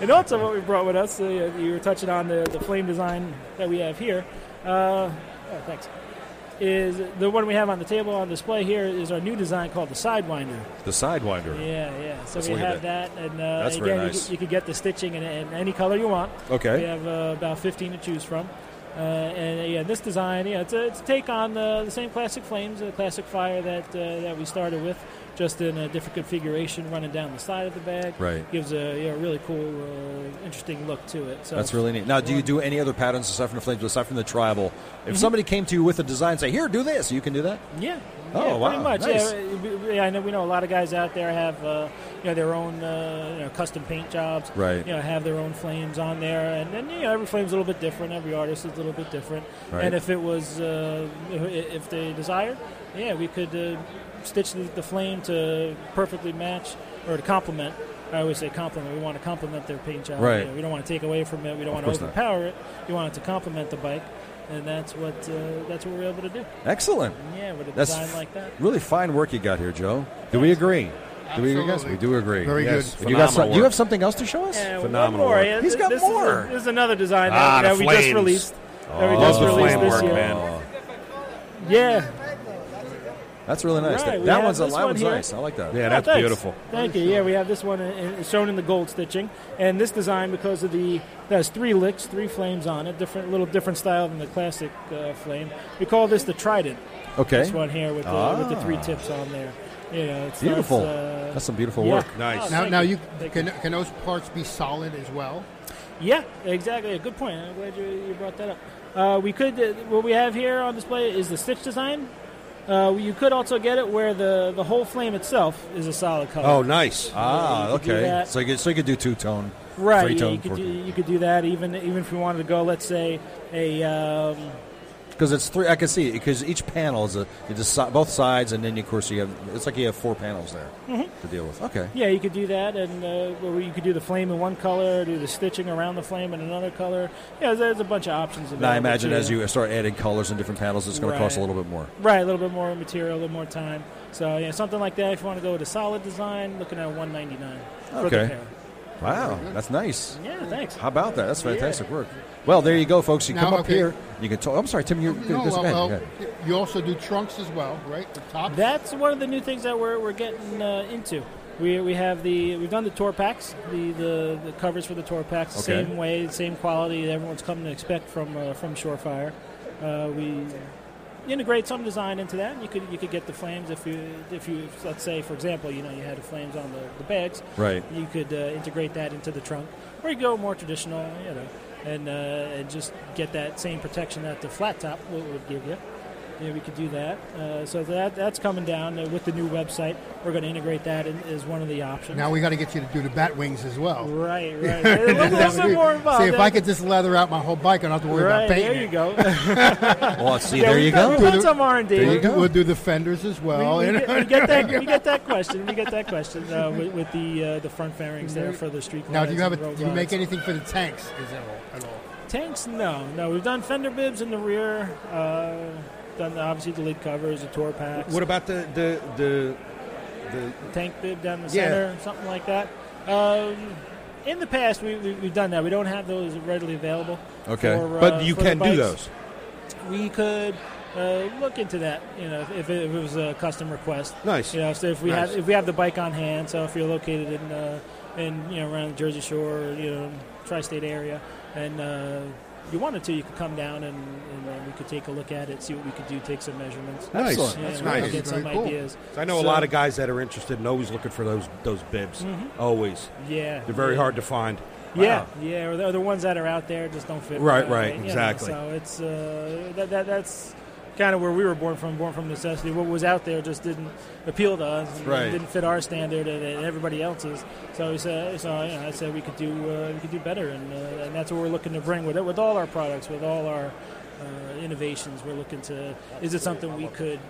[SPEAKER 6] And also, what we brought with us, uh, you were touching on the, the flame design that we have here. Uh, oh, thanks. Is the one we have on the table on display here is our new design called the Sidewinder.
[SPEAKER 1] The Sidewinder.
[SPEAKER 6] Yeah, yeah. So
[SPEAKER 1] Let's
[SPEAKER 6] we
[SPEAKER 1] look at
[SPEAKER 6] have that, and uh,
[SPEAKER 1] That's very
[SPEAKER 6] again, you
[SPEAKER 1] nice.
[SPEAKER 6] could- you, could get the stitching in, in any color you want.
[SPEAKER 1] Okay.
[SPEAKER 6] We have uh, about 15 to choose from. Uh, and uh, yeah, this design, yeah, it's a, it's a take on the, the same classic flames, the classic fire that uh, that we started with, just in a different configuration, running down the side of the bag.
[SPEAKER 1] Right.
[SPEAKER 6] Gives a you know, really cool, uh, interesting look to it. So
[SPEAKER 1] That's really neat. Now, do you do any other patterns aside from the flames, aside from the tribal? If somebody came to you with a design, and say, "Here, do this," you can do that.
[SPEAKER 6] Yeah.
[SPEAKER 1] Oh,
[SPEAKER 6] yeah,
[SPEAKER 1] wow.
[SPEAKER 6] Pretty much.
[SPEAKER 1] Nice.
[SPEAKER 6] Yeah, we- we- yeah, I know we know a lot of guys out there have uh, you know their own uh, you know, custom paint jobs.
[SPEAKER 1] Right.
[SPEAKER 6] You know, have their own flames on there, and then you know every flame's a little bit different. Every artist is a little bit different.
[SPEAKER 1] Right.
[SPEAKER 6] And if it was uh, if- if they desired, yeah, we could uh, stitch the, the flame to perfectly match or to complement. I always say complement. We want to complement their paint job.
[SPEAKER 1] Right.
[SPEAKER 6] You know, we don't want to take away from it. We don't want to
[SPEAKER 1] course not.
[SPEAKER 6] overpower it. We want it to complement the bike, and that's what uh, that's what we're able to do.
[SPEAKER 1] Excellent.
[SPEAKER 6] Yeah, with a
[SPEAKER 1] That's
[SPEAKER 6] design like that.
[SPEAKER 1] really fine work you got here, Joe. Do we agree? Do we agree? Yes,
[SPEAKER 3] Absolutely.
[SPEAKER 1] we do agree.
[SPEAKER 3] Very
[SPEAKER 2] Yes.
[SPEAKER 3] good.
[SPEAKER 1] And you got some,
[SPEAKER 2] Phenomenal
[SPEAKER 1] you
[SPEAKER 2] work.
[SPEAKER 1] have something else to show us?
[SPEAKER 6] Yeah,
[SPEAKER 2] Phenomenal
[SPEAKER 6] One more.
[SPEAKER 2] work.
[SPEAKER 6] Yeah,
[SPEAKER 1] He's
[SPEAKER 6] th-
[SPEAKER 1] got
[SPEAKER 6] this Is
[SPEAKER 1] more.
[SPEAKER 6] a, this is another design that,
[SPEAKER 2] Ah, the
[SPEAKER 6] that we just
[SPEAKER 2] flames. Oh,
[SPEAKER 6] released. That we just
[SPEAKER 2] the
[SPEAKER 6] released
[SPEAKER 2] flame
[SPEAKER 6] this
[SPEAKER 2] work,
[SPEAKER 6] year.
[SPEAKER 2] man.
[SPEAKER 6] Yeah.
[SPEAKER 1] That's really nice.
[SPEAKER 6] Right,
[SPEAKER 1] that
[SPEAKER 6] we
[SPEAKER 1] that
[SPEAKER 6] have
[SPEAKER 1] one's a
[SPEAKER 6] this
[SPEAKER 1] that
[SPEAKER 6] one
[SPEAKER 1] one's
[SPEAKER 6] here.
[SPEAKER 1] nice. I like that.
[SPEAKER 2] Yeah,
[SPEAKER 6] Oh,
[SPEAKER 2] that's
[SPEAKER 6] thanks.
[SPEAKER 2] beautiful.
[SPEAKER 6] Thank you. Yeah, we have this one uh, uh, shown in the gold stitching, and this design because of the there's three licks, three flames on it, different little different style than the classic uh, flame. We call this the trident.
[SPEAKER 1] Okay.
[SPEAKER 6] This one here with the, with the
[SPEAKER 2] Ah.
[SPEAKER 6] three tips on there. You know, it's
[SPEAKER 1] Beautiful.
[SPEAKER 6] That's, uh,
[SPEAKER 1] That's some beautiful
[SPEAKER 6] yeah.
[SPEAKER 1] work.
[SPEAKER 2] Nice. Now-
[SPEAKER 6] Oh,
[SPEAKER 3] Now,
[SPEAKER 6] thank
[SPEAKER 3] now you
[SPEAKER 6] Thank
[SPEAKER 3] can can those parts be solid as well?
[SPEAKER 6] Yeah, exactly. A good point. I'm glad you, you brought that up. Uh, we could uh, what we have here on display is the stitch design. Uh, you could also get it where the, the whole flame itself is a solid color.
[SPEAKER 2] Oh, nice.
[SPEAKER 1] Ah,
[SPEAKER 6] You could do
[SPEAKER 1] okay.
[SPEAKER 6] that.
[SPEAKER 1] So you could, so you could do two tone,
[SPEAKER 6] right.
[SPEAKER 1] three
[SPEAKER 6] Yeah,
[SPEAKER 1] tone,
[SPEAKER 6] you could do, you could do that even even if we wanted to go. Let's say a um,
[SPEAKER 1] because it's three. I can see because each panel is a you just si- both sides, and then of course you have it's like you have four panels there to deal with. Okay.
[SPEAKER 6] Mm-hmm. yeah. You could do that, and uh, where you could do the flame in one color, do the stitching around the flame in another color. Yeah, there's, there's a bunch of options.
[SPEAKER 1] Now I
[SPEAKER 6] available
[SPEAKER 1] imagine
[SPEAKER 6] to
[SPEAKER 1] as you start adding colors and different panels, it's going to cost a
[SPEAKER 6] Right.
[SPEAKER 1] little bit more.
[SPEAKER 6] Right, a little bit more material, a little more time. So yeah, something like that. If you want to go with a solid design, looking at one ninety nine.
[SPEAKER 1] Okay. Wow, that's nice.
[SPEAKER 6] Yeah, thanks.
[SPEAKER 1] How about that? That's fantastic work. Well, there you go, folks. You
[SPEAKER 3] Now,
[SPEAKER 1] come up
[SPEAKER 3] okay.
[SPEAKER 1] here. You can talk. I'm sorry, Tim. You're go
[SPEAKER 3] No, well,
[SPEAKER 1] ahead,
[SPEAKER 3] well,
[SPEAKER 1] go ahead.
[SPEAKER 3] you also do trunks as well, right? The top.
[SPEAKER 6] That's one of the new things that we're, we're getting uh, into. We, we have the we've done the tour packs, the, the, the covers for the tour packs, the
[SPEAKER 1] Okay.
[SPEAKER 6] same way, same quality that everyone's come to expect from uh, from Shorefire. Uh, we integrate some design into that. You could you could get the flames if you if you let's say for example you know you had the flames on the, the bags,
[SPEAKER 1] Right.
[SPEAKER 6] you could uh, integrate that into the trunk, or you go more traditional, you know, and uh, and just get that same protection that the flat top would, would give you. Yeah, we could do that. Uh, so that that's coming down uh, with the new website. We're going to integrate that in, as one of the options.
[SPEAKER 3] Now we got to get you to do the bat wings as well.
[SPEAKER 6] right, right. A little, a little bit more involved.
[SPEAKER 3] See if I could just lather out my whole bike, I don't have to worry
[SPEAKER 6] Right
[SPEAKER 3] about painting.
[SPEAKER 6] there, you
[SPEAKER 3] it.
[SPEAKER 6] go.
[SPEAKER 7] Well, see,
[SPEAKER 6] Yeah,
[SPEAKER 7] there
[SPEAKER 6] we've
[SPEAKER 7] you
[SPEAKER 6] done-
[SPEAKER 7] go.
[SPEAKER 6] We've done some R and D.
[SPEAKER 3] There
[SPEAKER 6] We,
[SPEAKER 3] you go. We'll do the fenders as well.
[SPEAKER 6] we
[SPEAKER 3] and-
[SPEAKER 6] get, we get that. We get that question. We get that question uh, with, with the uh, the front fairings there for the street.
[SPEAKER 3] now, do you have
[SPEAKER 6] lights
[SPEAKER 3] a,
[SPEAKER 6] and road
[SPEAKER 3] do you make
[SPEAKER 6] lights.
[SPEAKER 3] anything for the tanks? Is that all, at all?
[SPEAKER 6] Tanks? No, no. We've done fender bibs in the rear. Uh, done the, obviously the lid covers, the tour packs,
[SPEAKER 2] What about the the the, the
[SPEAKER 6] tank bib down the
[SPEAKER 2] Yeah.
[SPEAKER 6] center, something like that. Um, in the past, we, we, we've done that. We don't have those readily available.
[SPEAKER 7] Okay.
[SPEAKER 6] for, uh,
[SPEAKER 2] but you
[SPEAKER 6] for the
[SPEAKER 2] can do
[SPEAKER 6] bikes.
[SPEAKER 2] those.
[SPEAKER 6] We could uh, look into that. You know, if, if it was a custom request.
[SPEAKER 2] Nice.
[SPEAKER 6] You know, so if we
[SPEAKER 2] Nice.
[SPEAKER 6] have if we have the bike on hand, so if you're located in uh, in you know around the Jersey Shore, or, you know, tri-state area, and uh, you wanted to, you could come down and, and uh, we could take a look at it, see what we could do, take some measurements.
[SPEAKER 2] Nice.
[SPEAKER 7] Excellent.
[SPEAKER 6] Yeah,
[SPEAKER 2] That's
[SPEAKER 6] we could
[SPEAKER 2] nice.
[SPEAKER 6] Get some
[SPEAKER 3] Very cool.
[SPEAKER 6] ideas.
[SPEAKER 2] I know a
[SPEAKER 6] So-
[SPEAKER 2] lot of guys that are interested and always looking for those those bibs. Always,
[SPEAKER 6] Yeah,
[SPEAKER 2] they're very
[SPEAKER 6] yeah.
[SPEAKER 2] hard to find.
[SPEAKER 6] Yeah, yeah, or the, or the ones that are out there just don't fit.
[SPEAKER 2] Right,
[SPEAKER 6] the-
[SPEAKER 2] right,
[SPEAKER 6] you know,
[SPEAKER 2] exactly.
[SPEAKER 6] so it's uh, that, that that's kind of where we were born from, born from necessity. What was out there just didn't appeal to us, and
[SPEAKER 2] Right.
[SPEAKER 6] Didn't fit our standard and, and everybody else's. So we said, so you know, I said we could do uh, we could do better, and uh, and that's what we're looking to bring with it, with all our products, with all our uh, innovations. We're looking to is it something we could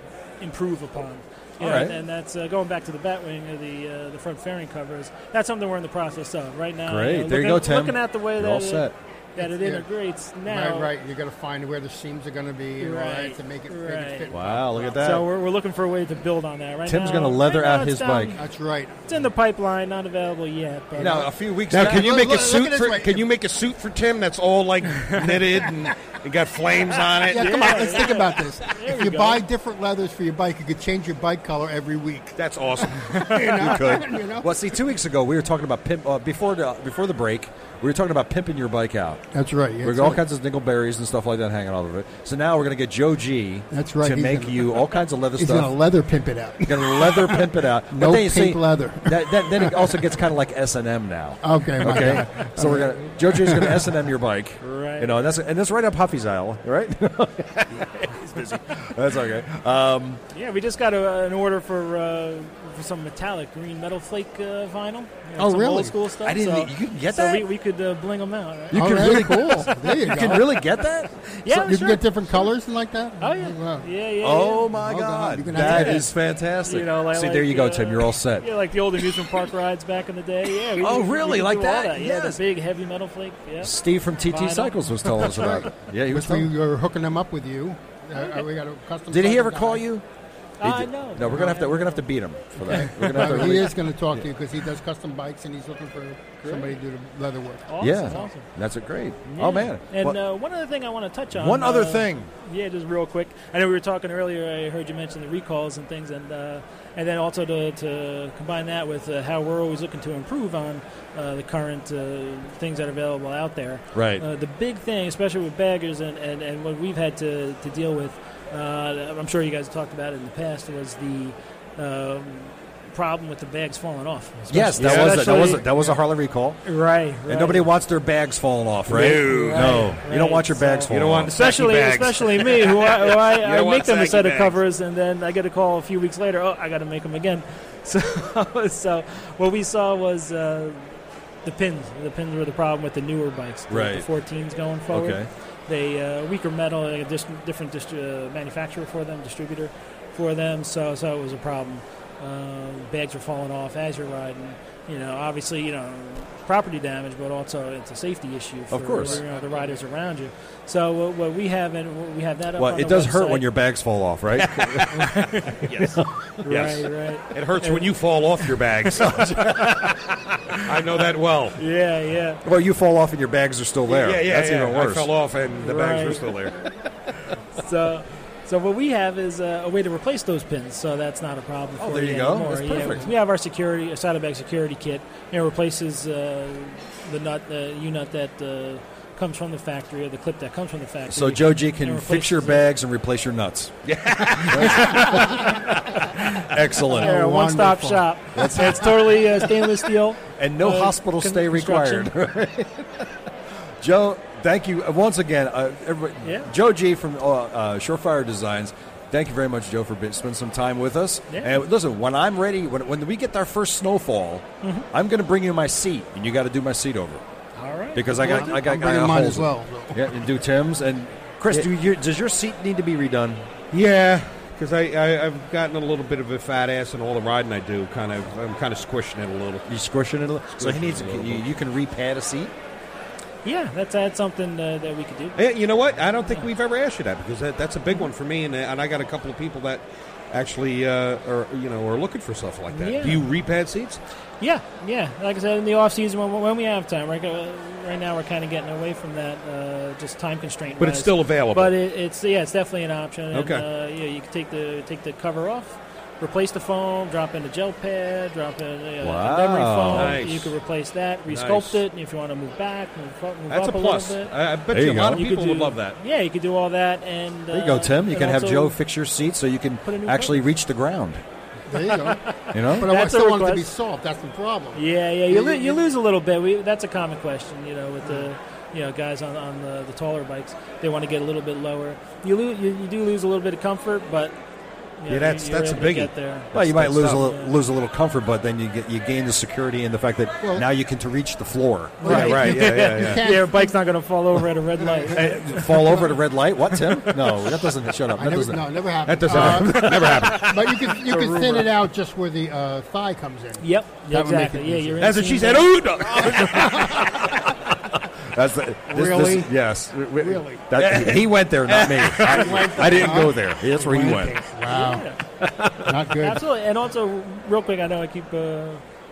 [SPEAKER 6] improve upon. You
[SPEAKER 7] All
[SPEAKER 6] know,
[SPEAKER 7] right.
[SPEAKER 6] and that's uh, going back to the Batwing, uh, the uh, the front fairing covers. That's something we're in the process of right now.
[SPEAKER 7] Great.
[SPEAKER 6] You know,
[SPEAKER 7] There you
[SPEAKER 6] looking-
[SPEAKER 7] go, Tim.
[SPEAKER 6] Looking at the way
[SPEAKER 7] You're
[SPEAKER 6] that
[SPEAKER 7] all
[SPEAKER 6] it,
[SPEAKER 7] set.
[SPEAKER 6] that it
[SPEAKER 3] Yeah.
[SPEAKER 6] integrates now.
[SPEAKER 3] Right, right. You got to find where the seams are going to be and all
[SPEAKER 6] Right,
[SPEAKER 3] that to make it, make
[SPEAKER 6] right.
[SPEAKER 3] it fit.
[SPEAKER 7] Wow, look at that.
[SPEAKER 6] So we're, we're looking for a way to build on that. Right
[SPEAKER 7] Tim's
[SPEAKER 6] now-
[SPEAKER 7] gonna leather
[SPEAKER 6] right now
[SPEAKER 7] out
[SPEAKER 6] it's
[SPEAKER 7] his
[SPEAKER 6] down-
[SPEAKER 7] bike.
[SPEAKER 3] That's right.
[SPEAKER 6] It's in the pipeline, not available yet. But uh,
[SPEAKER 1] Now, a few weeks
[SPEAKER 2] Now,
[SPEAKER 1] back-
[SPEAKER 2] can you
[SPEAKER 3] look-
[SPEAKER 2] make a
[SPEAKER 3] look- look
[SPEAKER 2] suit?
[SPEAKER 3] at this
[SPEAKER 2] For,
[SPEAKER 3] way.
[SPEAKER 2] Can you make a suit for Tim that's all like knitted and it got flames on it?
[SPEAKER 3] Yeah, come on. Let's think about this.
[SPEAKER 6] we
[SPEAKER 3] If you
[SPEAKER 6] go.
[SPEAKER 3] buy different leathers for your bike, you could change your bike color every week.
[SPEAKER 2] That's awesome.
[SPEAKER 7] You could.
[SPEAKER 3] You know?
[SPEAKER 1] Well, see, two weeks ago we were talking about pimp uh, before the before the break. We were talking about pimping your bike out.
[SPEAKER 3] That's right. yeah,
[SPEAKER 1] we
[SPEAKER 3] that's
[SPEAKER 1] got all
[SPEAKER 3] right.
[SPEAKER 1] kinds of nickel berries and stuff like that hanging off of it. So now we're going to get Joe G.
[SPEAKER 3] That's right,
[SPEAKER 1] to
[SPEAKER 3] he's
[SPEAKER 1] make
[SPEAKER 3] gonna-
[SPEAKER 1] you all kinds of leather
[SPEAKER 3] He's
[SPEAKER 1] stuff.
[SPEAKER 3] going to leather pimp it out.
[SPEAKER 1] Going to leather pimp it out.
[SPEAKER 3] No
[SPEAKER 1] but then you
[SPEAKER 3] pink
[SPEAKER 1] see,
[SPEAKER 3] leather.
[SPEAKER 1] That, that, then it also gets kind of like S and M now.
[SPEAKER 3] Okay, my
[SPEAKER 1] Okay,
[SPEAKER 3] bad.
[SPEAKER 1] so we're gonna Joe G's gonna S and M your bike,
[SPEAKER 6] Right.
[SPEAKER 1] You know, and that's and that's right up Huffy's aisle, right? He's busy. That's okay. Um,
[SPEAKER 6] yeah, we just got a, an order for, uh, for some metallic green metal flake uh, vinyl. You know,
[SPEAKER 3] Oh,
[SPEAKER 6] some
[SPEAKER 3] really?
[SPEAKER 6] Old school stuff.
[SPEAKER 1] I didn't-
[SPEAKER 6] So,
[SPEAKER 1] you can get
[SPEAKER 6] so
[SPEAKER 1] that?
[SPEAKER 6] We, we could uh, bling them out. Right?
[SPEAKER 1] you
[SPEAKER 3] All
[SPEAKER 1] can
[SPEAKER 3] right,
[SPEAKER 1] really
[SPEAKER 3] cool. There you go.
[SPEAKER 1] you can really get that.
[SPEAKER 6] yeah,
[SPEAKER 3] So you
[SPEAKER 6] sure.
[SPEAKER 3] can get different colors and like that.
[SPEAKER 6] Oh yeah.
[SPEAKER 3] Wow.
[SPEAKER 6] yeah, yeah, yeah.
[SPEAKER 1] Oh my
[SPEAKER 3] Oh, God,
[SPEAKER 1] God,
[SPEAKER 3] you can have
[SPEAKER 1] that
[SPEAKER 3] that.
[SPEAKER 1] is fantastic.
[SPEAKER 6] You know, like-
[SPEAKER 1] see, there
[SPEAKER 6] like,
[SPEAKER 1] you go,
[SPEAKER 6] uh,
[SPEAKER 1] Tim. You're all set.
[SPEAKER 6] Yeah, like the old amusement park rides back in the day. Yeah. We,
[SPEAKER 1] Oh,
[SPEAKER 6] we- we
[SPEAKER 1] really?
[SPEAKER 6] could
[SPEAKER 1] Like
[SPEAKER 6] do all
[SPEAKER 1] that?
[SPEAKER 6] Yeah, the
[SPEAKER 1] Yes.
[SPEAKER 6] big heavy metal flake. Yeah.
[SPEAKER 1] Steve from TT
[SPEAKER 6] Vinyl.
[SPEAKER 1] Cycles was telling us about it. Yeah, he was
[SPEAKER 3] Which
[SPEAKER 1] telling.
[SPEAKER 3] we were hooking them up with you. Uh,
[SPEAKER 6] Oh,
[SPEAKER 3] uh, we got a custom.
[SPEAKER 1] Did he
[SPEAKER 3] custom
[SPEAKER 1] ever
[SPEAKER 3] guy.
[SPEAKER 1] call you?
[SPEAKER 6] Uh,
[SPEAKER 1] He did-
[SPEAKER 6] no.
[SPEAKER 1] No, we're gonna have to. We're gonna have to beat him for that. We're gonna have
[SPEAKER 3] No,
[SPEAKER 1] to
[SPEAKER 3] he
[SPEAKER 1] really-
[SPEAKER 3] is going to talk to you because he does custom bikes and he's looking for somebody to do the leather work.
[SPEAKER 6] Awesome,
[SPEAKER 1] yeah,
[SPEAKER 6] awesome.
[SPEAKER 1] that's a great.
[SPEAKER 6] Yeah.
[SPEAKER 1] Oh man.
[SPEAKER 6] And
[SPEAKER 1] Well,
[SPEAKER 6] uh, one other thing I want to touch on.
[SPEAKER 1] one other
[SPEAKER 6] uh,
[SPEAKER 1] thing.
[SPEAKER 6] Yeah, just real quick. I know we were talking earlier. I heard you mention the recalls and things, and uh, and then also to, to combine that with uh, how we're always looking to improve on uh, the current uh, things that are available out there.
[SPEAKER 1] Right.
[SPEAKER 6] Uh, the big thing, especially with baggers and, and, and what we've had to, to deal with, uh, I'm sure you guys have talked about it in the past, was the um, problem with the bags falling off.
[SPEAKER 1] Yes, that
[SPEAKER 2] Yeah.
[SPEAKER 1] was a, that was a,
[SPEAKER 6] Especially-
[SPEAKER 1] that was a Harley recall,
[SPEAKER 6] Right,
[SPEAKER 1] and nobody wants their bags falling off, right?
[SPEAKER 2] No.
[SPEAKER 6] Right,
[SPEAKER 1] no, you don't
[SPEAKER 6] right,
[SPEAKER 1] want your bags
[SPEAKER 6] so-
[SPEAKER 1] falling.
[SPEAKER 2] You don't want
[SPEAKER 1] off.
[SPEAKER 6] especially
[SPEAKER 2] Sacky bags.
[SPEAKER 6] especially me who I, who
[SPEAKER 2] don't
[SPEAKER 6] I, I make
[SPEAKER 2] want
[SPEAKER 6] them a
[SPEAKER 2] sacky
[SPEAKER 6] set of
[SPEAKER 2] bags.
[SPEAKER 6] covers and then I get a call a few weeks later oh I got to make them again so so what we saw was uh, the pins the pins were the problem with the newer bikes the,
[SPEAKER 1] Right.
[SPEAKER 6] the 14s going forward
[SPEAKER 1] Okay.
[SPEAKER 6] they uh, weaker metal they had a dis- different dist- uh, manufacturer for them distributor for them so so it was a problem um, bags were falling off as you're riding you know obviously you know property damage but also it's a safety issue for
[SPEAKER 1] course.
[SPEAKER 6] you know, the riders around you so what, what we have and we have that up
[SPEAKER 1] Well,
[SPEAKER 6] on
[SPEAKER 1] it
[SPEAKER 6] the
[SPEAKER 1] does hurt when
[SPEAKER 6] website.
[SPEAKER 1] your bags fall off, right?
[SPEAKER 2] yes, yes.
[SPEAKER 6] right right
[SPEAKER 2] It hurts when you fall off your bags. I know that well.
[SPEAKER 6] yeah yeah
[SPEAKER 1] well, you fall off and your bags are still there.
[SPEAKER 2] Yeah, yeah,
[SPEAKER 1] that's
[SPEAKER 2] yeah.
[SPEAKER 1] even worse.
[SPEAKER 2] I fell off and the bags were
[SPEAKER 6] Right.
[SPEAKER 2] still there.
[SPEAKER 6] so so what we have is uh, a way to replace those pins, so that's not a problem.
[SPEAKER 1] Oh,
[SPEAKER 6] for
[SPEAKER 1] there you go.
[SPEAKER 6] Anymore.
[SPEAKER 1] That's
[SPEAKER 6] Yeah,
[SPEAKER 1] perfect.
[SPEAKER 6] we have our security, a saddlebag security kit, and it replaces uh, the nut, the U nut that uh, comes from the factory, or the clip that comes from the factory.
[SPEAKER 1] So Joe G
[SPEAKER 6] And
[SPEAKER 1] can fix
[SPEAKER 6] replaces
[SPEAKER 1] your
[SPEAKER 6] it.
[SPEAKER 1] bags and replace your nuts. Excellent.
[SPEAKER 6] Yeah,
[SPEAKER 3] Oh,
[SPEAKER 6] one stop
[SPEAKER 3] wonderful.
[SPEAKER 6] shop. it's totally uh, stainless steel.
[SPEAKER 1] and no
[SPEAKER 6] Uh,
[SPEAKER 1] hospital
[SPEAKER 6] con-
[SPEAKER 1] stay required. Joe, thank you Uh, once again, uh, everybody,
[SPEAKER 6] Yeah.
[SPEAKER 1] Joe G from uh, uh, Surefire Designs. Thank you very much, Joe, for be- spending some time with us.
[SPEAKER 4] Yeah.
[SPEAKER 1] And listen, when I'm ready, when, when we get our first snowfall, I'm going to bring you my seat, and you got to do my seat over
[SPEAKER 4] All right.
[SPEAKER 1] because I got I got I
[SPEAKER 3] I'm
[SPEAKER 1] got
[SPEAKER 3] bringing mine
[SPEAKER 1] holes
[SPEAKER 3] as
[SPEAKER 1] in it.
[SPEAKER 3] well.
[SPEAKER 1] Yeah, and do Tim's and Chris. Do you, does your seat need to be redone?
[SPEAKER 2] Yeah, because I, I I've gotten a little bit of a fat ass in all the riding I do. Kind of, I'm kind of squishing it a little.
[SPEAKER 1] You squishing it a little. So he
[SPEAKER 2] Squishing
[SPEAKER 1] needs.
[SPEAKER 2] it a
[SPEAKER 1] to-
[SPEAKER 2] little
[SPEAKER 1] You,
[SPEAKER 2] bit.
[SPEAKER 1] you can repad a seat.
[SPEAKER 6] Yeah, that's that's something uh, that we could do.
[SPEAKER 2] Eh, you know what? I don't think we've ever asked you that because that, that's a big one for me, and, uh, and I got a couple of people that actually uh, are you know are looking for stuff like that.
[SPEAKER 6] Yeah.
[SPEAKER 2] Do you repad seats?
[SPEAKER 6] Yeah, yeah. Like I said, in the off season when, when we have time, right? uh, Right now, we're kind of getting away from that, uh, just time constraint.
[SPEAKER 2] But it's still available.
[SPEAKER 6] But it, it's yeah, it's definitely an option. And,
[SPEAKER 2] Okay.
[SPEAKER 6] uh, yeah, you can take the take the cover off, replace the foam, drop in a gel pad, drop in uh,
[SPEAKER 1] Wow.
[SPEAKER 6] a memory foam.
[SPEAKER 2] Nice.
[SPEAKER 6] You could replace that, resculpt
[SPEAKER 2] Nice.
[SPEAKER 6] it if you want to move back, move, up- move
[SPEAKER 2] that's a
[SPEAKER 6] up
[SPEAKER 2] plus.
[SPEAKER 6] little bit.
[SPEAKER 2] I, I bet
[SPEAKER 1] There
[SPEAKER 2] you,
[SPEAKER 1] you
[SPEAKER 2] a lot
[SPEAKER 1] go.
[SPEAKER 2] of
[SPEAKER 6] You could
[SPEAKER 2] people would
[SPEAKER 6] do-
[SPEAKER 2] love that.
[SPEAKER 6] Yeah, you could do all that, and
[SPEAKER 1] There you go,
[SPEAKER 6] uh,
[SPEAKER 1] Tim. You
[SPEAKER 6] and
[SPEAKER 1] can have
[SPEAKER 6] also-
[SPEAKER 1] Joe fix your seat so you can
[SPEAKER 6] Put a new
[SPEAKER 1] actually
[SPEAKER 6] cover.
[SPEAKER 1] reach the ground.
[SPEAKER 3] There you go.
[SPEAKER 1] You know.
[SPEAKER 3] But I
[SPEAKER 6] That's a
[SPEAKER 3] still want it to be
[SPEAKER 6] request.
[SPEAKER 3] soft. That's the problem.
[SPEAKER 6] Yeah, yeah, you,
[SPEAKER 3] Yeah,
[SPEAKER 6] lo-
[SPEAKER 3] you-
[SPEAKER 6] you lose a little bit. We, that's a common question, you know, with the you know guys on, on the, the taller bikes. They want to get a little bit lower. You, lo- you you do lose a little bit of comfort, but you know,
[SPEAKER 2] Yeah, that's-
[SPEAKER 6] you- you're
[SPEAKER 2] that's a
[SPEAKER 6] able to
[SPEAKER 2] biggie.
[SPEAKER 6] Get there.
[SPEAKER 1] Well, you might
[SPEAKER 2] That's
[SPEAKER 1] lose a,
[SPEAKER 2] tough.
[SPEAKER 1] little, lose a little comfort, but then you get you gain the security and the fact that
[SPEAKER 3] Well-
[SPEAKER 1] now you can to reach the floor,
[SPEAKER 2] Yeah, right. Yeah, yeah,
[SPEAKER 3] You
[SPEAKER 2] yeah.
[SPEAKER 3] can't-
[SPEAKER 6] Yeah, your bike's not going to fall over at a red light.
[SPEAKER 1] Eh, fall over at a red light. What, Tim? No, that doesn't. Shut up.
[SPEAKER 3] I
[SPEAKER 1] That
[SPEAKER 3] never,
[SPEAKER 1] doesn't.
[SPEAKER 3] no, it never
[SPEAKER 2] That
[SPEAKER 3] happened.
[SPEAKER 2] doesn't happen. never happen.
[SPEAKER 3] But you can you can thin it out just where the uh, thigh comes in.
[SPEAKER 6] Yep,
[SPEAKER 3] That would make
[SPEAKER 6] exactly.
[SPEAKER 3] it
[SPEAKER 6] Yeah,
[SPEAKER 3] easier.
[SPEAKER 6] you're in
[SPEAKER 2] That's what she
[SPEAKER 6] team
[SPEAKER 2] said.
[SPEAKER 6] there.
[SPEAKER 2] Oh no!
[SPEAKER 1] That's the, this,
[SPEAKER 3] Really?
[SPEAKER 1] This, yes. We- we-
[SPEAKER 3] Really?
[SPEAKER 1] that- he went there, not me. I, I didn't go there. That's where he went.
[SPEAKER 3] Wow. Not good.
[SPEAKER 6] Absolutely, and also real quick, I know I keep uh,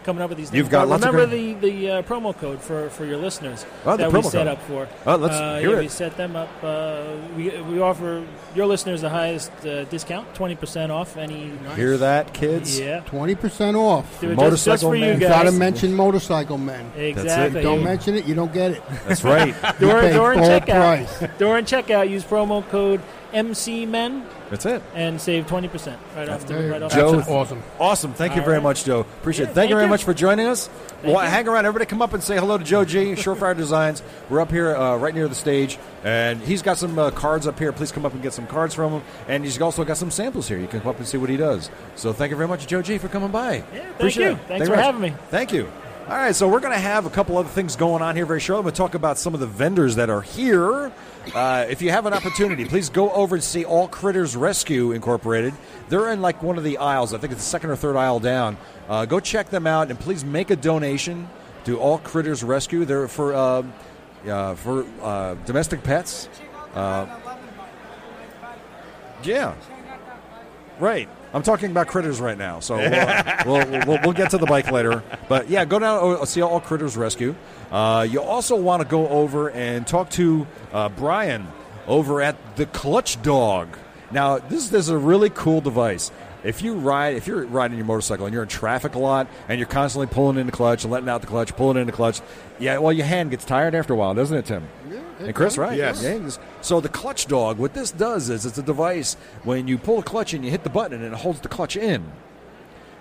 [SPEAKER 6] coming up with these. Things,
[SPEAKER 1] You've got
[SPEAKER 6] but
[SPEAKER 1] lots of
[SPEAKER 6] remember
[SPEAKER 1] great-
[SPEAKER 6] the the uh, promo code for, for your listeners
[SPEAKER 1] Oh, the
[SPEAKER 6] that
[SPEAKER 1] promo
[SPEAKER 6] we
[SPEAKER 1] code.
[SPEAKER 6] set up for.
[SPEAKER 1] Oh, let's
[SPEAKER 6] uh,
[SPEAKER 1] hear
[SPEAKER 6] yeah,
[SPEAKER 1] it.
[SPEAKER 6] We set them up. Uh, we we offer your listeners the highest uh, discount, twenty percent off any.
[SPEAKER 1] Hear that, kids?
[SPEAKER 6] Yeah,
[SPEAKER 3] Twenty percent off.
[SPEAKER 6] do it just, just
[SPEAKER 1] Motorcycle
[SPEAKER 6] for you
[SPEAKER 1] man.
[SPEAKER 6] guys.
[SPEAKER 3] Gotta mention motorcycle men.
[SPEAKER 6] exactly.
[SPEAKER 3] Don't mention it, you don't get it.
[SPEAKER 1] That's right.
[SPEAKER 3] You
[SPEAKER 6] During,
[SPEAKER 3] pay
[SPEAKER 6] during
[SPEAKER 3] full
[SPEAKER 6] checkout,
[SPEAKER 3] price.
[SPEAKER 6] during checkout, use promo code MC Men
[SPEAKER 1] That's it.
[SPEAKER 6] and save twenty percent right off the
[SPEAKER 3] There you
[SPEAKER 6] right
[SPEAKER 3] go.
[SPEAKER 6] off.
[SPEAKER 3] That's
[SPEAKER 1] Joe-
[SPEAKER 6] the
[SPEAKER 3] an awesome.
[SPEAKER 1] Awesome. Thank you
[SPEAKER 6] All
[SPEAKER 1] very
[SPEAKER 6] right.
[SPEAKER 1] much, Joe. Appreciate it.
[SPEAKER 6] Yeah,
[SPEAKER 1] Thank, you
[SPEAKER 6] thank
[SPEAKER 1] very
[SPEAKER 6] you.
[SPEAKER 1] much for joining us. well,
[SPEAKER 6] you.
[SPEAKER 1] hang around. Everybody come up and say hello to Joe G, Surefire Designs. We're up here uh, right near the stage, and he's got some uh, cards up here. Please come up and get some cards from him. And he's also got some samples here. You can come up and see what he does. So thank you very much, Joe G, for coming by.
[SPEAKER 6] thank
[SPEAKER 1] Appreciate
[SPEAKER 6] you.
[SPEAKER 1] it.
[SPEAKER 6] Thanks
[SPEAKER 1] Thank you
[SPEAKER 6] for
[SPEAKER 1] very much.
[SPEAKER 6] having me.
[SPEAKER 1] Thank you. All right, so we're going to have a couple other things going on here very shortly. We'll talk about some of the vendors that are here. Uh, if you have an opportunity, please go over and see All Critters Rescue Incorporated. They're in like one of the aisles. I think it's the second or third aisle down. Uh, go check them out and please make a donation to All Critters Rescue. They're for uh, uh, for uh, domestic pets. Yeah. Right. I'm talking about critters right now, so uh, we'll, we'll, we'll, we'll get to the bike later. But yeah, go down uh, see all critters rescue. Uh, you also want to go over and talk to uh, Brian over at the Clutch Dog. Now, this, this is a really cool device. If you ride, if you're riding your motorcycle and you're in traffic a lot, and you're constantly pulling in the clutch and letting out the clutch, pulling in the clutch, yeah, well, your hand gets tired after a while, doesn't it, Tim? and Chris, right?
[SPEAKER 2] Yes.
[SPEAKER 1] Yeah, things. So the clutch dog, what this does is it's a device when you pull a clutch and you hit the button and it holds the clutch in.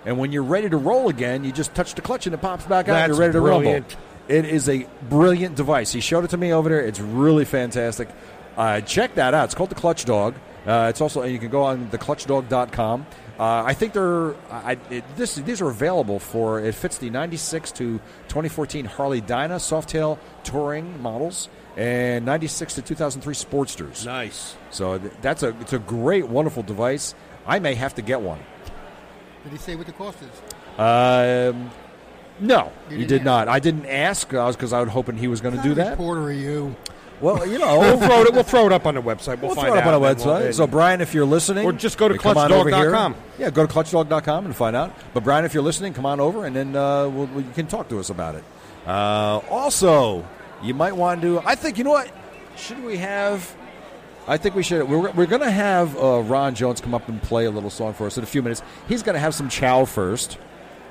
[SPEAKER 1] And when you're ready to roll again, you just touch the clutch and it pops back out. and
[SPEAKER 2] That's
[SPEAKER 1] You're ready to
[SPEAKER 2] brilliant.
[SPEAKER 1] rumble. It is a brilliant device. He showed it to me over there. It's really fantastic. Uh, check that out. It's called the Clutch Dog. Uh, it's also you can go on theclutchdog.com. Uh, I think they're I, it, this, these are available for it fits the 96 to 2014 Harley Dyna Softail touring models and 96 to 2003 Sportsters.
[SPEAKER 2] Nice.
[SPEAKER 1] So th- that's a it's a great wonderful device. I may have to get one.
[SPEAKER 3] Did he say what the cost is?
[SPEAKER 1] Um, no,
[SPEAKER 3] You
[SPEAKER 1] he
[SPEAKER 3] didn't
[SPEAKER 1] did
[SPEAKER 3] ask.
[SPEAKER 1] not. I didn't ask because I was hoping he was going to do that.
[SPEAKER 3] Porter are you?
[SPEAKER 1] Well, you know,
[SPEAKER 2] We'll throw it. We'll throw it up on the website. We'll,
[SPEAKER 1] we'll
[SPEAKER 2] find
[SPEAKER 1] throw it up
[SPEAKER 2] out
[SPEAKER 1] on our
[SPEAKER 2] and then
[SPEAKER 1] website.
[SPEAKER 2] we'll-
[SPEAKER 1] so, Brian, if you're listening,
[SPEAKER 2] Or just go to
[SPEAKER 1] come on over here.
[SPEAKER 2] clutchdog.com.
[SPEAKER 1] Yeah, go to clutchdog.com and find out. But Brian, if you're listening, come on over and then uh, we'll, we- you can talk to us about it. Uh, also, you might want to. I think you know what. Should we have? I think we should. We're, we're going to have uh, Ron Jones come up and play a little song for us in a few minutes. He's going to have some chow first,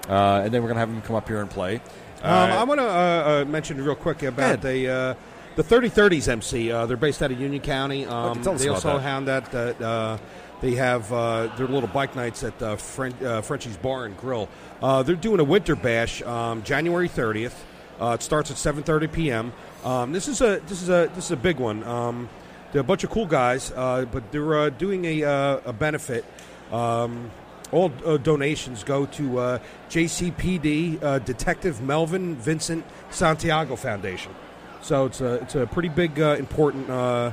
[SPEAKER 1] uh, and then we're going to have him come up here and play.
[SPEAKER 2] Um, I want to uh, uh, mention real quick about
[SPEAKER 1] Go
[SPEAKER 2] the uh, the 3030s MC. Uh, they're based out of Union County. Um,
[SPEAKER 1] tell us
[SPEAKER 2] they
[SPEAKER 1] about
[SPEAKER 2] also
[SPEAKER 1] that.
[SPEAKER 2] hound that. that uh, they have uh, their little bike nights at uh, Fren- uh, Frenchie's Bar and Grill. Uh, they're doing a winter bash um, January 30th. Uh, it starts at 7:30 p.m. Um, this is a this is a this is a big one. Um, They're a bunch of cool guys, uh, but they're uh, doing a, uh, a benefit. Um, all uh, donations go to uh, JCPD uh, Detective Melvin Vincent Santiago Foundation. So it's a it's a pretty big, uh, important uh,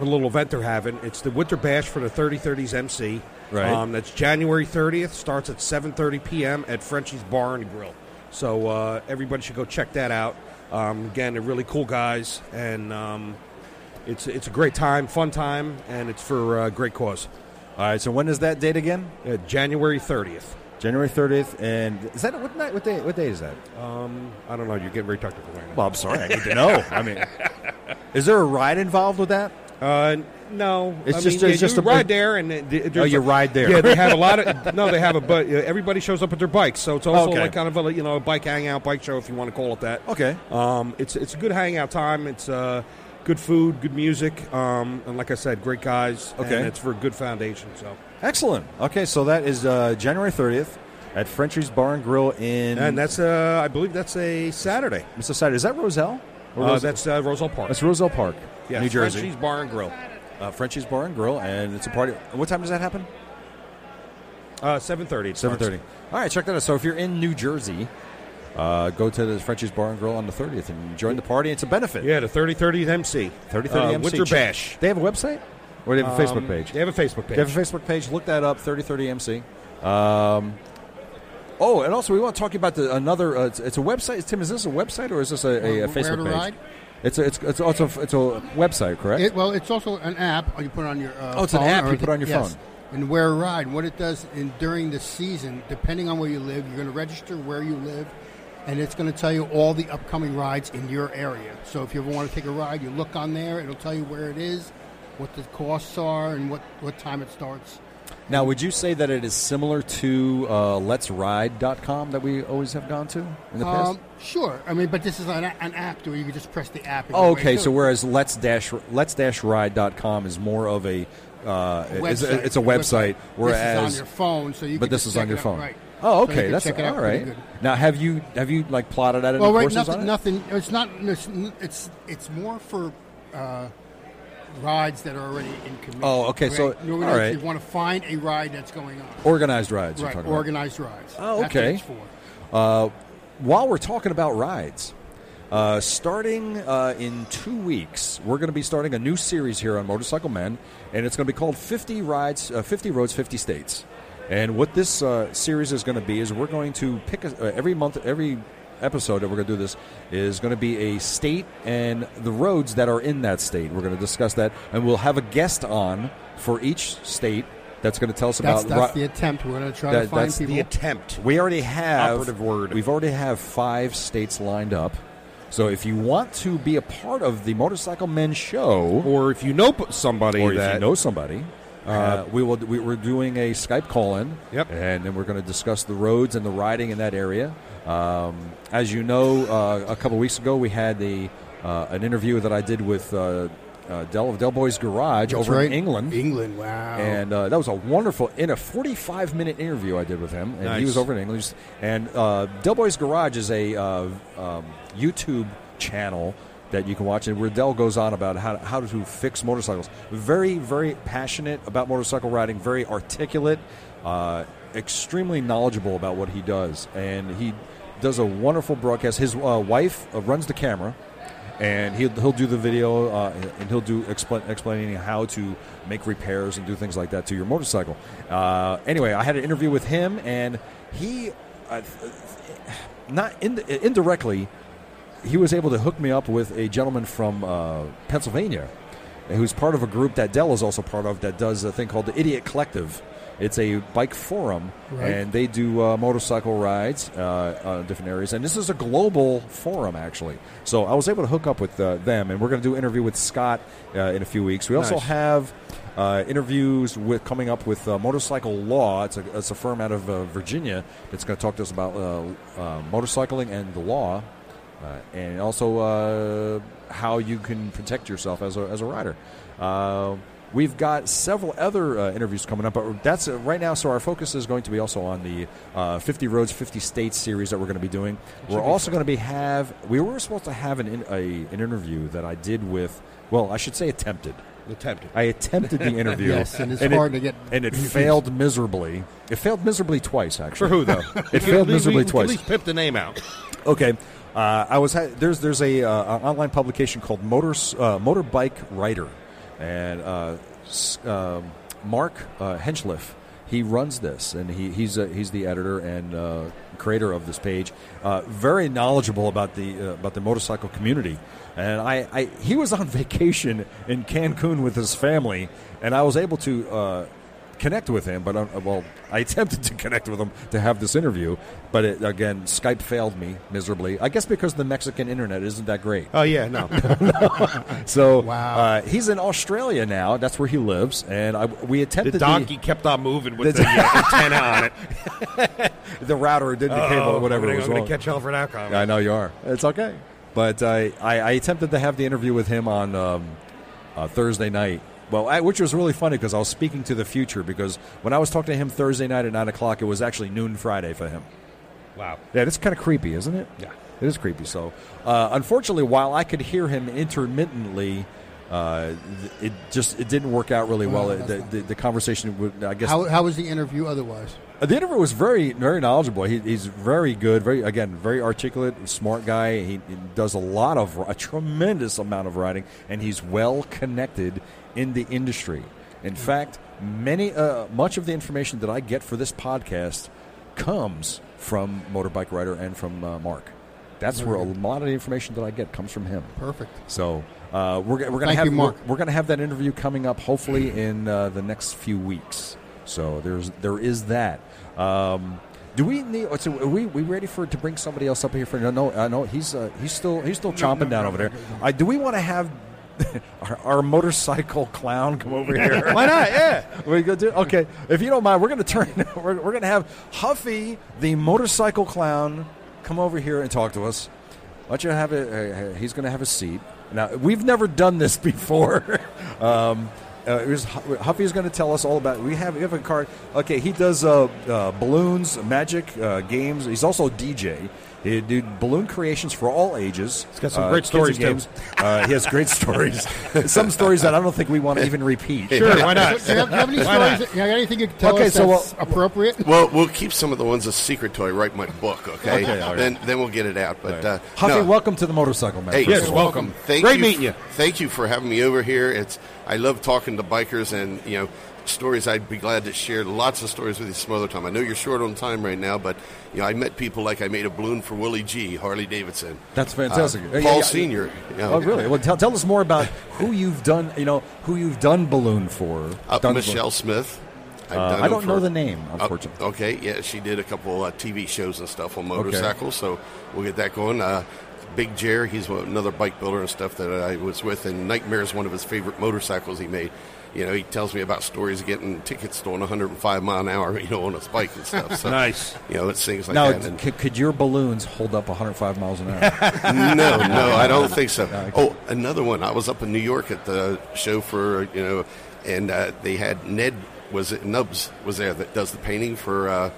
[SPEAKER 2] little event they're having. It's the Winter Bash for the 3030s MC.
[SPEAKER 1] Right.
[SPEAKER 2] Um, that's January 30th. Starts at 7:30 p.m. at Frenchie's Bar and Grill. So uh, everybody should go check that out. Um, again, they're really cool guys, and um, it's it's a great time, fun time, and it's for uh, great cause.
[SPEAKER 1] All right. So when is that date again?
[SPEAKER 2] Uh, January 30th.
[SPEAKER 1] January 30th. And is that what night? What day? What day is that?
[SPEAKER 2] Um, I don't know. You're getting very technical right now.
[SPEAKER 1] Well, I'm sorry. I need to know. I mean, is there a ride involved with that?
[SPEAKER 2] Uh, no,
[SPEAKER 1] It's
[SPEAKER 2] I
[SPEAKER 1] just-
[SPEAKER 2] mean,
[SPEAKER 1] it's
[SPEAKER 2] yeah,
[SPEAKER 1] just
[SPEAKER 2] you
[SPEAKER 1] a-
[SPEAKER 2] ride there, and it- it-
[SPEAKER 1] Oh,
[SPEAKER 2] there's
[SPEAKER 1] you
[SPEAKER 2] a-
[SPEAKER 1] ride there.
[SPEAKER 2] Yeah, they have a lot of no, they have a but everybody shows up with their bikes, so it's also
[SPEAKER 1] Okay.
[SPEAKER 2] like kind of a you know a bike hangout, bike show if you want to call it that.
[SPEAKER 1] Okay.
[SPEAKER 2] um, it's it's a good hangout time. It's uh, good food, good music, um, and like I said, great guys.
[SPEAKER 1] Okay.
[SPEAKER 2] and it's for a good foundation. So
[SPEAKER 1] Excellent. Okay. So that is uh, January 30th at Frenchie's Bar and Grill in.
[SPEAKER 2] and that's uh, I believe that's a Saturday.
[SPEAKER 1] Mr. Sider. Is that Roselle? Or
[SPEAKER 2] Uh,
[SPEAKER 1] Rose-
[SPEAKER 2] that's uh, Roselle Park,
[SPEAKER 1] that's Roselle Park,
[SPEAKER 2] yeah,
[SPEAKER 1] New Jersey.
[SPEAKER 2] Frenchie's Bar and Grill,
[SPEAKER 1] uh, Frenchie's Bar and Grill, and it's a party. What time does that happen?
[SPEAKER 2] uh, seven thirty.
[SPEAKER 1] Seven thirty. All right, check that out. So if you're in New Jersey, uh, go to the Frenchie's Bar and Grill on the thirtieth and join the party. It's a benefit.
[SPEAKER 2] Yeah, the thirty thirty MC,
[SPEAKER 1] thirty
[SPEAKER 2] Uh,
[SPEAKER 1] thirty
[SPEAKER 2] Winter Bash.
[SPEAKER 1] They have a website or Um, they have a Facebook page.
[SPEAKER 2] They have a Facebook page.
[SPEAKER 1] They have a Facebook page. Look that up. Thirty thirty MC. Um, oh, and also we want to talk about the another. Uh, it's, it's a website. Tim, is this a website or is this a, a, a
[SPEAKER 3] Where to
[SPEAKER 1] Facebook page?
[SPEAKER 3] ride?
[SPEAKER 1] It's a, it's it's also it's a website, correct?
[SPEAKER 3] It, well, it's also an app you put on your. Uh,
[SPEAKER 1] Oh, it's an
[SPEAKER 3] phone
[SPEAKER 1] app
[SPEAKER 3] or
[SPEAKER 1] you put on your
[SPEAKER 3] yes.
[SPEAKER 1] phone.
[SPEAKER 3] And where a ride, what it does in during the season, depending on where you live, you're going to register where you live, and it's going to tell you all the upcoming rides in your area. So if you ever want to take a ride, you look on there; it'll tell you where it is, what the costs are, and what what time it starts.
[SPEAKER 1] now, would you say that it is similar to uh, Let'sRide.com that we always have gone to in the past?
[SPEAKER 3] Um, sure, I mean, but this is an, a- an app where you can just press the app. and go
[SPEAKER 1] Oh,
[SPEAKER 3] right
[SPEAKER 1] okay,
[SPEAKER 3] to
[SPEAKER 1] so
[SPEAKER 3] it.
[SPEAKER 1] whereas let's dash let's dash ride.com is more of a uh, it's, a, it's a website,
[SPEAKER 3] this is on
[SPEAKER 1] whereas
[SPEAKER 3] your phone, so you.
[SPEAKER 1] but
[SPEAKER 3] can
[SPEAKER 1] this
[SPEAKER 3] just
[SPEAKER 1] is on
[SPEAKER 3] check
[SPEAKER 1] your
[SPEAKER 3] it out,
[SPEAKER 1] phone.
[SPEAKER 3] right?
[SPEAKER 1] Oh,
[SPEAKER 3] So you
[SPEAKER 1] okay,
[SPEAKER 3] can
[SPEAKER 1] that's
[SPEAKER 3] check it out
[SPEAKER 1] all
[SPEAKER 3] pretty
[SPEAKER 1] right.
[SPEAKER 3] good.
[SPEAKER 1] Now, have you have you like plotted out any
[SPEAKER 3] Well, right,
[SPEAKER 1] courses
[SPEAKER 3] nothing,
[SPEAKER 1] on it?
[SPEAKER 3] nothing. It's not. It's it's it's more for uh, rides that are already in commission.
[SPEAKER 1] Oh, okay, so-
[SPEAKER 3] right? you
[SPEAKER 1] all right.
[SPEAKER 3] want to find a ride that's going on.
[SPEAKER 1] Organized rides. you're
[SPEAKER 3] right,
[SPEAKER 1] talking about.
[SPEAKER 3] organized rides.
[SPEAKER 1] Oh,
[SPEAKER 3] That's what
[SPEAKER 1] okay.
[SPEAKER 3] it's for.
[SPEAKER 1] Uh, while we're talking about rides, uh, starting uh, in two weeks, we're going to be starting a new series here on Motorcycle Men, and it's going to be called 50 Rides, uh, 50 Roads, 50 States. And what this uh, series is going to be is we're going to pick a, uh, every month, every episode that we're going to do this is going to be a state and the roads that are in that state. We're going to discuss that, and we'll have a guest on for each state that's going to tell us
[SPEAKER 3] That's,
[SPEAKER 1] about
[SPEAKER 3] that's
[SPEAKER 1] ri-
[SPEAKER 3] the attempt. We're going to try
[SPEAKER 1] That-
[SPEAKER 3] to find
[SPEAKER 1] that's the
[SPEAKER 3] people.
[SPEAKER 2] the attempt.
[SPEAKER 1] we already have
[SPEAKER 2] Operative word.
[SPEAKER 1] We've already have five states lined up. So if you want to be a part of the Motorcycle Men show,
[SPEAKER 2] Or if you know p- somebody
[SPEAKER 1] or if
[SPEAKER 2] that
[SPEAKER 1] you know somebody, uh, we will. We, we're doing a Skype call in.
[SPEAKER 2] Yep.
[SPEAKER 1] And then we're going to discuss the roads and the riding in that area. Um, as you know, uh, a couple weeks ago we had the uh, an interview that I did with uh, uh, Del of Del Boy's Garage
[SPEAKER 3] That's
[SPEAKER 1] over
[SPEAKER 3] right.
[SPEAKER 1] in England.
[SPEAKER 3] England. Wow.
[SPEAKER 1] And uh, that was a wonderful, in a 45 minute interview I did with him. And
[SPEAKER 2] Nice.
[SPEAKER 1] he was over in English. And uh, Del Boy's Garage is a uh, um, YouTube channel that you can watch, and where Del goes on about how, how to fix motorcycles. Very, very passionate about motorcycle riding, very articulate, uh, extremely knowledgeable about what he does. And he does a wonderful broadcast. His uh, wife uh, runs the camera and he'll, he'll do the video uh, and he'll do expl- explaining how to make repairs and do things like that to your motorcycle. Uh, anyway, I had an interview with him, and he, uh, not in, indirectly, he was able to hook me up with a gentleman from uh, Pennsylvania who's part of a group that Dell is also part of that does a thing called the Idiot Collective. It's a bike forum,
[SPEAKER 3] Right.
[SPEAKER 1] and they do uh, motorcycle rides uh, uh, different areas. And this is a global forum, actually. So I was able to hook up with uh, them, and we're going to do an interview with Scott uh, in a few weeks. We also
[SPEAKER 2] Nice.
[SPEAKER 1] have uh, interviews with coming up with uh, Motorcycle Law. It's a, it's a firm out of uh, Virginia that's going to talk to us about uh, uh, motorcycling and the law, uh, and also uh, how you can protect yourself as a, as a rider. Uh, We've got several other uh, interviews coming up, but that's uh, right now. So our focus is going to be also on the uh, 50 Roads, 50 States series that we're going to be doing. We're also going to be have we were supposed to have an in, a, an interview that I did with. Well, I should say attempted.
[SPEAKER 2] Attempted.
[SPEAKER 1] I attempted the interview.
[SPEAKER 3] Yes, and it's hard
[SPEAKER 1] it,
[SPEAKER 3] to get-
[SPEAKER 1] And it failed miserably. It failed miserably twice,
[SPEAKER 7] For
[SPEAKER 1] actually.
[SPEAKER 7] who though?
[SPEAKER 1] It failed miserably
[SPEAKER 7] At
[SPEAKER 1] twice.
[SPEAKER 7] least pimp the name out.
[SPEAKER 1] Okay. Uh, I was ha- there's there's a uh, an online publication called Motor uh, Motorbike Writer, and uh, s- um, Mark uh, Henschliff he runs this, and he, he's uh, he's the editor and uh, creator of this page. Uh, very knowledgeable about the uh, about the motorcycle community, and I, I he was on vacation in Cancun with his family, and I was able to. Uh, connect with him, but uh, well, I attempted to connect with him to have this interview, but it, again, Skype failed me miserably. I guess because the Mexican internet isn't that great.
[SPEAKER 2] Oh yeah, no.
[SPEAKER 1] So
[SPEAKER 3] Wow.
[SPEAKER 1] uh, he's in Australia now. That's where he lives, and I, we
[SPEAKER 7] The
[SPEAKER 1] attempted
[SPEAKER 7] donkey kept on moving with
[SPEAKER 1] The
[SPEAKER 7] the, uh, antenna on it.
[SPEAKER 1] the, the router, did the cable, or whatever
[SPEAKER 2] I'm
[SPEAKER 1] it
[SPEAKER 2] Oh, gonna-
[SPEAKER 1] was
[SPEAKER 2] I'm
[SPEAKER 1] wrong.
[SPEAKER 2] gonna catch hell for that comment.
[SPEAKER 1] I know you are. It's okay. But I, I, I attempted to have the interview with him on um, uh, Thursday night. Well, I, which was really funny because I was speaking to the future because when I was talking to him Thursday night at nine o'clock, it was actually noon Friday for him.
[SPEAKER 2] Wow.
[SPEAKER 1] Yeah, that's kind of creepy, isn't it?
[SPEAKER 2] Yeah.
[SPEAKER 1] It is creepy. So, uh, unfortunately, while I could hear him intermittently, uh, th- it just it didn't work out really well.
[SPEAKER 3] Well,
[SPEAKER 1] It-
[SPEAKER 3] that's
[SPEAKER 1] the,
[SPEAKER 3] not
[SPEAKER 1] the, the conversation, would, I guess,
[SPEAKER 3] How, how was the interview otherwise?
[SPEAKER 1] the interviewer was very, very knowledgeable. He, he's very good. Very again, very articulate, smart guy. He, he does a lot of a tremendous amount of writing, and he's well connected in the industry. In fact, many uh, much of the information that I get for this podcast comes from Motorbike Writer and from uh, Mark. That's where a lot of the information that I get comes from him.
[SPEAKER 3] Perfect.
[SPEAKER 1] So uh, we're, g- we're gonna
[SPEAKER 3] Thank
[SPEAKER 1] have
[SPEAKER 3] you, Mark.
[SPEAKER 1] We're, we're gonna have that interview coming up hopefully in uh, the next few weeks. So there's there is that. Um, do we need? So are we we ready for to bring somebody else up here for? No, no, I know he's uh, he's still he's still chomping down over there. I, do we want to have our, our motorcycle clown come over here?
[SPEAKER 2] Why not? Yeah.
[SPEAKER 1] We go do okay. If you don't mind, we're going to turn. We're, we're going to have Huffy, the motorcycle clown, come over here and talk to us. Why don't you have a? Uh, he's going to have a seat. Now we've never done this before. um, uh, here's Hu- Huffy's going to tell us all about. We have we have a card. Okay, he does uh, uh, balloons, magic uh, games. He's also a DJ. He do balloon creations for all ages. He's
[SPEAKER 2] got some great stories, too.
[SPEAKER 1] Uh, he has great stories. some stories that I don't think we want to even repeat.
[SPEAKER 2] Sure. Why
[SPEAKER 3] Do
[SPEAKER 2] not?
[SPEAKER 3] you have, do you have any
[SPEAKER 2] Why not?
[SPEAKER 3] stories? That, you have anything you can tell
[SPEAKER 1] Okay,
[SPEAKER 3] us
[SPEAKER 1] so,
[SPEAKER 3] that's
[SPEAKER 1] uh,
[SPEAKER 3] appropriate?
[SPEAKER 5] Well, we'll keep some of the ones a secret till I write my book. Okay,
[SPEAKER 1] Okay, all right.
[SPEAKER 5] then then we'll get it out. But uh,
[SPEAKER 1] Huffy,
[SPEAKER 5] no.
[SPEAKER 1] welcome to the motorcycle man. Oh,
[SPEAKER 5] Hey,
[SPEAKER 1] first of
[SPEAKER 2] Yes,
[SPEAKER 1] all.
[SPEAKER 2] welcome.
[SPEAKER 5] Thank
[SPEAKER 2] Great
[SPEAKER 5] you.
[SPEAKER 2] meeting you.
[SPEAKER 5] Thank you for having me over here. It's I love talking to bikers and you know stories. I'd be glad to share lots of stories with you some other time. I know you're short on time right now, but you know I met people like I made a balloon for Willie G. Harley Davidson.
[SPEAKER 1] That's fantastic.
[SPEAKER 5] Uh,
[SPEAKER 1] Yeah,
[SPEAKER 5] Paul
[SPEAKER 1] yeah, yeah.
[SPEAKER 5] Senior. you know.
[SPEAKER 1] Oh, really? Well, tell, tell us more about who you've done. You know who you've done balloon for.
[SPEAKER 5] Uh,
[SPEAKER 1] Done
[SPEAKER 5] Michelle Smith. I've
[SPEAKER 1] Uh,
[SPEAKER 5] done
[SPEAKER 1] I
[SPEAKER 5] her
[SPEAKER 1] don't know
[SPEAKER 5] for-
[SPEAKER 1] the name,
[SPEAKER 5] Uh,
[SPEAKER 1] unfortunately.
[SPEAKER 5] okay, yeah, she did a couple uh, TV shows and stuff on motorcycles, so we'll get that going. Uh, Big Jer, he's one- another bike builder and stuff that I was with, and Nightmare is one of his favorite motorcycles he made. You know, he tells me about stories of getting tickets stolen 105 mile an hour, you know, on his bike and stuff. So,
[SPEAKER 2] Nice.
[SPEAKER 5] You know, it's things like
[SPEAKER 1] Now,
[SPEAKER 5] that. And-
[SPEAKER 1] c- could your balloons hold up 105 miles an hour?
[SPEAKER 5] no, no, I don't think so. Oh, another one. I was up in New York at the show for you know, and uh, they had Ned was it Nubs was there that does the painting for uh,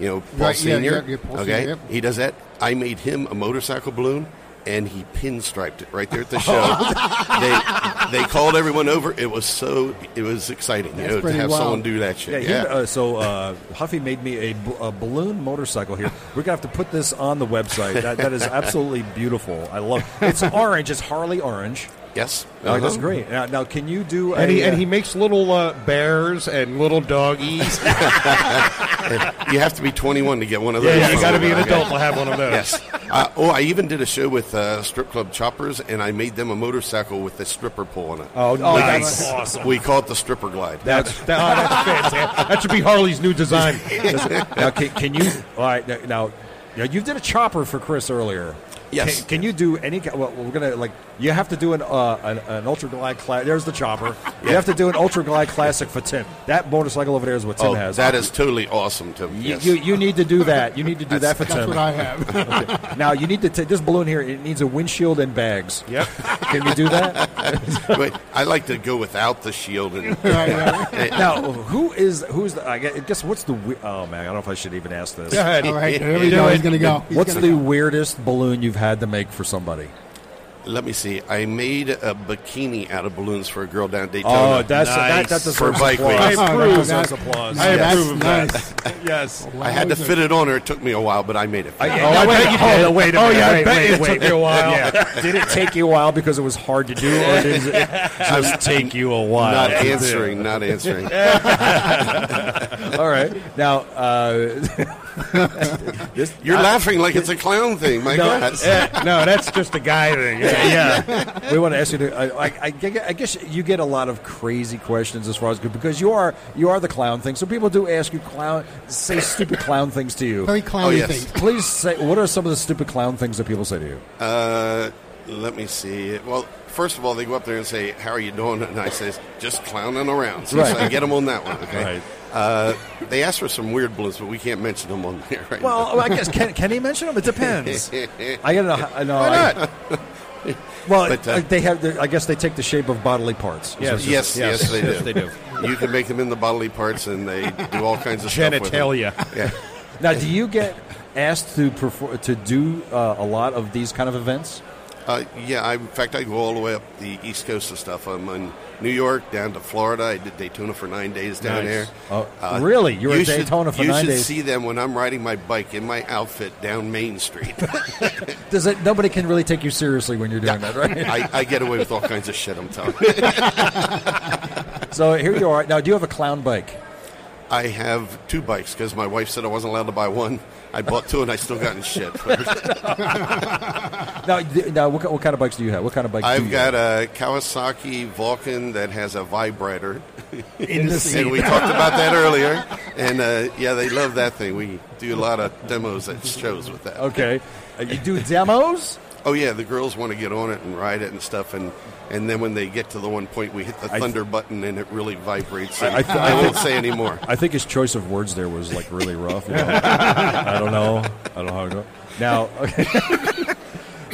[SPEAKER 5] you know Paul
[SPEAKER 3] Right, yeah,
[SPEAKER 5] Senior.
[SPEAKER 3] yeah, yeah, Paul
[SPEAKER 5] okay,
[SPEAKER 3] Senior, yep.
[SPEAKER 5] he does that. I made him a motorcycle balloon. And he pinstriped it right there at the show. they, they called everyone over. It was so it was exciting, you know, to
[SPEAKER 3] pretty
[SPEAKER 5] have
[SPEAKER 3] wild.
[SPEAKER 5] someone do that shit.
[SPEAKER 1] he- uh, so uh, Huffy made me a, b- a balloon motorcycle here. We're gonna have to put this on the website. That, that is absolutely beautiful. I love. It's orange. It's Harley orange.
[SPEAKER 5] yes,
[SPEAKER 2] oh,
[SPEAKER 1] Uh, That's
[SPEAKER 5] Uh-huh.
[SPEAKER 1] great. Now, now, can you do?
[SPEAKER 2] And
[SPEAKER 1] a,
[SPEAKER 2] he, and
[SPEAKER 1] uh,
[SPEAKER 2] he makes little uh, bears and little doggies.
[SPEAKER 5] You have to be 21 to get one of those.
[SPEAKER 2] yeah, you got to be an
[SPEAKER 5] Okay.
[SPEAKER 2] adult to have one of those.
[SPEAKER 5] Yes. Uh, oh, I even did a show with uh, strip club choppers, and I made them a motorcycle with the stripper pole on it.
[SPEAKER 2] Oh,
[SPEAKER 1] Oh,
[SPEAKER 2] nice.
[SPEAKER 1] that's awesome.
[SPEAKER 5] We call it the stripper glide.
[SPEAKER 2] That's that, oh, that's fantastic. That should be Harley's new design.
[SPEAKER 1] now, can, can you? All right. Now, now, you did a chopper for Chris earlier.
[SPEAKER 5] Yes.
[SPEAKER 1] Can, can you do any? ca- Well, we're gonna like. You have to do an uh, an, an ultra glide class. There's the chopper. You have to do an ultra glide classic for Tim. That motorcycle over there is what Tim
[SPEAKER 5] oh,
[SPEAKER 1] has.
[SPEAKER 5] that is totally awesome, Tim.
[SPEAKER 1] You,
[SPEAKER 5] Yes.
[SPEAKER 1] you, you need to do that. You need to do that for
[SPEAKER 3] That's
[SPEAKER 1] Tim.
[SPEAKER 3] what I have.
[SPEAKER 1] Okay. Now you need to take this balloon here. It needs a windshield and bags. Yep. Can you do that?
[SPEAKER 5] but I like to go without the shield. And, eh,
[SPEAKER 1] now who is who's the? I guess guess what's the? we- Oh man, I don't know if I should even ask this.
[SPEAKER 3] All right, here we go. He's going to go. He's
[SPEAKER 1] What's
[SPEAKER 3] gonna
[SPEAKER 1] the
[SPEAKER 3] go.
[SPEAKER 1] weirdest balloon you've had to make for somebody?
[SPEAKER 5] Let me see. I made a bikini out of balloons for a girl down in Daytona.
[SPEAKER 1] Oh, that's that,
[SPEAKER 7] Nice.
[SPEAKER 1] that deserves
[SPEAKER 5] For bike
[SPEAKER 1] applause.
[SPEAKER 5] week.
[SPEAKER 3] Oh,
[SPEAKER 7] approve.
[SPEAKER 3] no,
[SPEAKER 7] That's
[SPEAKER 3] that-
[SPEAKER 7] applause.
[SPEAKER 3] Hey,
[SPEAKER 5] Yes.
[SPEAKER 3] that's nice.
[SPEAKER 7] Yes.
[SPEAKER 5] I had to fit it on her. It took me a while, but I made it.
[SPEAKER 1] I-
[SPEAKER 7] Oh, I bet you did. wait a
[SPEAKER 1] oh,
[SPEAKER 7] minute.
[SPEAKER 1] yeah, I
[SPEAKER 7] Wait,
[SPEAKER 1] bet
[SPEAKER 7] wait,
[SPEAKER 1] it
[SPEAKER 7] wait.
[SPEAKER 1] took you a while.
[SPEAKER 7] Yeah.
[SPEAKER 1] Did it take you a while because it was hard to do, or did it just take you a while?
[SPEAKER 5] not
[SPEAKER 1] to do?
[SPEAKER 5] answering. Not answering.
[SPEAKER 1] All right. Now, uh, this,
[SPEAKER 5] You're laughing like it's a clown thing. My
[SPEAKER 1] No. eh,
[SPEAKER 5] God.
[SPEAKER 7] no, that's just a guy thing. Yeah.
[SPEAKER 1] we want to ask you. To, I, I, I gue- I guess you get a lot of crazy questions as far as good because you are you are the clown thing. So people do ask you clown, say stupid clown things to you.
[SPEAKER 3] Very clowny
[SPEAKER 5] yes.
[SPEAKER 3] thing.
[SPEAKER 1] Please say what are some of the stupid clown things that people say to you?
[SPEAKER 5] Uh, let me see. Well, first of all, they go up there and say, "How are you doing?" And I says, "Just clowning around." So,
[SPEAKER 1] Right.
[SPEAKER 5] I get them on that one. Okay.
[SPEAKER 1] Right.
[SPEAKER 5] Uh, they asked for some weird balloons, but we can't mention them on there right
[SPEAKER 1] Well, I guess can, can he mention them? It depends.
[SPEAKER 5] now.
[SPEAKER 1] I don't know. I know Why
[SPEAKER 5] not?
[SPEAKER 1] well,
[SPEAKER 5] But, uh,
[SPEAKER 1] uh, they have. their- I guess they take the shape of bodily parts. is what you're
[SPEAKER 5] yes, yes,
[SPEAKER 1] saying.
[SPEAKER 5] they do. You can make them in the bodily parts, and they do all kinds of
[SPEAKER 7] Genitalia.
[SPEAKER 5] Stuff with them. Yeah.
[SPEAKER 1] Now, do you get asked to perform to do uh, a lot of these kind of events?
[SPEAKER 5] Uh, yeah, I, in fact, I go all the way up the East Coast of stuff. I'm in New York, down to Florida. I did Daytona for nine days down
[SPEAKER 7] Nice.
[SPEAKER 5] there.
[SPEAKER 1] Oh, really? You were
[SPEAKER 5] Uh, you
[SPEAKER 1] at Daytona
[SPEAKER 5] should,
[SPEAKER 1] for
[SPEAKER 5] you
[SPEAKER 1] nine
[SPEAKER 5] should
[SPEAKER 1] days.
[SPEAKER 5] see them when I'm riding my bike in my outfit down Main Street.
[SPEAKER 1] Does it? Nobody can really take you seriously when you're doing that, right?
[SPEAKER 5] I, I get away with all kinds of shit, I'm telling you.
[SPEAKER 1] So here you are. Now, do you have a clown bike?
[SPEAKER 5] I have two bikes because my wife said I wasn't allowed to buy one. I bought two and I still got in shit.
[SPEAKER 1] Now, th- now what, ki- what kind of bikes do you have? What kind of bike? do
[SPEAKER 5] I've
[SPEAKER 1] you
[SPEAKER 5] got a Kawasaki Vulcan that has a vibrator.
[SPEAKER 1] in the
[SPEAKER 5] And we talked about that earlier. And uh, yeah, they love that thing. We do a lot of demos at shows with that.
[SPEAKER 1] Okay, Uh, you do demos.
[SPEAKER 5] Oh yeah, the girls want to get on it and ride it and stuff, and and then when they get to the one point, we hit the
[SPEAKER 1] I-
[SPEAKER 5] thunder button and it really vibrates.
[SPEAKER 1] I-
[SPEAKER 5] and
[SPEAKER 1] I
[SPEAKER 5] I,
[SPEAKER 1] th- I
[SPEAKER 5] won't say anymore.
[SPEAKER 1] I think his choice of words there was like really rough. you know. I don't know. I don't know how to
[SPEAKER 2] Uh,
[SPEAKER 1] go. Now, okay.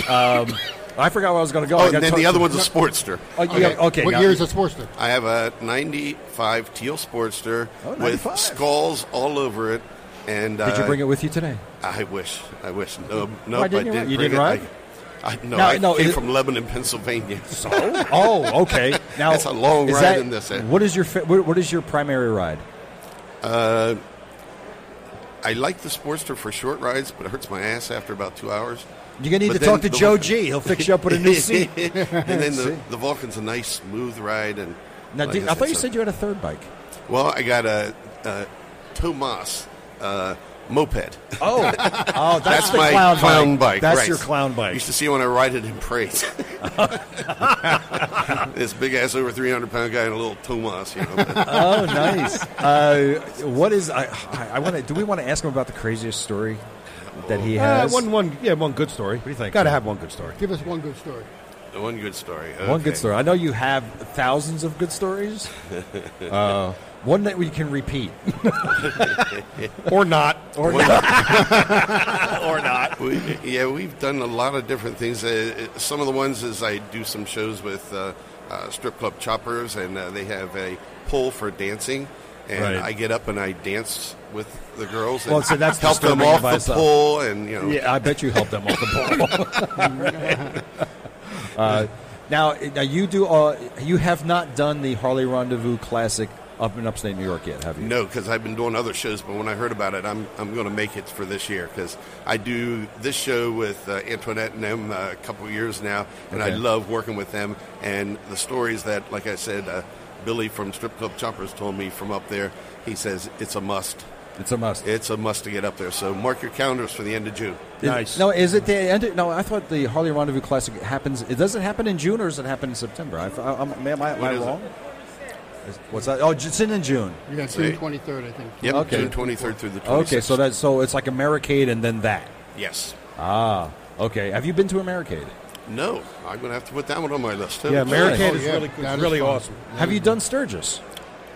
[SPEAKER 1] um, I forgot where I was going to go. I
[SPEAKER 5] Oh, and
[SPEAKER 1] got
[SPEAKER 5] then
[SPEAKER 1] to-
[SPEAKER 5] the other one's a Sportster.
[SPEAKER 1] Oh, you got- okay.
[SPEAKER 3] What
[SPEAKER 1] now-
[SPEAKER 3] year is this Forster?
[SPEAKER 5] I have a '95 teal Sportster
[SPEAKER 1] Oh,
[SPEAKER 5] with
[SPEAKER 1] 95.
[SPEAKER 5] skulls all over it. And
[SPEAKER 1] Did you
[SPEAKER 5] uh,
[SPEAKER 1] bring it with you today?
[SPEAKER 5] I wish. I wish. No, no,
[SPEAKER 1] Why
[SPEAKER 5] I
[SPEAKER 1] didn't
[SPEAKER 5] didn't.
[SPEAKER 1] you ride- you
[SPEAKER 5] bring
[SPEAKER 1] didn't
[SPEAKER 5] it.
[SPEAKER 1] ride?
[SPEAKER 5] I, I, no,
[SPEAKER 1] No,
[SPEAKER 5] I
[SPEAKER 1] no,
[SPEAKER 5] came
[SPEAKER 1] is it-
[SPEAKER 5] from Lebanon, Pennsylvania. So
[SPEAKER 1] Oh, okay. Now
[SPEAKER 5] That's a long
[SPEAKER 1] is
[SPEAKER 5] ride
[SPEAKER 1] that-
[SPEAKER 5] in this, eh?
[SPEAKER 1] What is your fa- what, what is your primary ride?
[SPEAKER 5] I like the Sportster for short rides, but it hurts my ass after about two hours.
[SPEAKER 1] You're gonna need
[SPEAKER 5] But
[SPEAKER 1] to talk to
[SPEAKER 5] then the-
[SPEAKER 1] Joe G. He'll fix you up with a new seat.
[SPEAKER 5] and then the,
[SPEAKER 1] See?
[SPEAKER 5] the Vulcan's a nice smooth ride. And
[SPEAKER 1] Now,
[SPEAKER 5] like
[SPEAKER 1] did, I
[SPEAKER 5] said,
[SPEAKER 1] thought you
[SPEAKER 5] so-
[SPEAKER 1] said you had a third bike.
[SPEAKER 5] Well, I got a, a Tomas uh, moped.
[SPEAKER 1] Oh, oh, that's,
[SPEAKER 5] Ah. That's,
[SPEAKER 1] the
[SPEAKER 5] my
[SPEAKER 1] clown, bike. That's
[SPEAKER 5] right.
[SPEAKER 1] your clown
[SPEAKER 5] You
[SPEAKER 1] bike.
[SPEAKER 5] should see when I ride it in parades. this big ass over 300 pound guy and a little Tomas, you know. but-
[SPEAKER 1] Oh, nice. Uh, what is I? I, I want to. Do we want to ask him about the craziest story that he
[SPEAKER 2] Uh,
[SPEAKER 1] has?
[SPEAKER 2] one, one, yeah, one good story. What do you
[SPEAKER 1] think?
[SPEAKER 2] Got to have one good story.
[SPEAKER 3] Give us one good story.
[SPEAKER 5] the one good story.
[SPEAKER 1] One
[SPEAKER 5] Okay.
[SPEAKER 1] good story. I know you have thousands of good stories. Uh, one that we can repeat.
[SPEAKER 2] Or not.
[SPEAKER 1] Or
[SPEAKER 7] or not.
[SPEAKER 5] We, yeah, we've done a lot of different things. Uh, uh, some of the ones is I do some shows with uh, uh, strip club choppers, and uh, they have a pole for dancing. And
[SPEAKER 1] Right.
[SPEAKER 5] I get up and I dance with the girls and
[SPEAKER 1] Well, so that's
[SPEAKER 5] help them
[SPEAKER 1] disturbing
[SPEAKER 5] off
[SPEAKER 1] by
[SPEAKER 5] the
[SPEAKER 1] itself.
[SPEAKER 5] pole. And you know,
[SPEAKER 1] Yeah, I bet you helped them off the ball. uh, now, now you do. Uh, you have not done the Harley Rendezvous Classic up in upstate New York yet, have you?
[SPEAKER 5] No, because I've been doing other shows, but when I heard about it, I'm, I'm going to make it for this year because I do this show with uh, Antoinette and them uh, a couple years now, and
[SPEAKER 1] Okay.
[SPEAKER 5] I love working with them. And the stories that, like I said, uh, Billy from Strip Club Choppers told me from up there, he says it's a must.
[SPEAKER 1] It's a must.
[SPEAKER 5] It's a must to get up there. So mark your calendars for the end of June.
[SPEAKER 1] Is- No, is it the end? Of, no, I thought the Harley Rendezvous Classic happens. It doesn't happen in June, or does it happen in September? I, I, am am I, am I
[SPEAKER 5] is it?
[SPEAKER 1] wrong? Is- What's that? Oh, it's in June.
[SPEAKER 3] You got June
[SPEAKER 5] See?
[SPEAKER 3] 23rd, I think.
[SPEAKER 5] Yep,
[SPEAKER 1] Okay.
[SPEAKER 5] June 23rd through the 26th.
[SPEAKER 1] Okay, so that so it's like a Americade and then that.
[SPEAKER 5] yes.
[SPEAKER 1] Ah, Okay. Have you been to Americade?
[SPEAKER 5] No, I'm going to have to put that one on my list.
[SPEAKER 2] Yeah, Americade
[SPEAKER 1] Oh,
[SPEAKER 2] is
[SPEAKER 3] yeah.
[SPEAKER 2] really, is
[SPEAKER 3] That is
[SPEAKER 2] really
[SPEAKER 3] fun.
[SPEAKER 2] awesome.
[SPEAKER 1] Have you done Sturgis?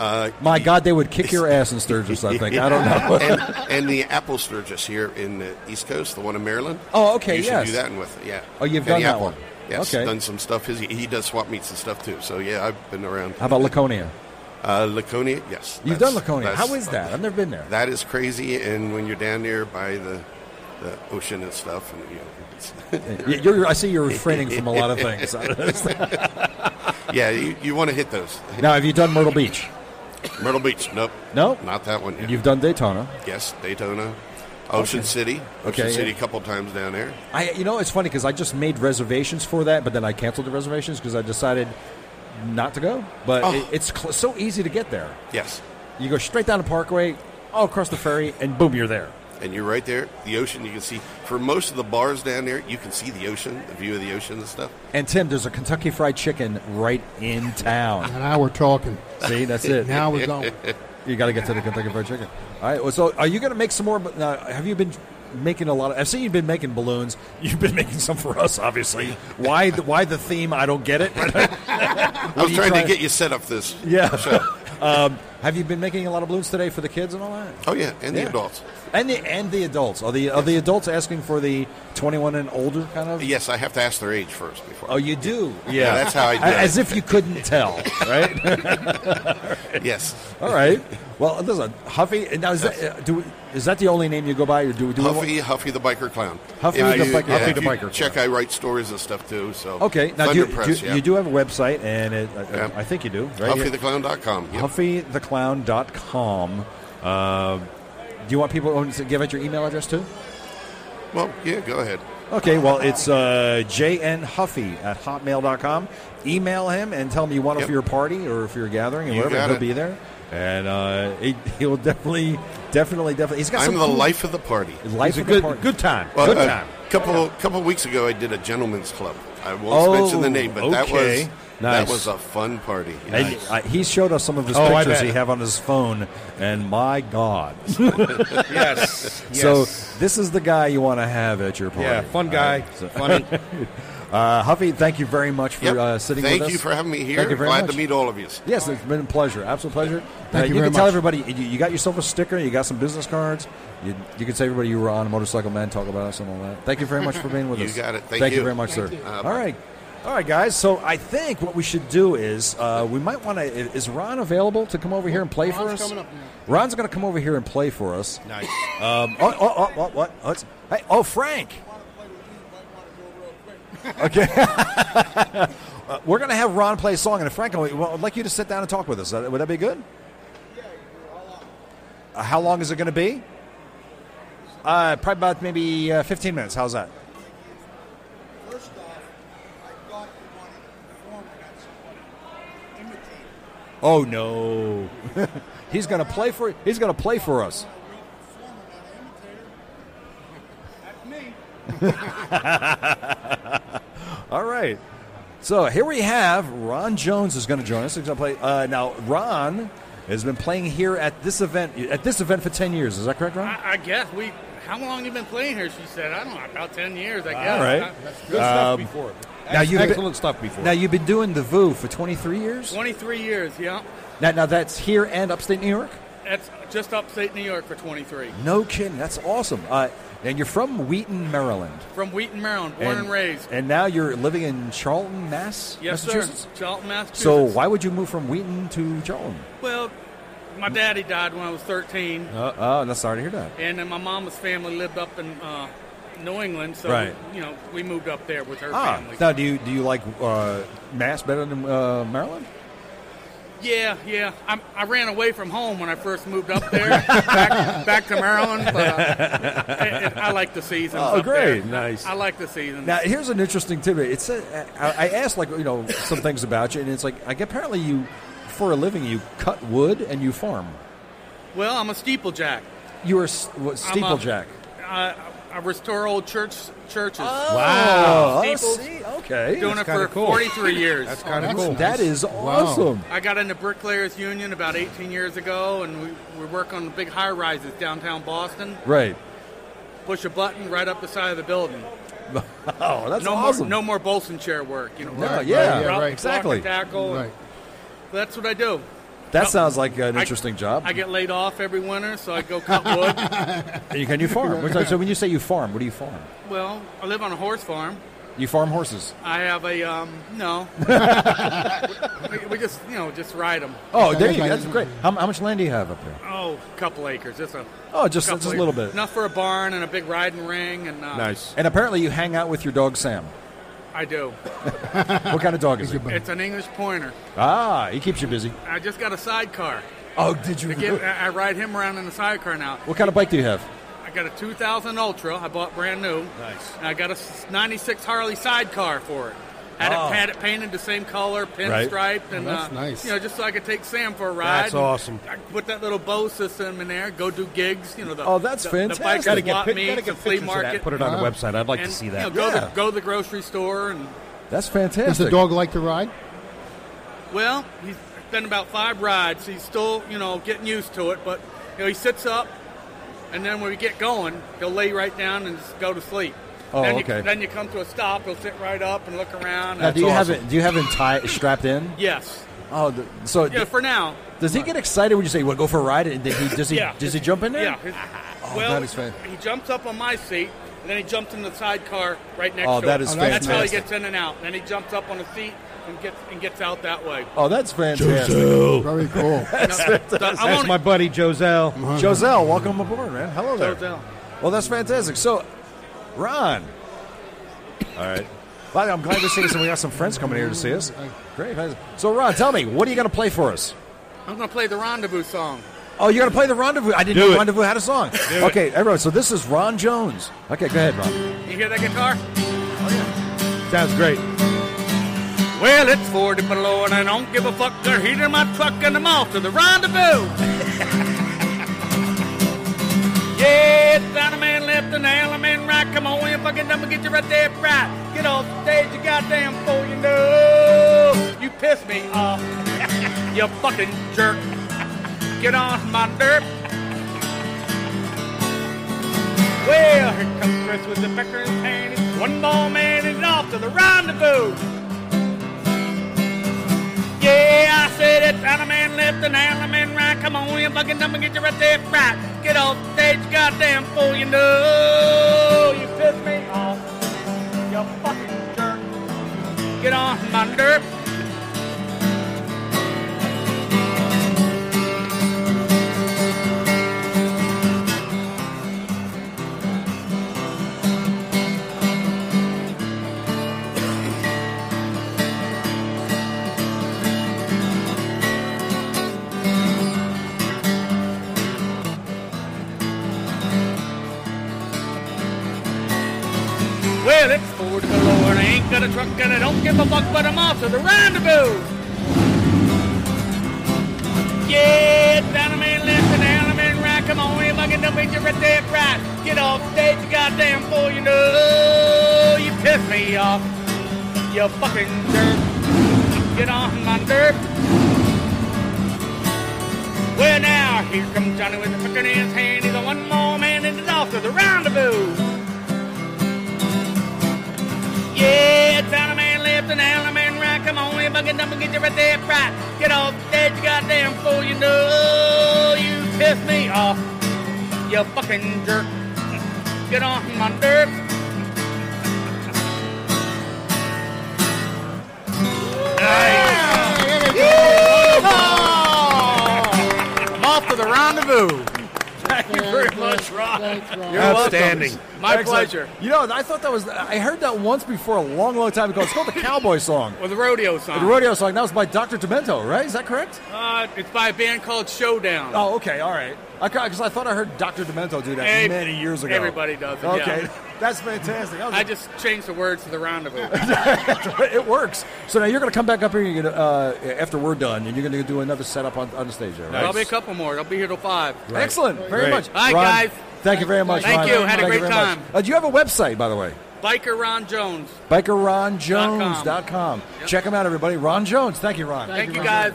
[SPEAKER 5] Uh,
[SPEAKER 1] My God, they would kick your ass in Sturgis. I think. I don't know.
[SPEAKER 5] and, and the apple sturgis here in the East Coast, the one in Maryland.
[SPEAKER 1] Oh, okay,
[SPEAKER 5] You should
[SPEAKER 1] yes.
[SPEAKER 5] do that one with it. Yeah.
[SPEAKER 1] Oh, you've done
[SPEAKER 5] Eddie
[SPEAKER 1] that
[SPEAKER 5] Apple.
[SPEAKER 1] one.
[SPEAKER 5] Yes,
[SPEAKER 1] Okay.
[SPEAKER 5] done some stuff. His, he does swap meets and stuff too. So yeah, I've been around.
[SPEAKER 1] How about Laconia?
[SPEAKER 5] Uh, Laconia, yes.
[SPEAKER 1] You've
[SPEAKER 5] that's-
[SPEAKER 1] done Laconia.
[SPEAKER 5] that's-
[SPEAKER 1] How is that? I've never been there.
[SPEAKER 5] That is crazy. And when you're down there by the, the ocean and stuff, and you know, it's,
[SPEAKER 1] Y- you're- I see you're refraining from a lot of things.
[SPEAKER 5] yeah, you, you want to hit those.
[SPEAKER 1] now, have you done Myrtle Beach?
[SPEAKER 5] Myrtle Beach, nope.
[SPEAKER 1] No.
[SPEAKER 5] Not that one. Yet.
[SPEAKER 1] You've done Daytona.
[SPEAKER 5] yes, Daytona, Ocean City, Ocean
[SPEAKER 1] Okay,
[SPEAKER 5] City,
[SPEAKER 1] yeah.
[SPEAKER 5] a couple times down there.
[SPEAKER 1] I, you know, it's funny because I just made reservations for that, but then I canceled the reservations because I decided not to go. But
[SPEAKER 5] Oh.
[SPEAKER 1] it, it's cl- so easy to get there.
[SPEAKER 5] Yes,
[SPEAKER 1] You go straight down the Parkway, all across the ferry, and boom, you're there.
[SPEAKER 5] and you're right there. The ocean, you can see for most of the bars down there, you can see the ocean, the view of the ocean and stuff.
[SPEAKER 1] And Tim, there's a Kentucky Fried Chicken right in town.
[SPEAKER 3] And now we're talking.
[SPEAKER 1] See, that's it.
[SPEAKER 3] Now we're going.
[SPEAKER 1] You got to get to the Kentucky Fried Chicken. All right. Well, so, are you going to make some more? But now, have you been making a lot of? I've seen you've been making balloons. You've been making some for us, obviously. Why? The, why the theme? I don't get it.
[SPEAKER 5] I was
[SPEAKER 1] you
[SPEAKER 5] trying
[SPEAKER 1] trying-
[SPEAKER 5] to get you set up for this.
[SPEAKER 1] yeah. um, have you been making a lot of balloons today for the kids and all that?
[SPEAKER 5] Oh yeah, and
[SPEAKER 1] Yeah.
[SPEAKER 5] the adults.
[SPEAKER 1] And the and the adults are the are the adults asking for the twenty one and older kind of?
[SPEAKER 5] Yes, I have to ask their age first before.
[SPEAKER 1] Oh, you do.
[SPEAKER 5] Yeah, that's how I do it.
[SPEAKER 1] As if you couldn't tell, right?
[SPEAKER 5] yes.
[SPEAKER 1] All right. Well, there's a Huffy. and Now is that uh, do we, is that the only name you go by, or do we do we-
[SPEAKER 5] Huffy, Huffy the biker clown.
[SPEAKER 1] Huffy the
[SPEAKER 5] If you-
[SPEAKER 1] biker-
[SPEAKER 5] yeah,
[SPEAKER 1] Huffy
[SPEAKER 5] if
[SPEAKER 1] the
[SPEAKER 5] you
[SPEAKER 1] biker clown.
[SPEAKER 5] Check. I write stories and stuff too. So
[SPEAKER 1] Okay. Now do you,
[SPEAKER 5] Thunder
[SPEAKER 1] do you-
[SPEAKER 5] Press, yeah.
[SPEAKER 1] you do have a website, and it, I-
[SPEAKER 5] Yeah.
[SPEAKER 1] I, think you do, right?
[SPEAKER 5] HuffyTheClown.com. Yep.
[SPEAKER 1] HuffyTheClown.com. Uh, do you want people to give out your email address too?
[SPEAKER 5] Well, yeah, go ahead.
[SPEAKER 1] Okay, well, it's uh, jnhuffy at hotmail.com. Email him and tell him you want him
[SPEAKER 5] Yep.
[SPEAKER 1] for your party or for your gathering or
[SPEAKER 5] You
[SPEAKER 1] whatever.
[SPEAKER 5] got
[SPEAKER 1] He'll
[SPEAKER 5] it.
[SPEAKER 1] be there. And uh, he, he'll definitely, definitely, definitely. He's got
[SPEAKER 5] I'm
[SPEAKER 1] some
[SPEAKER 5] the
[SPEAKER 1] cool-
[SPEAKER 5] life of the party.
[SPEAKER 1] life
[SPEAKER 2] It's a
[SPEAKER 1] of the
[SPEAKER 2] good
[SPEAKER 1] party.
[SPEAKER 2] good time.
[SPEAKER 5] Well, uh,
[SPEAKER 2] good
[SPEAKER 5] a
[SPEAKER 2] time.
[SPEAKER 5] Couple couple weeks ago, I did a gentleman's club. I won't
[SPEAKER 1] Oh,
[SPEAKER 5] mention the name, but that
[SPEAKER 1] okay.
[SPEAKER 5] was
[SPEAKER 1] Nice.
[SPEAKER 5] that was a fun party.
[SPEAKER 1] And uh, he showed us some of his
[SPEAKER 2] Oh, I
[SPEAKER 1] pictures
[SPEAKER 2] bet.
[SPEAKER 1] he have on his phone, and my God!
[SPEAKER 2] Yes. yes.
[SPEAKER 1] So this is the guy you want to have at your party.
[SPEAKER 2] yeah, fun
[SPEAKER 1] All
[SPEAKER 2] guy,
[SPEAKER 1] right, so-
[SPEAKER 2] funny.
[SPEAKER 1] uh, Huffy, thank you very much for
[SPEAKER 5] Yep.
[SPEAKER 1] uh, sitting
[SPEAKER 5] Thank
[SPEAKER 1] with us.
[SPEAKER 5] you for having me here.
[SPEAKER 1] Thank you very
[SPEAKER 5] Glad
[SPEAKER 1] much.
[SPEAKER 5] to meet all of you.
[SPEAKER 1] Yes, it's been a pleasure. Absolute pleasure. uh,
[SPEAKER 3] Thank you
[SPEAKER 1] you
[SPEAKER 3] very
[SPEAKER 1] can tell
[SPEAKER 3] much.
[SPEAKER 1] everybody you, you got yourself a sticker, you got some business cards. You, you can say everybody you were on Motorcycle Man, talk about us and all that. Thank you very much for being with
[SPEAKER 5] You
[SPEAKER 1] us.
[SPEAKER 5] got it. Thank
[SPEAKER 1] you.
[SPEAKER 5] you.
[SPEAKER 1] very much,
[SPEAKER 3] Thank
[SPEAKER 1] sir.
[SPEAKER 3] you.
[SPEAKER 5] Uh,
[SPEAKER 1] all right. All right, guys. So I think what we should do is uh, we might want to. Is Ron available to come over here and play for us?
[SPEAKER 3] Ron's coming up now.
[SPEAKER 1] Ron's going to come over here and play for us.
[SPEAKER 2] nice.
[SPEAKER 1] Um, oh, oh, oh, what? What? What's, hey, oh, Frank. Okay. Uh, we're going to have Ron play a song, and Frank, I would like you to sit down and talk with us. Uh, Would that be good? Uh, how long is it going to be? Uh, probably about maybe uh, 15 minutes. How's that?
[SPEAKER 8] First off, I thought you wanted to perform and not someone imitating.
[SPEAKER 1] Oh no, he's going to play for he's going to play for us.
[SPEAKER 8] You're a performer, not an imitator. That's me.
[SPEAKER 1] All right. So here we have Ron Jones is going to join us. He's going to play. Uh, now Ron has been playing here at this event at this event for ten years. Is that correct, Ron?
[SPEAKER 9] I, I guess we. How long you been playing here? She said, I don't know, about ten years. I guess. Uh,
[SPEAKER 1] All right.
[SPEAKER 2] Good stuff before.
[SPEAKER 1] now you've been-
[SPEAKER 2] excellent stuff before.
[SPEAKER 1] Now you've been doing the VU for twenty three years.
[SPEAKER 9] Twenty-three years. Yeah.
[SPEAKER 1] Now, now that's here and upstate New York.
[SPEAKER 9] That's just upstate New York for twenty-three.
[SPEAKER 1] No kidding. That's awesome. Uh, and you're from Wheaton, Maryland.
[SPEAKER 9] From Wheaton, Maryland, born and, raised.
[SPEAKER 1] And now you're living in Charlton, Mass,
[SPEAKER 9] yes, sir.
[SPEAKER 1] Massachusetts.
[SPEAKER 9] Charlton, Massachusetts.
[SPEAKER 1] So why would you move from Wheaton to Charlton?
[SPEAKER 9] Well, my daddy died when I was thirteen,
[SPEAKER 1] Uh, oh, that's sorry to hear that.
[SPEAKER 9] and then my mama's family lived up in uh, New England. So
[SPEAKER 1] Right.
[SPEAKER 9] you know, we moved up there with her
[SPEAKER 1] Ah,
[SPEAKER 9] family.
[SPEAKER 1] now do you do you like uh, Mass better than uh, Maryland?
[SPEAKER 9] Yeah, yeah. I, I ran away from home when I first moved up there, back, back to Maryland. But uh, it, it, I like the season.
[SPEAKER 1] Oh, great.
[SPEAKER 2] Nice.
[SPEAKER 9] I like the season.
[SPEAKER 1] Now, here's an interesting tidbit. It's a, I, I asked like you know some things about you, and it's like like apparently you, for a living, you cut wood and you farm.
[SPEAKER 9] well, I'm a steeplejack.
[SPEAKER 1] You were s- what,
[SPEAKER 9] I'm a-
[SPEAKER 1] steeplejack.
[SPEAKER 9] I, I restore old church churches.
[SPEAKER 1] wow. Oh,
[SPEAKER 9] Steeples.
[SPEAKER 1] see, okay.
[SPEAKER 9] Doing it for
[SPEAKER 2] kinda cool.
[SPEAKER 9] 43 years.
[SPEAKER 2] That's kind of
[SPEAKER 3] that's
[SPEAKER 2] cool.
[SPEAKER 3] nice.
[SPEAKER 1] That is awesome.
[SPEAKER 9] I got into Bricklayers Union about 18 years ago, and we, we work on the big high rises downtown Boston.
[SPEAKER 1] Right.
[SPEAKER 9] push a button right up the side of the building.
[SPEAKER 1] Oh, that's
[SPEAKER 9] no
[SPEAKER 1] awesome.
[SPEAKER 9] More, no more Bolson chair work. You know,
[SPEAKER 1] No,
[SPEAKER 9] right,
[SPEAKER 1] yeah,
[SPEAKER 9] right,
[SPEAKER 1] yeah,
[SPEAKER 9] route,
[SPEAKER 1] right.
[SPEAKER 9] block,
[SPEAKER 1] Exactly.
[SPEAKER 9] tackle.
[SPEAKER 3] Right.
[SPEAKER 9] That's what I do.
[SPEAKER 1] That
[SPEAKER 9] No,
[SPEAKER 1] sounds like an
[SPEAKER 9] I-
[SPEAKER 1] interesting job.
[SPEAKER 9] I get laid off every winter, so I go cut wood.
[SPEAKER 1] you can you farm? What's that- so when you say you farm, what do you farm?
[SPEAKER 9] well, I live on a horse farm.
[SPEAKER 1] You farm horses.
[SPEAKER 9] I have a um, no. we, we just you know just ride them.
[SPEAKER 1] Oh,
[SPEAKER 3] Okay,
[SPEAKER 1] there you go.
[SPEAKER 3] okay.
[SPEAKER 1] That's great. How, how much land do you have up there?
[SPEAKER 9] Oh, a couple acres. Just a
[SPEAKER 1] Oh, just
[SPEAKER 9] couple
[SPEAKER 1] just a
[SPEAKER 9] acres.
[SPEAKER 1] little bit.
[SPEAKER 9] Enough for a barn and a big riding ring, and uh,
[SPEAKER 2] Nice.
[SPEAKER 1] And apparently, you hang out with your dog Sam.
[SPEAKER 9] I do.
[SPEAKER 1] What kind of dog is he?
[SPEAKER 9] It's an English pointer.
[SPEAKER 1] Ah, he keeps you busy.
[SPEAKER 9] I just got a sidecar.
[SPEAKER 1] Oh, did you?
[SPEAKER 9] I, get, I I ride him around in a sidecar now.
[SPEAKER 1] what kind of bike do you have?
[SPEAKER 9] I got a 2000 Ultra. I bought brand new.
[SPEAKER 2] Nice.
[SPEAKER 9] And I got a s- 96 Harley sidecar for it. Had,
[SPEAKER 1] Oh.
[SPEAKER 9] it, had it painted the same color, pinstriped, and
[SPEAKER 3] Oh, that's
[SPEAKER 9] uh,
[SPEAKER 3] nice.
[SPEAKER 9] you know, just so I could take Sam for a ride.
[SPEAKER 2] That's
[SPEAKER 9] and
[SPEAKER 2] awesome.
[SPEAKER 9] I could put that little bow system in there. Go do gigs. You know, the,
[SPEAKER 1] Oh, that's
[SPEAKER 9] the,
[SPEAKER 1] fantastic.
[SPEAKER 9] The bike
[SPEAKER 1] Gotta
[SPEAKER 9] gotta
[SPEAKER 1] get
[SPEAKER 9] get,
[SPEAKER 2] pic-
[SPEAKER 9] me,
[SPEAKER 2] gotta
[SPEAKER 9] the
[SPEAKER 2] get
[SPEAKER 9] flea
[SPEAKER 2] pictures of that,
[SPEAKER 9] market.
[SPEAKER 7] Put it on the
[SPEAKER 3] Wow.
[SPEAKER 7] website. I'd like
[SPEAKER 9] and,
[SPEAKER 7] to see
[SPEAKER 9] you
[SPEAKER 7] that.
[SPEAKER 9] know, go,
[SPEAKER 1] Yeah.
[SPEAKER 9] to, go to the grocery store and
[SPEAKER 1] That's
[SPEAKER 3] Does the
[SPEAKER 1] fantastic.
[SPEAKER 3] dog like to ride?
[SPEAKER 9] Well, he's been about five rides. He's still, you know, getting used to it. But you know, he sits up, and then when we get going, he'll lay right down and just go to sleep.
[SPEAKER 1] Oh,
[SPEAKER 9] then
[SPEAKER 1] okay.
[SPEAKER 9] You, then you come to a stop. He'll sit right up and look around.
[SPEAKER 1] Now, do you have
[SPEAKER 9] awesome.
[SPEAKER 1] it? Do you have him tied, strapped in?
[SPEAKER 9] Yes.
[SPEAKER 1] Oh, the, so
[SPEAKER 9] Yeah. For now.
[SPEAKER 1] does he get excited when you say, "Well, go for a ride"? And then he, does he?
[SPEAKER 9] Yeah.
[SPEAKER 1] Does he jump in there? Ah, oh,
[SPEAKER 9] Yeah. his- well,
[SPEAKER 1] that is fan-
[SPEAKER 9] he jumps up on my seat, and then he jumps in the sidecar right next
[SPEAKER 1] Oh,
[SPEAKER 9] to
[SPEAKER 1] that
[SPEAKER 9] him.
[SPEAKER 1] is
[SPEAKER 9] That's how he
[SPEAKER 1] fantastic.
[SPEAKER 9] gets in and out. Then he jumps up on the seat and gets and gets out that way.
[SPEAKER 1] Oh, that's fantastic.
[SPEAKER 3] Very cool.
[SPEAKER 9] So I
[SPEAKER 2] That's
[SPEAKER 9] won't-
[SPEAKER 2] my buddy Joselle.
[SPEAKER 1] Joselle, welcome aboard, man. Hello there.
[SPEAKER 9] Joselle.
[SPEAKER 1] Well, that's fantastic. So, Ron. All right. Well, I'm glad to see us, and we got some friends coming here to see us. Great. So, Ron, tell me, what are you going to play for us?
[SPEAKER 9] I'm going to play the rendezvous song.
[SPEAKER 1] Oh, you're going to play the Rendezvous. I didn't
[SPEAKER 7] Do
[SPEAKER 1] know
[SPEAKER 7] it.
[SPEAKER 1] Rendezvous had a song. okay, everyone. So this is Ron Jones. Okay, go ahead, Ron.
[SPEAKER 9] You hear that guitar?
[SPEAKER 2] Sounds great.
[SPEAKER 9] Well, it's 40 below and I don't give a fuck. They're heating my truck and I'm off to the rendezvous. yeah, it's down a man left and down a man right. Come on in, fucking number, get you right there, right. Get off the stage, you goddamn fool, you know. You piss me off, you fucking jerk. Get off my dirt. Well, here comes Chris with the pecker in his hand. It's one ball man and off to the rendezvous. Yeah, I said it's out of man left and out of man right. Come on, you fucking dumb and get you right there right. Get off the stage, you goddamn fool, you know. You piss me off, you fucking jerk. Get off my nerve. Well, it's four to below and I ain't got a truck and I don't give a fuck, but I'm off to the rendezvous. Yeah, it's down a man left and down a man right. Come on, you fucking dumb bitch, you right there, right. Get off the stage, you goddamn fool, you know. You piss me off, you fucking jerk. Get on my nerve. Well, now, here comes Johnny with a fucking in his hand. He's a one more man and he's off to the rendezvous. Yeah, it's out of man left and out of man right. Come on, you bucket number, get you right there, right. Get off that you goddamn fool, you know. You piss me off, you fucking jerk. Get off my dirt. I'm off to the rendezvous. Thank you very much, Ron.
[SPEAKER 3] Thanks, Ron.
[SPEAKER 7] Outstanding.
[SPEAKER 9] My
[SPEAKER 1] Excellent.
[SPEAKER 9] pleasure.
[SPEAKER 1] You know, I thought that was I heard that once before a long, long time ago. It's called the Cowboy Song.
[SPEAKER 9] Well, the rodeo song.
[SPEAKER 1] The rodeo song. That was by Dr. Demento, right? Is that correct?
[SPEAKER 9] Uh, it's by a band called Showdown.
[SPEAKER 1] Oh, okay, all right. Because I thought I heard Dr. Demento do that
[SPEAKER 9] Hey,
[SPEAKER 1] many years ago.
[SPEAKER 9] everybody does it,
[SPEAKER 1] Okay,
[SPEAKER 9] yeah.
[SPEAKER 1] that's fantastic. I was
[SPEAKER 9] I just changed the words to the rendezvous.
[SPEAKER 1] it works. So now you're going to come back up here and you're gonna, uh, after we're done, and you're going to do another setup on, on the stage. There, right?
[SPEAKER 9] There'll be a couple more. I'll be here till five.
[SPEAKER 1] Excellent. Very
[SPEAKER 2] Great.
[SPEAKER 1] much.
[SPEAKER 9] Hi,
[SPEAKER 1] Ron,
[SPEAKER 9] guys.
[SPEAKER 1] Thank you very much.
[SPEAKER 9] Thank
[SPEAKER 1] Ron.
[SPEAKER 9] you. Had a
[SPEAKER 1] Thank
[SPEAKER 9] great
[SPEAKER 1] very much.
[SPEAKER 9] time.
[SPEAKER 1] Uh, do you have a website, by the way?
[SPEAKER 9] Biker Ron Jones.
[SPEAKER 1] BikerRonJones.com. Check him out, everybody. Ron Jones. Thank you, Ron.
[SPEAKER 9] Thank,
[SPEAKER 3] you,
[SPEAKER 9] you,
[SPEAKER 3] Ron.
[SPEAKER 9] guys.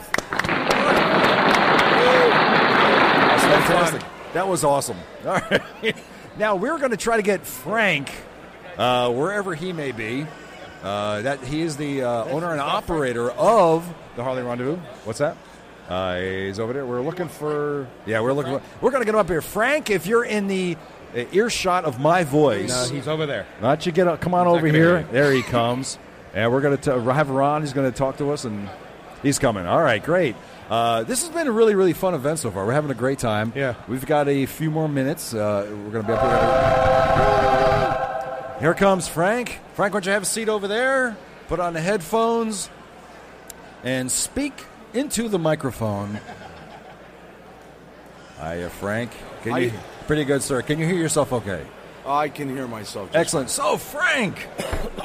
[SPEAKER 1] That's fantastic. That was awesome. All right. Now we're going to try to get Frank, uh, wherever he may be. Uh, that he is the uh, owner and operator of the Harley Rendezvous. What's that? Uh, he's over there. We're looking for. Yeah, we're looking. For, we're going to get him up here, Frank. If you're in the uh, earshot of my voice,
[SPEAKER 2] No, he's over there.
[SPEAKER 1] why don't you get up? Come on
[SPEAKER 2] not
[SPEAKER 1] over
[SPEAKER 2] gonna
[SPEAKER 1] here.
[SPEAKER 2] hear it.
[SPEAKER 1] There he comes, and we're gonna t- have Ron. He's gonna talk to us, and he's coming. All right, great. Uh, this has been a really, really fun event so far. We're having a great time.
[SPEAKER 2] Yeah.
[SPEAKER 1] we've got a few more minutes. Uh, we're gonna be up here. Here comes Frank. Frank, why don't you have a seat over there? Put on the headphones and speak into the microphone. Hiya, Frank. Can you?
[SPEAKER 10] Hi.
[SPEAKER 1] Pretty good, sir. Can you hear yourself? Okay.
[SPEAKER 10] I can hear myself. just
[SPEAKER 1] Excellent. So, Frank,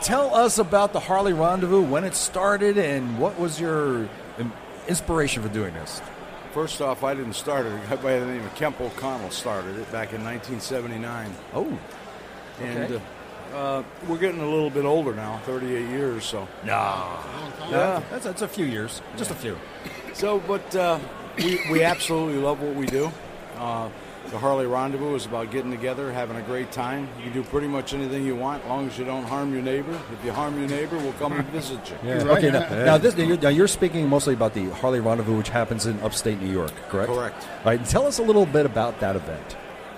[SPEAKER 1] tell us about the Harley Rendezvous, when it started, and what was your um, inspiration for doing this?
[SPEAKER 10] fine. First off, I didn't start it. A guy by the name of Kemp O'Connell started it back in 1979.
[SPEAKER 1] Oh,
[SPEAKER 10] And
[SPEAKER 1] okay.
[SPEAKER 10] uh, uh, we're getting a little bit older now, 38 years, so.
[SPEAKER 1] no.
[SPEAKER 10] Yeah.
[SPEAKER 1] That's, that's a few years, just a few.
[SPEAKER 10] So, but uh, we, we absolutely love what we do. Uh, the Harley Rendezvous is about getting together, having a great time. You can do pretty much anything you want, as long as you don't harm your neighbor. If you harm your neighbor, we'll come and visit you.
[SPEAKER 3] right.
[SPEAKER 1] Okay, now, now, this, you're, now you're speaking mostly about the Harley Rendezvous, which happens in upstate New York, correct?
[SPEAKER 10] Correct.
[SPEAKER 1] All right, and tell us a little bit about that event.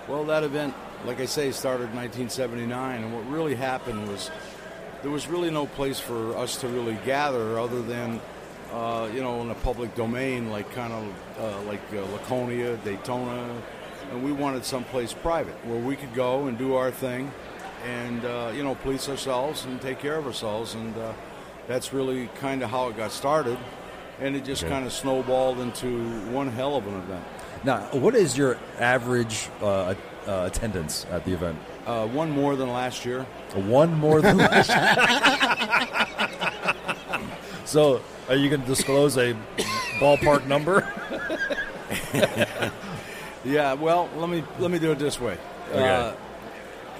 [SPEAKER 10] Well, that event, like I say, started in 1979, and what really happened was there was really no place for us to really gather other than, uh, you know, in the public domain, like kind of uh, like uh, Laconia, Daytona, and we wanted someplace private where we could go and do our thing, and uh, you know, police ourselves and take care of ourselves, and uh, that's really kind of how it got started, and it just kind of snowballed into one hell of an event.
[SPEAKER 1] Now, what is your average uh, uh, attendance at the event?
[SPEAKER 10] Uh, one more than last year.
[SPEAKER 1] One more than last year. so, are you going to disclose a ballpark number?
[SPEAKER 10] Yeah, well, let me let me do it this way.
[SPEAKER 1] Okay.
[SPEAKER 10] Uh,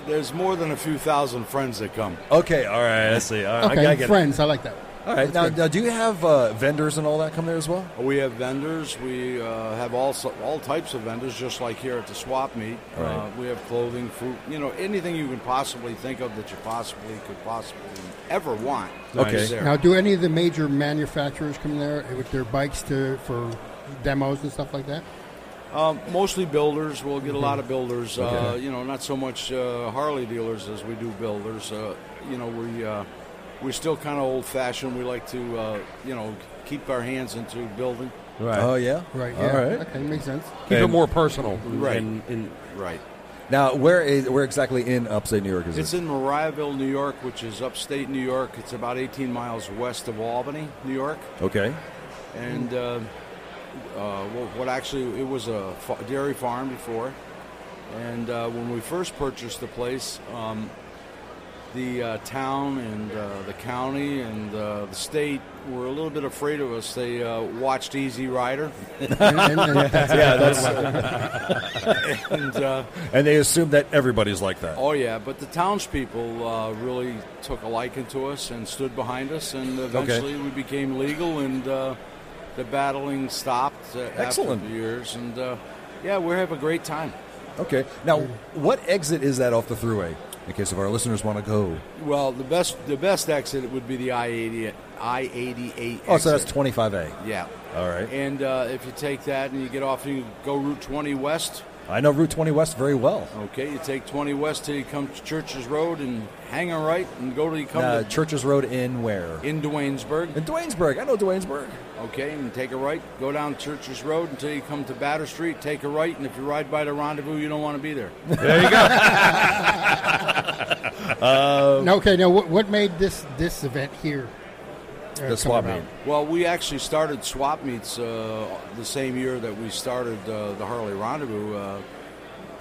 [SPEAKER 10] there's more than a few thousand friends that come.
[SPEAKER 1] Okay, all right, I see. All right, I, I
[SPEAKER 3] Okay,
[SPEAKER 1] get
[SPEAKER 3] friends. I like that.
[SPEAKER 1] it. All right, now, now do you have uh, vendors and all that come there as well?
[SPEAKER 10] We have vendors. We uh, have all so- all types of vendors, just like here at the swap meet. Uh,
[SPEAKER 1] Right.
[SPEAKER 10] we have clothing, food, you know, anything you can possibly think of that you possibly could possibly ever want.
[SPEAKER 1] Okay.
[SPEAKER 10] is there.
[SPEAKER 3] Now, do any of the major manufacturers come there with their bikes to for demos and stuff like that?
[SPEAKER 10] Um, mostly builders. We'll get a lot of builders. Uh, you know, not so much uh, Harley dealers as we do builders. Uh, you know, we uh, we're still kind of old fashioned. We like to uh, you know keep our hands into building.
[SPEAKER 2] Right.
[SPEAKER 1] Oh, yeah?
[SPEAKER 3] Right.
[SPEAKER 1] All
[SPEAKER 3] Yeah.
[SPEAKER 1] right.
[SPEAKER 3] Okay, makes sense.
[SPEAKER 2] Keep it more personal.
[SPEAKER 10] Right.
[SPEAKER 2] And, and
[SPEAKER 10] Right.
[SPEAKER 1] Now, where is where exactly in upstate New York is
[SPEAKER 10] It's
[SPEAKER 1] it?
[SPEAKER 10] in Mariahville, New York, which is upstate New York. It's about 18 miles west of Albany, New York,
[SPEAKER 1] okay.
[SPEAKER 10] and. Uh, uh, what, what actually it was a fa- dairy farm before, and uh, when we first purchased the place, um, the uh, town and uh, the county and uh, the state were a little bit afraid of us. They uh, watched Easy Rider,
[SPEAKER 3] And- and- and that's-
[SPEAKER 1] Yeah, that's,
[SPEAKER 10] and uh,
[SPEAKER 1] and they assume that everybody's like that.
[SPEAKER 10] oh yeah, but the townspeople uh, really took a liking to us and stood behind us, and eventually we became legal and. Uh, the battling stopped uh,
[SPEAKER 1] Excellent.
[SPEAKER 10] after the years, and uh, yeah, we have a great time.
[SPEAKER 1] Okay. Now, what exit is that off the thruway? In case if our listeners want to go.
[SPEAKER 10] Well, the best the best exit would be the I eighty I eighty eight.
[SPEAKER 1] Oh, so that's 25A.
[SPEAKER 10] yeah.
[SPEAKER 1] All right.
[SPEAKER 10] And uh, if you take that and you get off, you go Route twenty west.
[SPEAKER 1] I know Route 20 West very well.
[SPEAKER 10] Okay, you take twenty west till you come to Churches Road and hang a right and go till you come
[SPEAKER 1] Uh,
[SPEAKER 10] to
[SPEAKER 1] Churches Road in where?
[SPEAKER 10] in Duanesburg.
[SPEAKER 1] In Dwaynesburg. I know Dwaynesburg.
[SPEAKER 10] Okay, and take a right, go down Churches Road until you come to Batter Street. Take a right, and if you ride by the rendezvous, you don't want to be there.
[SPEAKER 3] now, okay. Now, what, what made this this event here? uh, come
[SPEAKER 1] The swap
[SPEAKER 3] about?
[SPEAKER 1] meet.
[SPEAKER 10] Well, we actually started swap meets uh, the same year that we started uh, the Harley Rendezvous. Uh,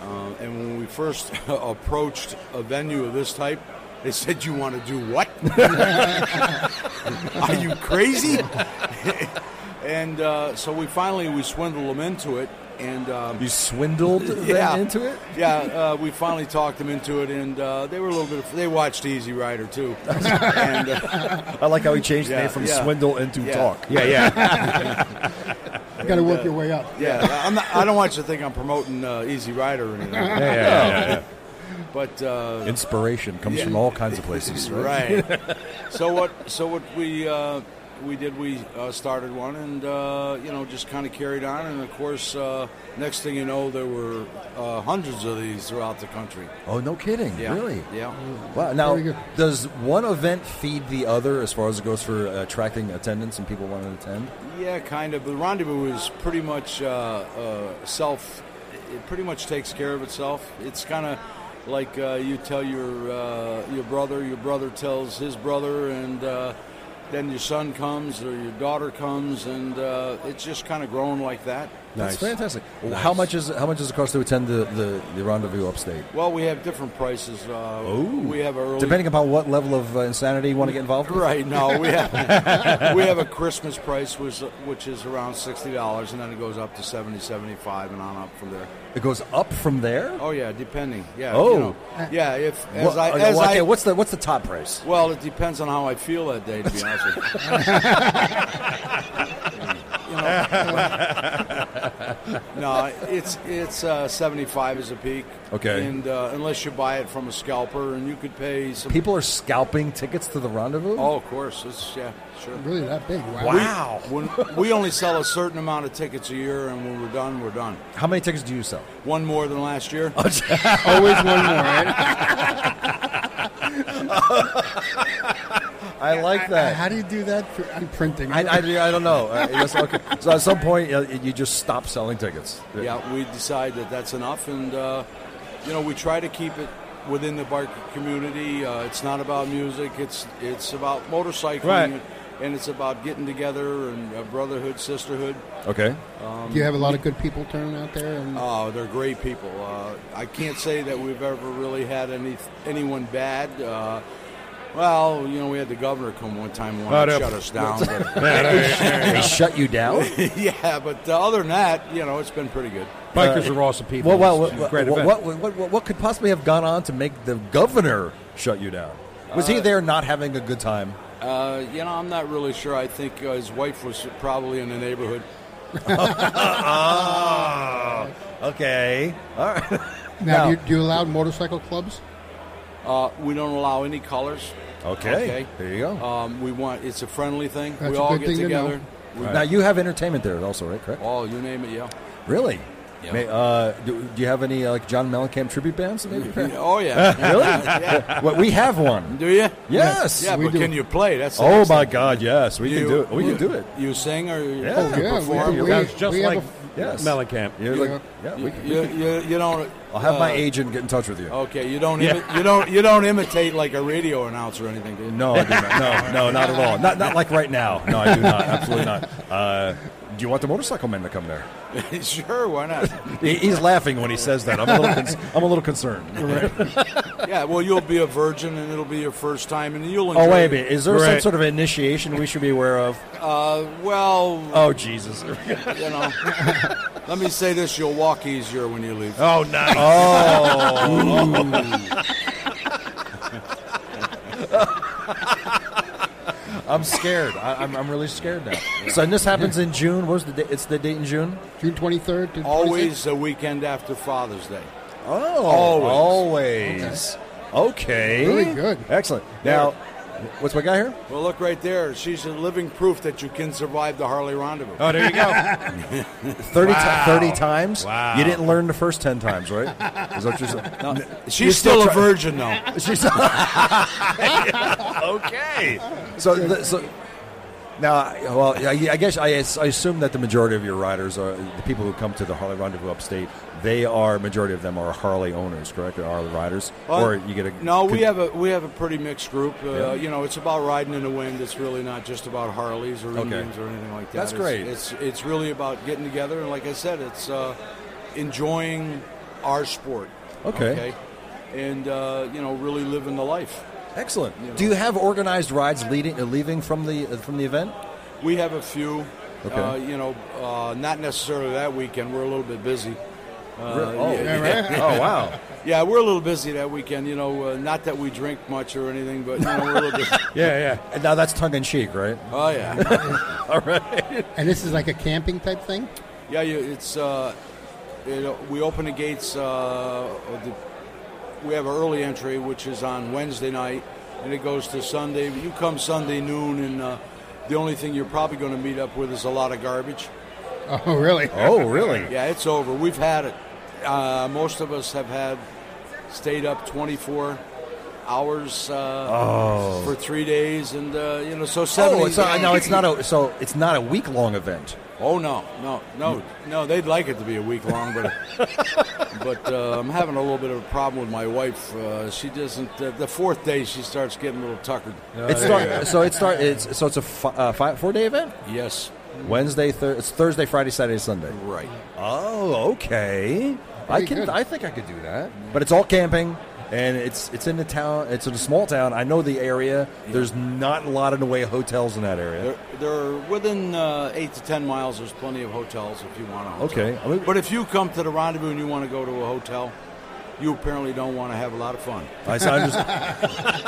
[SPEAKER 10] uh, and when we first approached a venue of this type, they said, You want to do what? Are you crazy? and uh, so we finally we swindled them into it. And um,
[SPEAKER 1] You swindled
[SPEAKER 10] Yeah.
[SPEAKER 1] them into it?
[SPEAKER 10] yeah, uh, we finally talked them into it, and uh, they were a little bit. They watched Easy Rider too, and uh,
[SPEAKER 1] I like how he changed the
[SPEAKER 10] Yeah,
[SPEAKER 1] name from
[SPEAKER 10] yeah.
[SPEAKER 1] swindle into
[SPEAKER 10] Yeah.
[SPEAKER 1] talk.
[SPEAKER 2] yeah, yeah.
[SPEAKER 3] You got to work your way up.
[SPEAKER 10] yeah, I'm not, I don't want you to think I'm promoting uh, Easy uh, Rider or anything.
[SPEAKER 2] yeah, yeah, yeah, yeah.
[SPEAKER 10] But uh,
[SPEAKER 1] Inspiration comes
[SPEAKER 10] yeah.
[SPEAKER 1] from all kinds of places, right?
[SPEAKER 10] right. so what? So what we uh, we did? We uh, started one, and uh, you know, just kind of carried on. And of course, uh, next thing you know, there were uh, hundreds of these throughout the country.
[SPEAKER 1] oh, no kidding!
[SPEAKER 10] Yeah.
[SPEAKER 1] Really?
[SPEAKER 10] Yeah.
[SPEAKER 1] Wow. Now,
[SPEAKER 10] Very good.
[SPEAKER 1] does one event feed the other as far as it goes for uh, attracting attendance and people wanting to attend?
[SPEAKER 10] Yeah, kind of. The rendezvous is pretty much uh, uh, self. It pretty much takes care of itself. It's kind of like uh, you tell your uh, your brother, your brother tells his brother, and uh, then your son comes or your daughter comes, and uh, it's just kind of grown like that.
[SPEAKER 1] That's fantastic. How much is how much does it cost to attend the, the, the rendezvous upstate?
[SPEAKER 10] Well, we have different prices. Uh,
[SPEAKER 1] Oh,
[SPEAKER 10] we have our early
[SPEAKER 1] depending upon what level of uh, insanity you want to get involved. With.
[SPEAKER 10] Right. No, we have we have a Christmas price which which is around sixty dollars, and then it goes up to 70 75 and on up from there.
[SPEAKER 1] It goes up from there.
[SPEAKER 10] Oh yeah, depending. Yeah.
[SPEAKER 1] Oh.
[SPEAKER 10] you know. yeah. If as
[SPEAKER 1] What-
[SPEAKER 10] I
[SPEAKER 1] okay,
[SPEAKER 10] as
[SPEAKER 1] okay,
[SPEAKER 10] I
[SPEAKER 1] uh, what's the what's the top price?
[SPEAKER 10] well, it depends on how I feel that day. To be honest with you. you. know, no, it's it's uh, seventy five is a peak.
[SPEAKER 1] Okay.
[SPEAKER 10] And uh, unless you buy it from a scalper, and you could pay some.
[SPEAKER 1] People are scalping tickets to the rendezvous.
[SPEAKER 10] Oh, of course. It's yeah, sure.
[SPEAKER 3] Really that big? Wow.
[SPEAKER 1] Wow.
[SPEAKER 10] We, when, we only sell a certain amount of tickets a year, and when we're done, we're done.
[SPEAKER 1] How many tickets do you sell?
[SPEAKER 10] One more than last year.
[SPEAKER 3] Always one more. Right?
[SPEAKER 1] I like that.
[SPEAKER 3] How do you do that for, on printing?
[SPEAKER 1] I, I, I don't know. Uh, yes, okay. So at some point uh, you just stop selling tickets.
[SPEAKER 10] yeah, we decide that that's enough, and uh, you know we try to keep it within the bike community. Uh, it's not about music; it's it's about motorcycling,
[SPEAKER 1] Right.
[SPEAKER 10] and it's about getting together and uh, brotherhood, sisterhood.
[SPEAKER 1] Oh. Okay.
[SPEAKER 3] do you have a lot of good people turning out there? And,
[SPEAKER 1] Uh,
[SPEAKER 10] Oh, they're great people. Uh, I can't say that we've ever really had any anyone bad. Uh, well, you know, we had the governor come one time and
[SPEAKER 2] Oh,
[SPEAKER 10] wanted to
[SPEAKER 2] no.
[SPEAKER 10] shut us down. but-
[SPEAKER 1] They shut you down.
[SPEAKER 10] yeah, but uh, other than that, you know, it's been pretty good.
[SPEAKER 2] Bikers are awesome people.
[SPEAKER 1] Well, well,
[SPEAKER 2] It's a
[SPEAKER 1] what,
[SPEAKER 2] great
[SPEAKER 1] what,
[SPEAKER 2] event.
[SPEAKER 1] what, what, what, what could possibly have gone on to make the governor shut you down? Was he there not having a good time?
[SPEAKER 10] Uh, you know, I'm not really sure. I think uh, his wife was probably in the neighborhood.
[SPEAKER 1] Ah, okay. All right. no.
[SPEAKER 3] now, do, you, do you allow motorcycle clubs?
[SPEAKER 10] Uh, we don't allow any colors.
[SPEAKER 1] Okay. There you go.
[SPEAKER 10] Um, we want it's a friendly thing.
[SPEAKER 3] That's
[SPEAKER 10] we
[SPEAKER 3] a
[SPEAKER 10] all
[SPEAKER 3] good
[SPEAKER 10] get
[SPEAKER 3] thing to
[SPEAKER 10] together. We-
[SPEAKER 1] Now you have entertainment there also, right? Correct.
[SPEAKER 10] All you name it, yeah.
[SPEAKER 1] Really?
[SPEAKER 10] Yeah.
[SPEAKER 1] May, uh, do, do you have any uh, like John Mellencamp tribute bands? Maybe.
[SPEAKER 10] Oh yeah.
[SPEAKER 1] really?
[SPEAKER 10] yeah.
[SPEAKER 1] well, we have one.
[SPEAKER 10] Do you?
[SPEAKER 1] Yes.
[SPEAKER 10] Yeah,
[SPEAKER 3] We
[SPEAKER 10] but
[SPEAKER 3] do.
[SPEAKER 10] can you play? That's the
[SPEAKER 1] Oh
[SPEAKER 10] next
[SPEAKER 1] my
[SPEAKER 10] thing.
[SPEAKER 1] God! Yes, we can
[SPEAKER 10] You-
[SPEAKER 1] do it. We
[SPEAKER 10] you-
[SPEAKER 1] can do it.
[SPEAKER 10] You sing or you,
[SPEAKER 1] Yeah.
[SPEAKER 10] you
[SPEAKER 1] Yeah,
[SPEAKER 3] Oh, we
[SPEAKER 10] perform?
[SPEAKER 3] do.
[SPEAKER 2] Sounds just
[SPEAKER 3] we have
[SPEAKER 2] like
[SPEAKER 1] a- Yes.
[SPEAKER 2] Mellencamp.
[SPEAKER 1] You're like, yeah, we
[SPEAKER 10] You,
[SPEAKER 1] can.
[SPEAKER 10] you, you, you don't.
[SPEAKER 1] I'll have my
[SPEAKER 10] uh,
[SPEAKER 1] agent get in touch with you.
[SPEAKER 10] Okay, you don't. Imi- you don't. You don't imitate like a radio announcer or anything. Do you?
[SPEAKER 1] No, I do not. No, no, not at all. Not not like right now. No, I do not. Absolutely not. Uh, do you want the motorcycle man to come there?
[SPEAKER 10] sure, why not?
[SPEAKER 1] He- He's laughing when he says that. I'm a little, cons- I'm a little concerned.
[SPEAKER 10] yeah, well, you'll be a virgin, and it'll be your first time, and you'll. Enjoy
[SPEAKER 1] Oh wait a
[SPEAKER 10] it.
[SPEAKER 1] minute. Is there some
[SPEAKER 2] Right.
[SPEAKER 1] sort of initiation we should be aware of?
[SPEAKER 10] Uh, well,
[SPEAKER 1] Oh Jesus.
[SPEAKER 10] you know, let me say this: you'll walk easier when you leave.
[SPEAKER 2] Oh, nice.
[SPEAKER 1] I'm scared. I, I'm, I'm really scared now. So and this happens in June. Where's the date? It's the date in June.
[SPEAKER 3] June 23rd to 26th?
[SPEAKER 10] Always the weekend after Father's Day.
[SPEAKER 1] Oh, always. Okay.
[SPEAKER 3] Really good.
[SPEAKER 1] Excellent. Now, what's my guy here?
[SPEAKER 10] Well, look right there. She's a living proof that you can survive the Harley Rendezvous.
[SPEAKER 2] Oh, there you go.
[SPEAKER 1] 30, ti-
[SPEAKER 2] Wow.
[SPEAKER 1] 30 times.
[SPEAKER 2] Wow.
[SPEAKER 1] You didn't learn the first ten times, right? Is that what you're saying?
[SPEAKER 10] She's still, a virgin, though.
[SPEAKER 1] She's
[SPEAKER 7] Okay.
[SPEAKER 1] so, the, so now, I- well, I, I guess I, as- I assume that the majority of your riders are the people who come to the Harley Rendezvous upstate. They are majority of them are Harley owners, correct? Or Harley riders,
[SPEAKER 10] Well,
[SPEAKER 1] or you get a
[SPEAKER 10] Uh, No, we
[SPEAKER 1] could-
[SPEAKER 10] have a we have a pretty mixed group. Uh,
[SPEAKER 1] Yeah.
[SPEAKER 10] You know, it's about riding in the wind. It's really not just about Harleys or Indians or anything like that.
[SPEAKER 1] That's
[SPEAKER 10] It's-
[SPEAKER 1] great.
[SPEAKER 10] It's, it's really about getting together and, like I said, it's uh, enjoying our sport.
[SPEAKER 1] Okay.
[SPEAKER 10] And uh, you know, really living the life.
[SPEAKER 1] excellent. Do you have organized rides leading uh, leaving from the uh, from the event?
[SPEAKER 10] We have a few.
[SPEAKER 1] Okay.
[SPEAKER 10] Uh, you know, uh, not necessarily that weekend. We're a little bit busy. Uh,
[SPEAKER 1] oh,
[SPEAKER 10] yeah,
[SPEAKER 1] oh wow!
[SPEAKER 10] yeah, we're a little busy that weekend. You know, uh, not that we drink much or anything, but you know, we're a little bit.
[SPEAKER 2] Yeah, yeah.
[SPEAKER 1] And now that's tongue in cheek, right?
[SPEAKER 10] Oh yeah.
[SPEAKER 3] And this is like a camping type thing?
[SPEAKER 10] Yeah, you, it's uh, it, we open the gates uh, of the we have an early entry, which is on Wednesday night, and it goes to Sunday. You come Sunday noon, and uh, the only thing you're probably going to meet up with is a lot of garbage.
[SPEAKER 3] Oh, really?
[SPEAKER 10] Yeah, it's over. We've had it. Uh, most of us have had stayed up 24 hours uh,
[SPEAKER 1] Oh.
[SPEAKER 10] for three days, and uh, you know, so seven.
[SPEAKER 1] Oh, it's not, no, it's not a so it's not a week long event.
[SPEAKER 10] Oh no, no, no, no! They'd like it to be a week long, but but uh, I'm having a little bit of a problem with my wife. Uh, she doesn't. Uh, the fourth day, she starts getting a little tuckered.
[SPEAKER 1] It start, so it start it's so it's a fi- uh, five, four day event.
[SPEAKER 10] Yes.
[SPEAKER 1] Wednesday, thir- it's Thursday, Friday, Saturday, Sunday.
[SPEAKER 10] Right.
[SPEAKER 1] Oh, okay. I
[SPEAKER 10] Pretty
[SPEAKER 1] can.
[SPEAKER 10] good.
[SPEAKER 1] I think I could do that. But it's all camping, and it's it's in the town. It's in a small town. I know the area. There's not a lot in the way of hotels in that area.
[SPEAKER 10] They're, they're within uh, eight to ten miles. There's plenty of hotels if you want a hotel.
[SPEAKER 1] Okay. I mean-
[SPEAKER 10] But if you come to the rendezvous and you want to go to a hotel, you apparently don't want to have a lot of fun.
[SPEAKER 1] I saw- I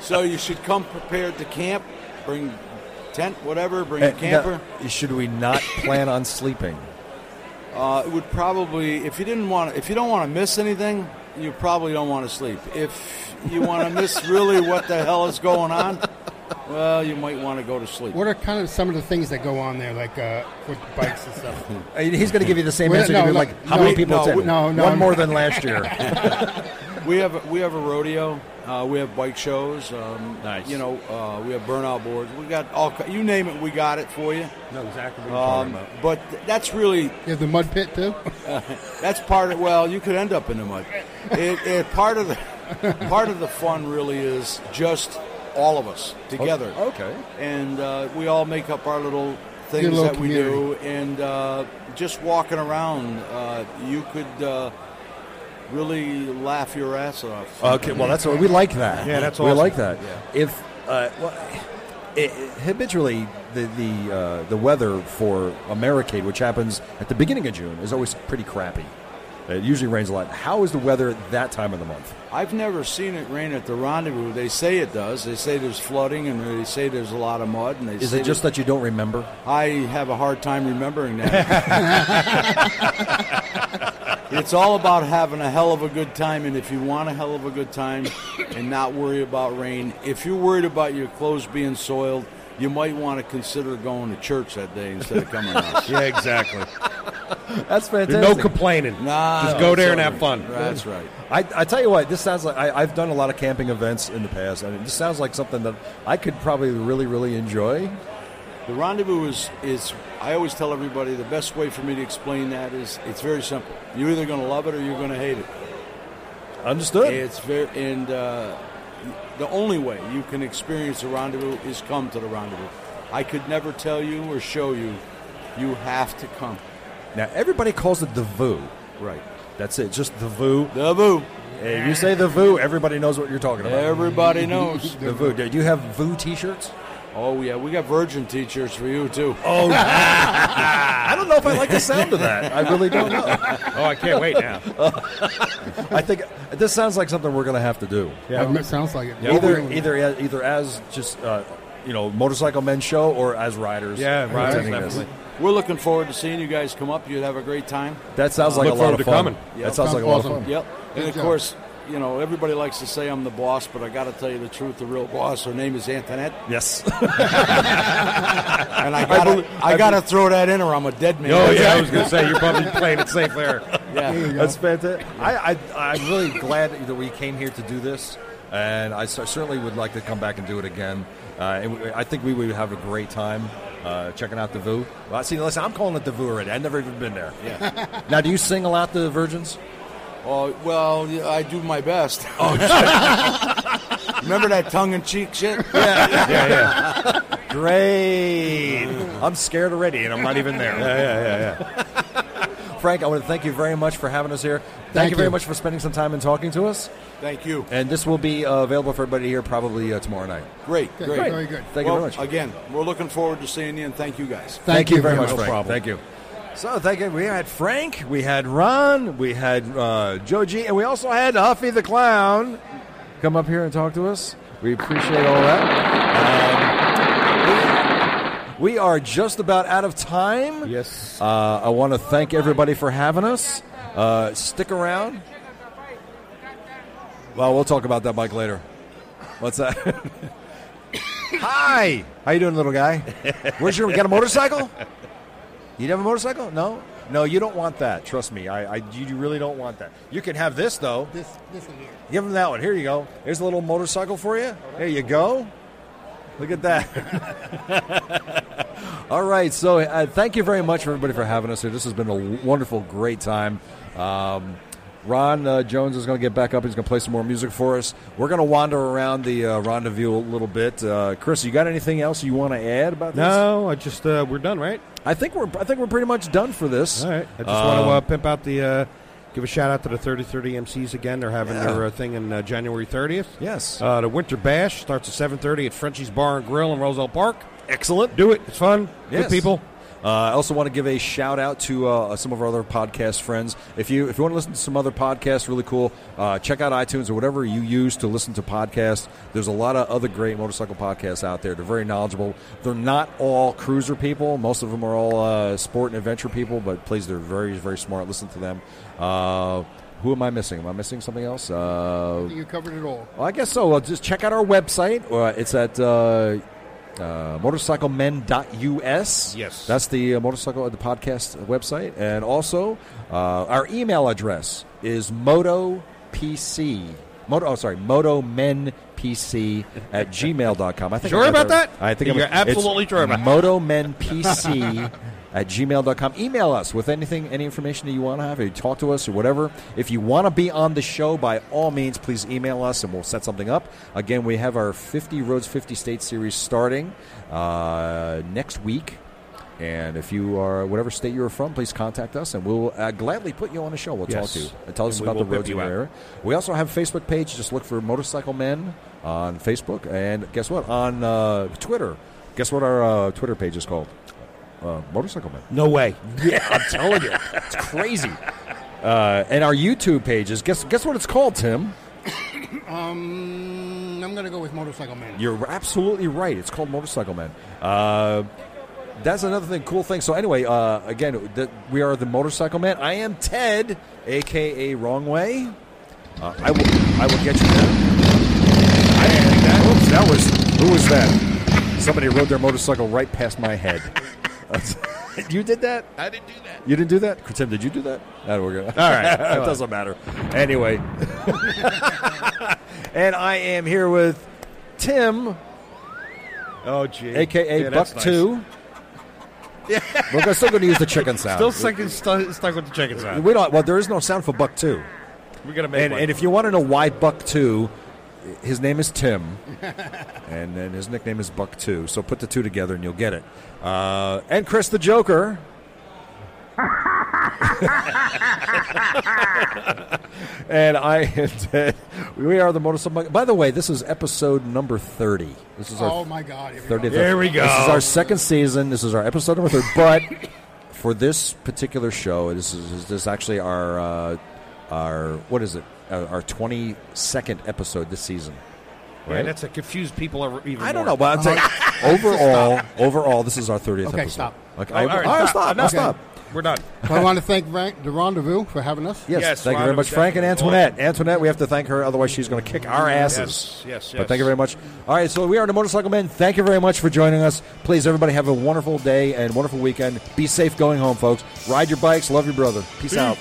[SPEAKER 10] so you should come prepared to camp. Bring tent, whatever. Bring
[SPEAKER 1] Eh,
[SPEAKER 10] a
[SPEAKER 1] no,
[SPEAKER 10] camper.
[SPEAKER 1] should we not plan on sleeping?
[SPEAKER 10] Uh, it would probably, if you didn't want, if you don't want to miss anything, you probably don't want to sleep. If you want to miss really what the hell is going on, well, you might want to go to sleep.
[SPEAKER 3] What are kind of some of the things that go on there, like uh, with bikes and stuff?
[SPEAKER 1] And he's going to give you the same
[SPEAKER 3] Well,
[SPEAKER 1] answer.
[SPEAKER 3] no,
[SPEAKER 1] you're
[SPEAKER 3] no,
[SPEAKER 1] like, how
[SPEAKER 3] no,
[SPEAKER 1] many people
[SPEAKER 10] no,
[SPEAKER 1] attended?
[SPEAKER 3] no, no,
[SPEAKER 1] One
[SPEAKER 3] no.
[SPEAKER 1] more than last year.
[SPEAKER 10] we have we have a rodeo. Uh, we have bike shows. Um, nice. You know, uh, we have burnout boards. We got all ki- you name it. We got it for you.
[SPEAKER 2] No, exactly what you're talking
[SPEAKER 10] Um,
[SPEAKER 2] about.
[SPEAKER 10] but th- that's really you
[SPEAKER 3] have the mud pit too.
[SPEAKER 10] that's part of. Well, you could end up in the mud. It, it part of the part of the fun really is just all of us together.
[SPEAKER 1] Okay.
[SPEAKER 10] And uh, we all make up our little things
[SPEAKER 3] Your little
[SPEAKER 10] that we do, and uh, just walking around, uh, you could. Uh, Really laugh your ass off.
[SPEAKER 1] Okay, well, that's what we like that.
[SPEAKER 10] Yeah, that's
[SPEAKER 1] we
[SPEAKER 10] awesome.
[SPEAKER 1] like that.
[SPEAKER 10] Yeah.
[SPEAKER 1] If uh, well, it, it- habitually the the uh, the weather for Americade, which happens at the beginning of June, is always pretty crappy. It usually rains a lot. How is the weather at that time of the month?
[SPEAKER 10] I've never seen it rain at the rendezvous. They say it does. They say there's flooding, and they say there's a lot of mud. And they
[SPEAKER 1] Is
[SPEAKER 10] say
[SPEAKER 1] it just that you don't remember?
[SPEAKER 10] I have a hard time remembering that. it's all about having a hell of a good time, and if you want a hell of a good time, and not worry about rain. If you're worried about your clothes being soiled, you might want to consider going to church that day instead of coming out.
[SPEAKER 2] Yeah, exactly.
[SPEAKER 1] That's fantastic.
[SPEAKER 2] No complaining.
[SPEAKER 10] Nah,
[SPEAKER 2] just go
[SPEAKER 10] it's
[SPEAKER 2] there and
[SPEAKER 10] over.
[SPEAKER 2] have fun.
[SPEAKER 10] That's right.
[SPEAKER 1] I, I tell you what, this sounds like I, I've done a lot of camping events in the past, and this sounds like something that I could probably really, really enjoy.
[SPEAKER 10] The rendezvous is, is, I always tell everybody the best way for me to explain that is it's very simple. You're either going to love it or you're going to hate it.
[SPEAKER 1] Understood.
[SPEAKER 10] It's very, and uh, the only way you can experience the rendezvous is come to the rendezvous. I could never tell you or show you. You have to come.
[SPEAKER 1] Now everybody calls it the VU.
[SPEAKER 10] Right.
[SPEAKER 1] That's it. Just the VU.
[SPEAKER 10] The VU.
[SPEAKER 1] If you say the VU, everybody knows what you're talking about.
[SPEAKER 10] Everybody knows.
[SPEAKER 1] the VU. Do you have VU T-shirts?
[SPEAKER 10] Oh, yeah, we got virgin t shirts for you, too.
[SPEAKER 1] Oh, I don't know if I like the sound of that. I really don't know.
[SPEAKER 2] Oh, I can't wait now.
[SPEAKER 1] I think this sounds like something we're going to have to do.
[SPEAKER 3] That sounds like it.
[SPEAKER 1] Either either as, either as just uh, you know motorcycle men show or as riders.
[SPEAKER 2] Yeah, riders,
[SPEAKER 1] attending this.
[SPEAKER 2] definitely.
[SPEAKER 10] We're looking forward to seeing you guys come up. You'd have a great time.
[SPEAKER 1] That sounds like
[SPEAKER 2] Look
[SPEAKER 1] a lot
[SPEAKER 2] forward
[SPEAKER 1] of
[SPEAKER 2] to
[SPEAKER 1] fun.
[SPEAKER 2] coming.
[SPEAKER 1] That sounds like a lot of fun.
[SPEAKER 10] Yep.
[SPEAKER 3] Good
[SPEAKER 10] and of
[SPEAKER 3] job.
[SPEAKER 10] course, you know, everybody likes to say I'm the boss, but I got to tell you the truth. The real boss, her name is Antoinette,
[SPEAKER 1] Yes.
[SPEAKER 10] and I got to I, got to throw that in, or I'm a dead man.
[SPEAKER 2] Oh yeah, I was gonna say you're probably playing it safe there.
[SPEAKER 10] yeah.
[SPEAKER 1] That's fantastic. I, I, I'm really glad that we came here to do this, and I cer- certainly would like to come back and do it again. Uh, and we, I think we would have a great time uh, checking out the VU. Well, see, listen, I'm calling it the VU already. I've never even been there. Yeah. now, do you single out the virgins?
[SPEAKER 10] Oh well, yeah, I do my best.
[SPEAKER 1] Oh,
[SPEAKER 10] Remember that tongue-in-cheek shit?
[SPEAKER 1] Yeah, yeah. Great. I'm scared already, and I'm not even there. Yeah, yeah, yeah, yeah. Frank, I want to thank you very much for having us here. Thank,
[SPEAKER 3] Thank
[SPEAKER 1] you very
[SPEAKER 3] you.
[SPEAKER 1] much for spending some time and talking to us.
[SPEAKER 10] Thank you.
[SPEAKER 1] And this will be uh, available for everybody here probably uh, tomorrow night.
[SPEAKER 10] Great, great.
[SPEAKER 3] Very good.
[SPEAKER 1] Thank
[SPEAKER 10] well,
[SPEAKER 1] you very much.
[SPEAKER 10] Again, we're looking forward to seeing you, and thank you guys.
[SPEAKER 1] Thank, you very much,
[SPEAKER 2] No
[SPEAKER 1] Frank.
[SPEAKER 2] problem.
[SPEAKER 1] Thank you. So, thank you. We had Frank, we had Ron, we had uh, Joji, and we also had Huffy the Clown come up here and talk to us. We appreciate all that. Um, we, we are just about out of time.
[SPEAKER 2] Yes.
[SPEAKER 1] Uh, I want to thank everybody for having us. Uh, stick around. Well, we'll talk about that bike later. What's that? Hi. How you doing, little guy? Where's your got a motorcycle? You have a motorcycle? No. No, you don't want that. Trust me. I, I you really don't want that. You can have this though.
[SPEAKER 3] This this one here.
[SPEAKER 1] Give him that one. Here you go. Here's a little motorcycle for you. There you go. Look at that. All right. So uh, thank you very much, for everybody, for having us here. This has been a wonderful, great time. Um, Ron uh, Jones is going to get back up. He's going to play some more music for us. We're going to wander around the uh, rendezvous a little bit. Uh, Chris, you got anything else you want to add about this?
[SPEAKER 2] No, I just uh, we're done, right?
[SPEAKER 1] I think we're I think we're pretty much done for this.
[SPEAKER 2] All right. I just want to uh, pimp out the, uh, give a shout out to the 3030 MCs again. They're having their uh, thing in uh, January 30th.
[SPEAKER 1] Yes.
[SPEAKER 2] Uh, the Winter Bash starts at 7:30 at Frenchie's Bar and Grill in Roselle Park.
[SPEAKER 1] Excellent.
[SPEAKER 2] Do it. It's fun. Good people.
[SPEAKER 1] Uh, I also want to give a shout out to uh, some of our other podcast friends. If you if you want to listen to some other podcasts, really cool. Uh, check out iTunes or whatever you use to listen to podcasts. There's a lot of other great motorcycle podcasts out there. They're very knowledgeable. They're not all cruiser people. Most of them are all uh, sport and adventure people, but please, they're very very smart. Listen to them. Uh, who am I missing? Am I missing something else? Uh,
[SPEAKER 3] You covered it all.
[SPEAKER 1] well, I guess so. Well, just check out our website. Uh, it's at uh, uh, motorcyclemen.us.
[SPEAKER 2] Yes.
[SPEAKER 1] That's the uh, motorcycle, the podcast website. And also, uh, our email address is motopc. Moto, oh, sorry, motomenpc at gmail.com. I think I
[SPEAKER 2] Sure
[SPEAKER 1] got
[SPEAKER 2] about
[SPEAKER 1] right.
[SPEAKER 2] that?
[SPEAKER 1] I think I
[SPEAKER 2] You're
[SPEAKER 1] was- it's
[SPEAKER 2] absolutely sure about that.
[SPEAKER 1] motomenpc at gmail.com. Email us with anything, any information that you want to have, or you talk to us or whatever. If you want to be on the show, by all means, please email us and we'll set something up. Again, we have our 50 Roads, 50 States series starting uh, next week. And if you are whatever state you are from, please contact us, and we'll uh, gladly put you on the show. We'll talk
[SPEAKER 2] Yes.
[SPEAKER 1] to you and tell us
[SPEAKER 2] And we
[SPEAKER 1] about the
[SPEAKER 2] will
[SPEAKER 1] roads in
[SPEAKER 2] pimp you
[SPEAKER 1] your
[SPEAKER 2] out.
[SPEAKER 1] area. We also have a Facebook page. Just look for Motorcycle Men on Facebook, and guess what? On uh, Twitter, guess what our uh, Twitter page is called? Uh, Motorcycle Men.
[SPEAKER 2] No way.
[SPEAKER 1] Yeah, I'm telling you, it's crazy. Uh, and our YouTube page is guess guess what it's called, Tim?
[SPEAKER 3] Um, I'm going to go with Motorcycle Man.
[SPEAKER 1] You're absolutely right. It's called Motorcycle Man. Uh, that's another thing, cool thing. So anyway, uh, again, th- we are the Motorcycle Man. I am Ted, aka Wrong Way. Uh, I will, I will get you there. I didn't think that. Oops, that was who was that? Somebody rode their motorcycle right past my head. you did that?
[SPEAKER 7] I didn't do that.
[SPEAKER 1] You didn't do that? Tim, did you do that? No, we're good. All
[SPEAKER 2] right.
[SPEAKER 1] it doesn't matter. Anyway, and I am here with Tim,
[SPEAKER 2] Oh, gee.
[SPEAKER 1] aka
[SPEAKER 2] Yeah,
[SPEAKER 1] Buck
[SPEAKER 2] that's nice.
[SPEAKER 1] Two. Look, I'm still going to use the chicken sound.
[SPEAKER 2] Still stuck, stu- stuck with the chickens out.
[SPEAKER 1] we don't. Well, there is no sound for Buck Two.
[SPEAKER 2] We're gonna make
[SPEAKER 1] And,
[SPEAKER 2] one.
[SPEAKER 1] and if you want to know why Buck Two, his name is Tim, and then his nickname is Buck Two. So put the two together and you'll get it. Uh, and Chris the Joker. and I am Ted. We are the Motorcycle. Monkey. By the way, this is episode number thirty. This is our
[SPEAKER 3] Oh my God! everybody.
[SPEAKER 1] 30th.
[SPEAKER 2] There we go.
[SPEAKER 1] This is our second season. This is our episode number third. But for this particular show, this is this is actually our uh, our what is it? Uh, our twenty second episode this season.
[SPEAKER 2] Yeah,
[SPEAKER 1] Right?
[SPEAKER 2] that's a confused people ever even.
[SPEAKER 1] I don't know,
[SPEAKER 2] more.
[SPEAKER 1] but I'm saying Uh-huh. overall, overall, this is our thirtieth
[SPEAKER 3] Okay,
[SPEAKER 1] episode.
[SPEAKER 3] stop.
[SPEAKER 1] Like,
[SPEAKER 2] Oh,
[SPEAKER 1] I,
[SPEAKER 2] all right,
[SPEAKER 1] all right,
[SPEAKER 2] stop.
[SPEAKER 1] stop. I'll
[SPEAKER 2] Enough.
[SPEAKER 1] stop.
[SPEAKER 2] We're done.
[SPEAKER 3] Well, I want to thank Frank, the Rendezvous for having us.
[SPEAKER 1] Yes,
[SPEAKER 2] Yes,
[SPEAKER 1] thank you very
[SPEAKER 2] Ron,
[SPEAKER 1] much, Frank and
[SPEAKER 2] definitely.
[SPEAKER 1] Antoinette. Antoinette, we have to thank her, otherwise she's going to kick our asses.
[SPEAKER 2] Yes, yes,
[SPEAKER 1] But
[SPEAKER 2] yes.
[SPEAKER 1] thank you very much. All right, so we are the Motorcycle Men. Thank you very much for joining us. Please, everybody, have a wonderful day and wonderful weekend. Be safe going home, folks. Ride your bikes. Love your brother. Peace. out.